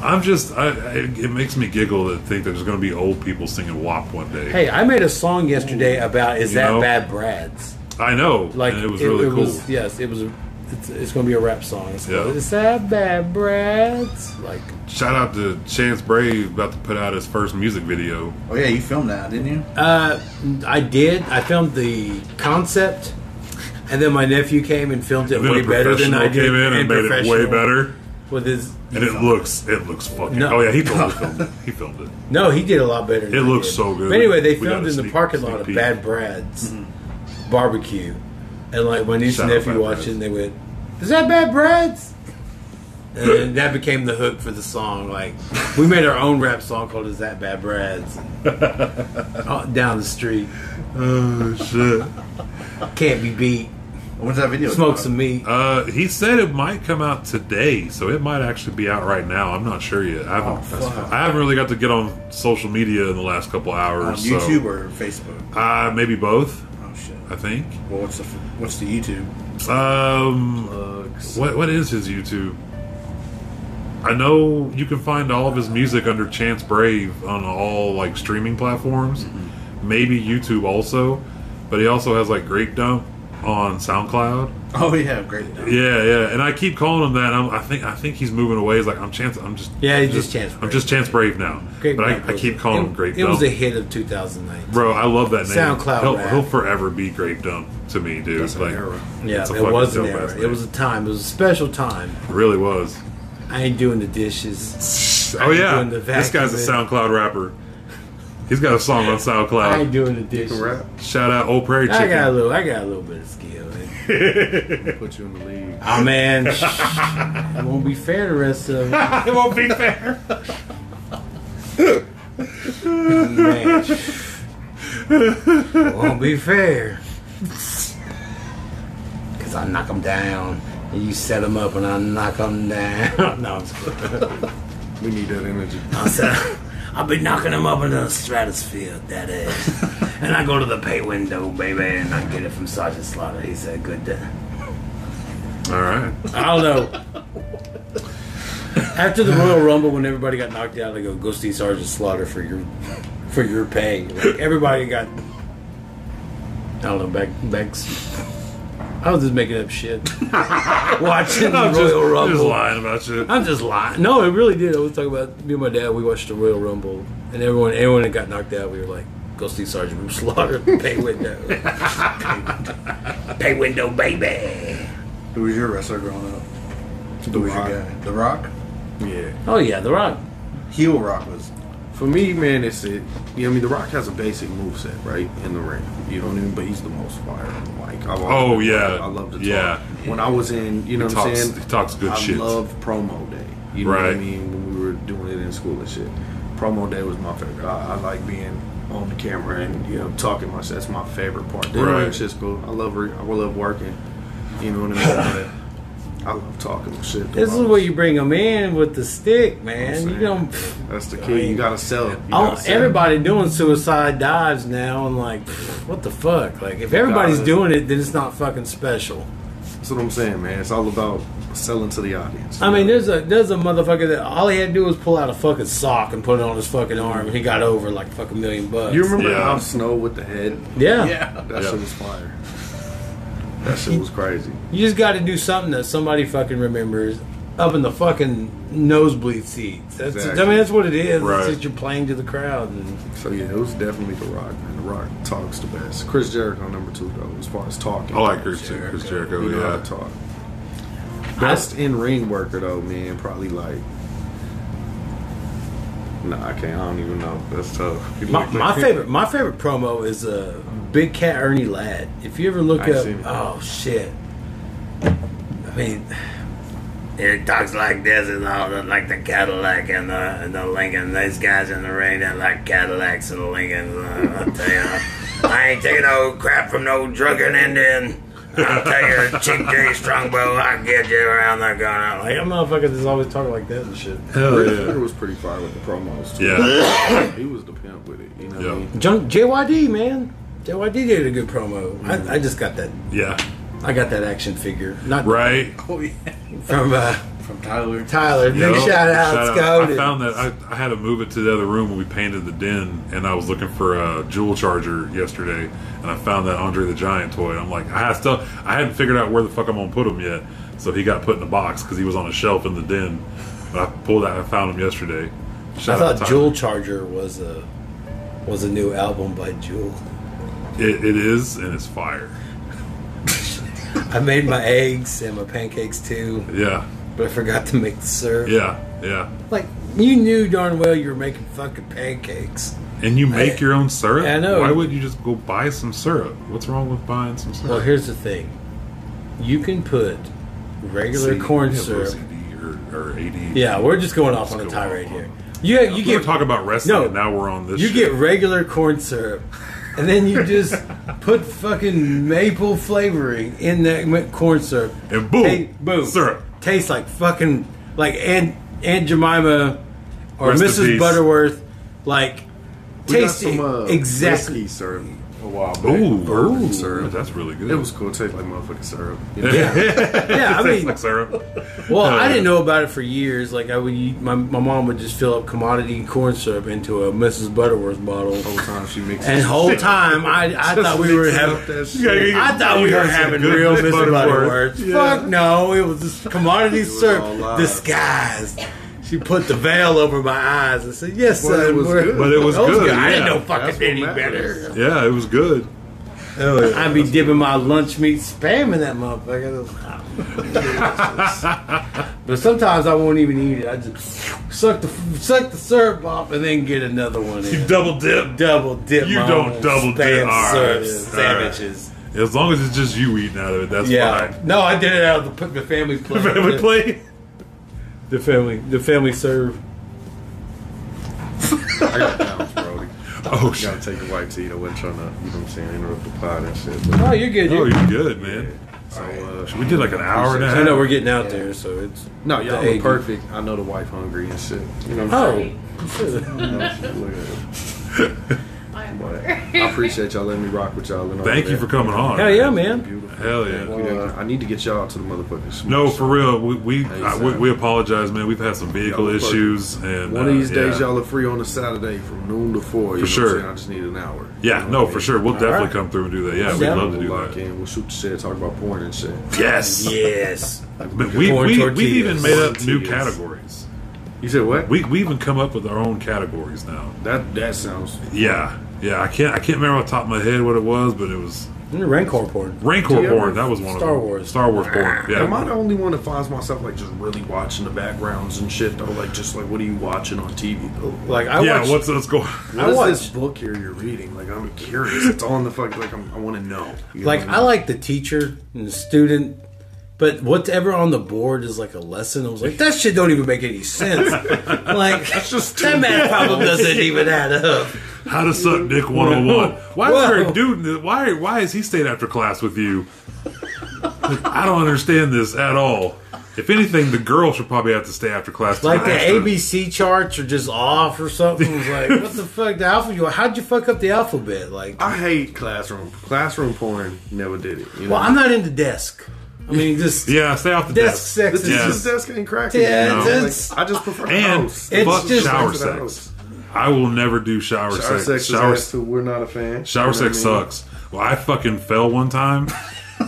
Speaker 3: I'm just, I, I, it makes me giggle to think that there's gonna be old people singing WAP one day.
Speaker 1: Hey, I made a song yesterday about is
Speaker 3: You
Speaker 1: that
Speaker 3: know?
Speaker 1: bad Brad's?
Speaker 3: I know,
Speaker 1: Like
Speaker 3: and it was really cool.
Speaker 1: was- yes, it was. It's, it's going to be a rap song. It's called,
Speaker 3: Yeah.
Speaker 1: Is that bad Brad's? Like
Speaker 3: Shout out to Chance Brave about to put out his first music video.
Speaker 4: Oh yeah, you filmed that, didn't you?
Speaker 1: Uh, I did. I filmed the concept, and then my nephew came and filmed it
Speaker 3: And then
Speaker 1: way
Speaker 3: a
Speaker 1: better than I
Speaker 3: professional
Speaker 1: did.
Speaker 3: came in and made it way
Speaker 1: professional
Speaker 3: better.
Speaker 1: With his
Speaker 3: And it looks, it looks fucking.
Speaker 1: No.
Speaker 3: Oh yeah, he totally filmed it. He filmed it.
Speaker 1: no, he did a lot better. Than
Speaker 3: It
Speaker 1: I
Speaker 3: looks
Speaker 1: did.
Speaker 3: so good.
Speaker 1: But anyway, they
Speaker 3: We
Speaker 1: filmed
Speaker 3: gotta
Speaker 1: in the
Speaker 3: sneak-
Speaker 1: parking
Speaker 3: sneak
Speaker 1: lot of
Speaker 3: peek.
Speaker 1: Bad Brad's barbecue, and like my niece
Speaker 3: Shout
Speaker 1: and
Speaker 3: out
Speaker 1: nephew
Speaker 3: Bad
Speaker 1: watched
Speaker 3: Brad's.
Speaker 1: it, and they went, "Is that Bad Brad's?" And then that became the hook for the song. Like we made our own rap song called "Is That Bad Brad's." Uh, down the street,
Speaker 3: Oh shit.
Speaker 1: can't be beat.
Speaker 4: When's that video?
Speaker 1: Smoke
Speaker 4: drop?
Speaker 1: some meat.
Speaker 3: Uh, he said it might come out today, so it might actually be out right now. I'm not sure yet. I haven't, I haven't really got to get on social media in the last couple
Speaker 4: on
Speaker 3: hours. so-
Speaker 4: Um, YouTube or Facebook.
Speaker 3: Uh, maybe both.
Speaker 4: Oh shit.
Speaker 3: I think.
Speaker 4: Well, what's the what's the YouTube?
Speaker 3: Um,
Speaker 2: Bugs.
Speaker 3: what what is his YouTube? I know you can find all of his music under Chance Brave on all like streaming platforms, maybe YouTube also, but he also has like Grape Dump on SoundCloud.
Speaker 4: Oh yeah, great. Dump.
Speaker 3: Yeah, yeah, and I keep calling him that. and I'm, I think I think he's moving away. He's like I'm Chance. I'm just
Speaker 1: Yeah, he's just Chance
Speaker 3: I'm
Speaker 1: Brave.
Speaker 3: just Chance Brave now.
Speaker 1: Great
Speaker 3: but
Speaker 1: Bump
Speaker 3: I, I
Speaker 1: was
Speaker 3: keep
Speaker 1: a-
Speaker 3: calling
Speaker 1: it,
Speaker 3: him Grape
Speaker 1: It was a
Speaker 3: Dump.
Speaker 1: hit of 2009.
Speaker 3: Bro, I love that name.
Speaker 1: SoundCloud
Speaker 3: He'll,
Speaker 1: rap.
Speaker 3: he'll forever be Grape Dump to me, dude.
Speaker 2: That's an
Speaker 3: like
Speaker 2: era.
Speaker 1: yeah,
Speaker 3: it's a
Speaker 1: it
Speaker 3: fucking
Speaker 1: was an
Speaker 3: dope ass
Speaker 1: era. It
Speaker 3: name.
Speaker 1: was a time. It was a special time.
Speaker 3: It really was.
Speaker 1: I ain't doing the dishes.
Speaker 3: Oh
Speaker 1: ain't
Speaker 3: yeah,
Speaker 1: doing the
Speaker 3: this guy's a
Speaker 1: vacuuming.
Speaker 3: SoundCloud rapper. He's got a song on
Speaker 1: I ain't
Speaker 3: SoundCloud.
Speaker 1: doing the dishes.
Speaker 2: Rap.
Speaker 3: Shout out Old Prairie
Speaker 1: I got a
Speaker 3: Chicken.
Speaker 1: little. I got a little bit of skill. Man.
Speaker 2: Put you in the league.
Speaker 1: Oh man, it won't be fair the rest of it.
Speaker 3: it won't be fair.
Speaker 1: Man. won't be fair. Cause I knock 'em down, and you set 'em up, and I knock 'em down. no, I'm just kidding.
Speaker 2: We need that energy.
Speaker 1: I said, I'll be knocking him up into the stratosphere, that is. and I go to the pay window, baby, and I get it from Sergeant Slaughter. He said, good day.
Speaker 3: All right.
Speaker 1: I don't know. After the Royal Rumble, when everybody got knocked out, I go, go see Sergeant Slaughter for your for your pay. Like, everybody got, I don't know, back, back. I was just making up shit. Watching the
Speaker 3: I'm just,
Speaker 1: Royal Rumble.
Speaker 3: just lying about you.
Speaker 1: I'm just lying. No, it really did. I was talking about me and my dad. We watched the Royal Rumble, and everyone, everyone that got knocked out, we were like, "Go see Sergeant Root Slaughter, pay window, pay window, baby."
Speaker 4: Who was your wrestler growing up?
Speaker 2: The
Speaker 4: Who was
Speaker 2: Rock.
Speaker 4: your guy? The Rock.
Speaker 2: Yeah.
Speaker 1: Oh yeah, The Rock.
Speaker 4: Heel Rock was.
Speaker 2: For me, man, it's it. You know, I mean, The Rock has a basic moveset, right, in the ring. You know what I mean? But he's the most fire on the mic. I
Speaker 3: Oh,
Speaker 2: I-
Speaker 3: yeah.
Speaker 2: I love to talk.
Speaker 3: Yeah.
Speaker 2: When I was in, you know
Speaker 3: He
Speaker 2: what I'm
Speaker 3: talks-
Speaker 2: saying?
Speaker 3: he talks good
Speaker 2: I
Speaker 3: shit.
Speaker 2: love promo day. You know what
Speaker 3: Right.
Speaker 2: I mean? When we were doing it in school and shit. promo day was my favorite. I, I like being on the camera and you know talking much. That's my favorite part. Doing
Speaker 3: Right.
Speaker 2: that shit's cool. I love re- I love working. You know what I mean? But I love talking shit.
Speaker 1: This is where you bring them in with the stick, man. You don't.
Speaker 2: That's the key. you gotta sell it. You
Speaker 1: all-
Speaker 2: gotta sell it.
Speaker 1: everybody doing suicide dives now, and like, pff, what the fuck? Like, if everybody's
Speaker 2: Got it.
Speaker 1: doing it, then it's not fucking special.
Speaker 2: That's what I'm saying, man. It's all about selling to the audience.
Speaker 1: I mean, there's a there's a motherfucker that all he had to do was pull out a fucking sock and put it on his fucking arm, and he got over like fucking million bucks.
Speaker 2: You remember
Speaker 3: Yeah.
Speaker 2: how Snow with the head?
Speaker 1: yeah.
Speaker 4: Yeah.
Speaker 2: That
Speaker 3: Yeah.
Speaker 2: shit was fire. That shit was crazy.
Speaker 1: You just got to do something that somebody fucking remembers up in the fucking nosebleed seats. That's
Speaker 2: Exactly.
Speaker 1: I mean, that's what it is.
Speaker 3: Right.
Speaker 1: It's just you're playing to the crowd. And,
Speaker 2: So yeah, it was definitely The Rock, man. The Rock talks the best. Chris Jericho number two though, as far as talking.
Speaker 3: I like Chris Jericho. Chris
Speaker 2: He
Speaker 3: Jericho
Speaker 2: know how
Speaker 3: yeah.
Speaker 2: to talk. Best in ring worker though, man. Probably like. Nah, I can't. I don't even know. That's tough.
Speaker 1: My, my favorite, my favorite promo is uh, Big Cat Ernie Ladd. If you ever look
Speaker 2: I
Speaker 1: up,
Speaker 2: see.
Speaker 1: oh shit. I mean, it talks like this and all the, like the Cadillac and the and the Lincoln. These guys in the ring that like Cadillacs and Lincolns. Uh, I tell you, I ain't taking no crap from no drunken Indian. I'll tell you, Chick J Strongbow, I get you around "Oh, the gun. Like, I'm motherfuckers is always talking like that and shit.
Speaker 3: Hell
Speaker 2: Chris
Speaker 3: yeah.
Speaker 2: Jericho was pretty fire with the promos. Too.
Speaker 3: Yeah.
Speaker 2: he was the pimp with it. You know.
Speaker 3: Yeah.
Speaker 2: What I mean?
Speaker 1: Junk JYD man, JYD did a good promo. I, I just got that.
Speaker 3: Yeah.
Speaker 1: I got that action figure, not
Speaker 3: Right.
Speaker 4: Oh yeah.
Speaker 1: from uh,
Speaker 4: From Tyler.
Speaker 1: Tyler. Big
Speaker 3: Yep.
Speaker 1: shout out, Scott.
Speaker 3: I found that I, I had to move it to the other room when we painted the den, and I was looking for a jewel charger yesterday, and I found that Andre the Giant toy. And I'm like, I still I hadn't figured out where the fuck I'm gonna put him yet, so he got put in a box because he was on a shelf in the den. But I pulled out, I found him yesterday.
Speaker 1: I
Speaker 3: Shout out
Speaker 1: thought
Speaker 3: Tyler.
Speaker 1: Jewel Charger was a was a new album by Jewel.
Speaker 3: It, it is, and it's fire.
Speaker 1: I made my eggs and my pancakes too,
Speaker 3: Yeah,
Speaker 1: but I forgot to make the syrup.
Speaker 3: yeah, yeah.
Speaker 1: Like you knew darn well you were making fucking pancakes.
Speaker 3: And you make your own syrup.
Speaker 1: I know.
Speaker 3: Why would you just go buy some syrup? What's wrong with buying some syrup?
Speaker 1: Well, here's the thing: you can put regular
Speaker 3: See,
Speaker 1: corn
Speaker 3: we have
Speaker 1: syrup.
Speaker 3: OCD or, or AD.
Speaker 1: Yeah, we're just going off on a
Speaker 3: go
Speaker 1: tirade
Speaker 3: off
Speaker 1: here. You you
Speaker 3: You
Speaker 1: get
Speaker 3: get talking about wrestling.
Speaker 1: No.
Speaker 3: and now we're on this.
Speaker 1: You
Speaker 3: shit.
Speaker 1: get regular corn syrup, and then you just put fucking maple flavoring in that m- corn syrup,
Speaker 3: And boom,
Speaker 1: Ta- boom,
Speaker 3: syrup.
Speaker 1: tastes like fucking like Aunt Aunt Jemima or
Speaker 3: Rest in
Speaker 1: Mrs.
Speaker 3: peace.
Speaker 1: Butterworth, like
Speaker 2: We got
Speaker 1: tastes
Speaker 2: some uh,
Speaker 1: exactly.
Speaker 2: whiskey syrup a while back.
Speaker 3: Ooh,
Speaker 2: Bourbon
Speaker 3: ooh,
Speaker 2: syrup.
Speaker 3: That's really good.
Speaker 2: It was cool. It tastes like motherfucking syrup. You know?
Speaker 3: yeah,
Speaker 1: Yeah, I mean,
Speaker 3: like syrup.
Speaker 1: well,
Speaker 2: Uh,
Speaker 1: I didn't know about it for years. Like I would, my, my mom would just fill up commodity corn syrup into a Mrs. Butterworth bottle,
Speaker 2: The whole time she mixes.
Speaker 1: and the whole time I I thought we were having. I thought we were having real Mr. Butterworth. Fuck no, it was just commodity
Speaker 2: was all
Speaker 1: syrup
Speaker 2: lies.
Speaker 1: disguised. She put the veil over my eyes and said, "Yes,
Speaker 2: But it
Speaker 1: son,
Speaker 2: was
Speaker 1: we're-
Speaker 2: good.
Speaker 3: But it was
Speaker 1: those
Speaker 3: good,
Speaker 1: guys-
Speaker 3: yeah.
Speaker 1: I didn't know
Speaker 2: That's
Speaker 1: fucking
Speaker 2: what
Speaker 1: any
Speaker 2: matters.
Speaker 1: better.
Speaker 3: Uh, Yeah, it was good.
Speaker 1: I'd be dipping my lunch meat spam in that motherfucker. but sometimes I won't even eat it. I just suck the suck the syrup off and then get another one
Speaker 3: You
Speaker 1: in.
Speaker 3: double dip.
Speaker 1: Double dip.
Speaker 3: You
Speaker 1: my
Speaker 3: don't
Speaker 1: own
Speaker 3: double dip. All
Speaker 1: spam
Speaker 3: right.
Speaker 1: syrup
Speaker 3: All right.
Speaker 1: sandwiches.
Speaker 3: As long as it's just you eating out of it, that's
Speaker 1: Yeah.
Speaker 3: fine.
Speaker 1: No, I did it out of the, the family plate.
Speaker 3: Family plate.
Speaker 1: The family, the family serve.
Speaker 2: I got pounds, Brody.
Speaker 3: Oh
Speaker 2: You gotta
Speaker 3: shit.
Speaker 2: take a white seat. I wasn't trying to, you know what I'm saying, interrupt the pod and shit. But,
Speaker 1: Oh, you're good.
Speaker 3: Oh,
Speaker 1: You're,
Speaker 3: you're good, man.
Speaker 2: so, uh,
Speaker 3: We did like an hour and a half.
Speaker 1: I know we're getting out there, so it's
Speaker 2: No, y'all
Speaker 1: The egg.
Speaker 2: look perfect. I know the wife hungry and shit. You know what I'm
Speaker 1: oh.
Speaker 2: saying? Oh. Look at it. But I appreciate y'all letting me rock with y'all. And all
Speaker 3: Thank
Speaker 2: that.
Speaker 3: you for coming on.
Speaker 1: Hell yeah,
Speaker 3: man.
Speaker 1: man.
Speaker 2: Beautiful.
Speaker 3: Hell yeah.
Speaker 2: Thank you. I need to get y'all to the motherfucking smoke
Speaker 3: No,
Speaker 2: shop.
Speaker 3: for real. We we,
Speaker 2: Hey,
Speaker 3: I, we
Speaker 2: Sam.
Speaker 3: we apologize, man. We've had some vehicle
Speaker 2: Y'all look
Speaker 3: issues, and
Speaker 2: One
Speaker 3: uh,
Speaker 2: of these days,
Speaker 3: yeah.
Speaker 2: y'all are free on a Saturday from noon to four. You know
Speaker 3: sure.
Speaker 2: What I'm saying? I just need an hour.
Speaker 3: Yeah,
Speaker 2: You know
Speaker 3: no,
Speaker 2: what I
Speaker 3: for
Speaker 2: mean?
Speaker 3: sure. We'll definitely
Speaker 1: right.
Speaker 3: come through and do that. Yeah,
Speaker 1: Yeah.
Speaker 3: we'd love to
Speaker 2: We'll
Speaker 3: do
Speaker 2: lock
Speaker 3: that.
Speaker 2: in. We'll shoot the shit. Talk about porn and shit.
Speaker 3: Yes.
Speaker 1: Yes.
Speaker 3: But we,
Speaker 1: Corn
Speaker 3: we,
Speaker 1: tortillas.
Speaker 3: we've even made up new
Speaker 2: Tortillas.
Speaker 3: categories.
Speaker 2: You said what?
Speaker 3: We, we even come up with our own categories now.
Speaker 2: that that sounds.
Speaker 3: Yeah. Yeah. I can't I can't remember off the top of my head what it was, but it was
Speaker 1: Rancor porn.
Speaker 3: Rancor
Speaker 2: Do you
Speaker 3: porn.
Speaker 2: ever-
Speaker 3: That was one
Speaker 1: Star
Speaker 3: of them.
Speaker 1: Wars.
Speaker 3: Star Wars porn.
Speaker 2: Am I
Speaker 3: Yeah.
Speaker 2: the only one that finds myself like just really watching the backgrounds and shit though? Like just like what are you watching on TV though?
Speaker 1: Like I
Speaker 3: yeah.
Speaker 1: watched.
Speaker 3: What's what's going?
Speaker 2: What
Speaker 1: I
Speaker 2: is this
Speaker 1: watched-
Speaker 2: book here you're reading? Like I'm curious. It's all in the fuck. Like I'm, I want to know. You know
Speaker 1: like
Speaker 2: what
Speaker 1: I like the teacher and the student But whatever on the board is like a lesson. I was like, that shit don't even make any sense. like
Speaker 2: just
Speaker 1: that
Speaker 2: too
Speaker 1: math problem doesn't even add up.
Speaker 3: How to suck dick 101. Why is there
Speaker 1: Whoa.
Speaker 3: a dude? in the- Why why is he staying after class with you? I don't understand this at all. If anything, the girl should probably have to stay after class. to
Speaker 1: Like the
Speaker 3: master.
Speaker 1: ABC charts are just off or something. It's like, what the fuck? The alphabet? How'd you fuck up the alphabet? Like,
Speaker 2: I hate classroom. Classroom porn never did it. You know?
Speaker 1: well, I'm not into desk. I mean, just
Speaker 3: Yeah, stay off the
Speaker 1: desk
Speaker 3: desk.
Speaker 1: sex is
Speaker 2: This,
Speaker 3: Yeah.
Speaker 1: just
Speaker 2: this desk ain't cracking.
Speaker 1: Yeah,
Speaker 2: you know?
Speaker 1: it's-
Speaker 2: Like, I just prefer
Speaker 3: And
Speaker 2: house.
Speaker 1: It's
Speaker 3: fuck
Speaker 1: just-
Speaker 3: shower
Speaker 2: Back to the
Speaker 3: sex.
Speaker 2: house.
Speaker 3: I will never do shower,
Speaker 2: Shower
Speaker 3: sex.
Speaker 2: sex is
Speaker 3: shower
Speaker 2: ass too. We're not a fan.
Speaker 3: Shower
Speaker 2: You know what
Speaker 3: sex
Speaker 2: I mean?
Speaker 3: sucks. Well, I fucking fell one time.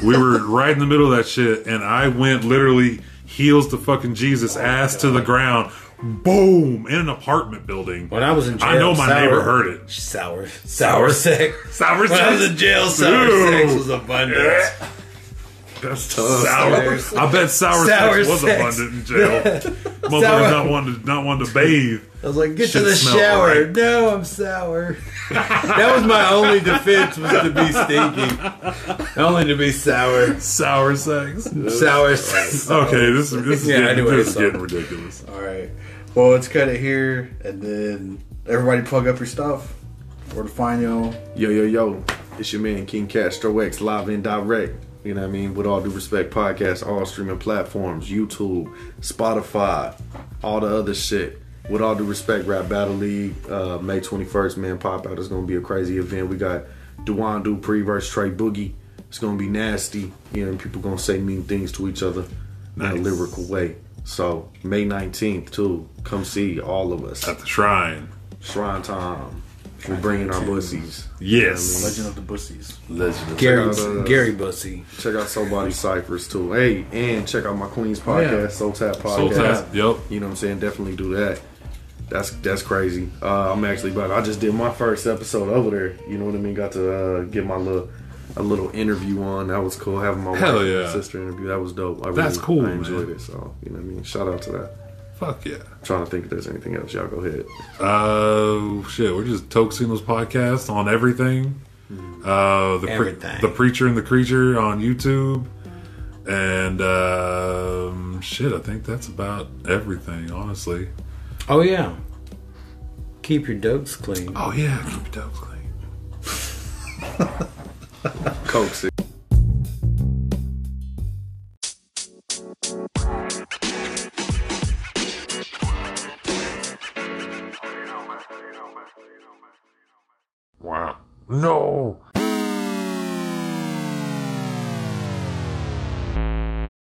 Speaker 3: we were right in the middle of that shit, and I went literally heels to fucking Jesus,
Speaker 2: Oh
Speaker 3: ass to the ground, boom, in an apartment building.
Speaker 1: When I was in jail,
Speaker 3: I know my
Speaker 1: sour-
Speaker 3: neighbor heard it.
Speaker 1: sour, sour sex.
Speaker 3: Sour
Speaker 1: When I was in
Speaker 3: sex.
Speaker 1: jail, sour
Speaker 3: Ew. Eh.
Speaker 1: sex was abundant.
Speaker 3: That's
Speaker 2: tough.
Speaker 3: Sour. I bet sour,
Speaker 1: Sour
Speaker 3: sex was
Speaker 1: sex.
Speaker 3: abundant in jail. Motherfuckers not wanting to not wanting to bathe.
Speaker 1: I was like, get
Speaker 3: Shit
Speaker 1: to the
Speaker 3: smelled
Speaker 1: shower.
Speaker 3: right.
Speaker 1: No, I'm sour. that was my only defense was to be stinky. Only to be sour.
Speaker 3: Sour sex.
Speaker 1: Sour sex.
Speaker 3: Okay, this is this is,
Speaker 1: Yeah,
Speaker 3: getting,
Speaker 1: anyway,
Speaker 3: this is
Speaker 1: so-
Speaker 3: getting ridiculous.
Speaker 4: All right. Well, let's cut it here, and then everybody plug up your stuff. Where to find y'all?
Speaker 2: Yo, yo, yo. It's your man, King Castro X, live and direct. You know what I mean? With all due respect, podcast, all streaming platforms, YouTube, Spotify, all the other shit. With all due respect, Rap Battle League, uh, May 21st, man, pop out. It's going to be a crazy event. We got Duane Dupree versus Trey Boogie. It's going to be nasty. You know, people going to say mean things to each other in a
Speaker 3: Nice.
Speaker 2: lyrical way. So, May 19th, too. Come see all of us.
Speaker 3: At the shrine.
Speaker 2: Shrine time. We're bringing our pussies.
Speaker 3: Yes.
Speaker 4: Legend of the Bussies.
Speaker 2: Legend.
Speaker 1: Gary,
Speaker 2: Check out, uh,
Speaker 1: Gary Bussy.
Speaker 2: Check out Soul Body Ciphers too. Hey, and check out my Queens
Speaker 4: yeah.
Speaker 2: podcast, Soul Tap podcast.
Speaker 3: Soul tap. Yep.
Speaker 2: You know what I'm saying? Definitely do that. That's that's crazy. Uh, I'm actually about. I just did my first episode over there. You know what I mean? Got to uh, get my little a little interview on. That was cool. Having my
Speaker 3: Hell
Speaker 2: wife and
Speaker 3: yeah.
Speaker 2: sister interview. That was dope. I
Speaker 3: That's
Speaker 2: really,
Speaker 3: cool,
Speaker 2: I enjoyed
Speaker 3: man.
Speaker 2: it. So you know what I mean? Shout out to that.
Speaker 3: Fuck yeah.
Speaker 2: I'm trying to think if there's anything else. Y'all go ahead.
Speaker 3: Uh, shit, we're just Toxinos podcast on everything. Uh, the
Speaker 1: Everything.
Speaker 3: Pre- the preacher and the creature on YouTube, and um, shit, I think that's about everything. Honestly,
Speaker 1: Oh yeah. Keep your dugs clean.
Speaker 3: oh yeah, keep it dope clean.
Speaker 2: Coke six.
Speaker 3: Wow, no.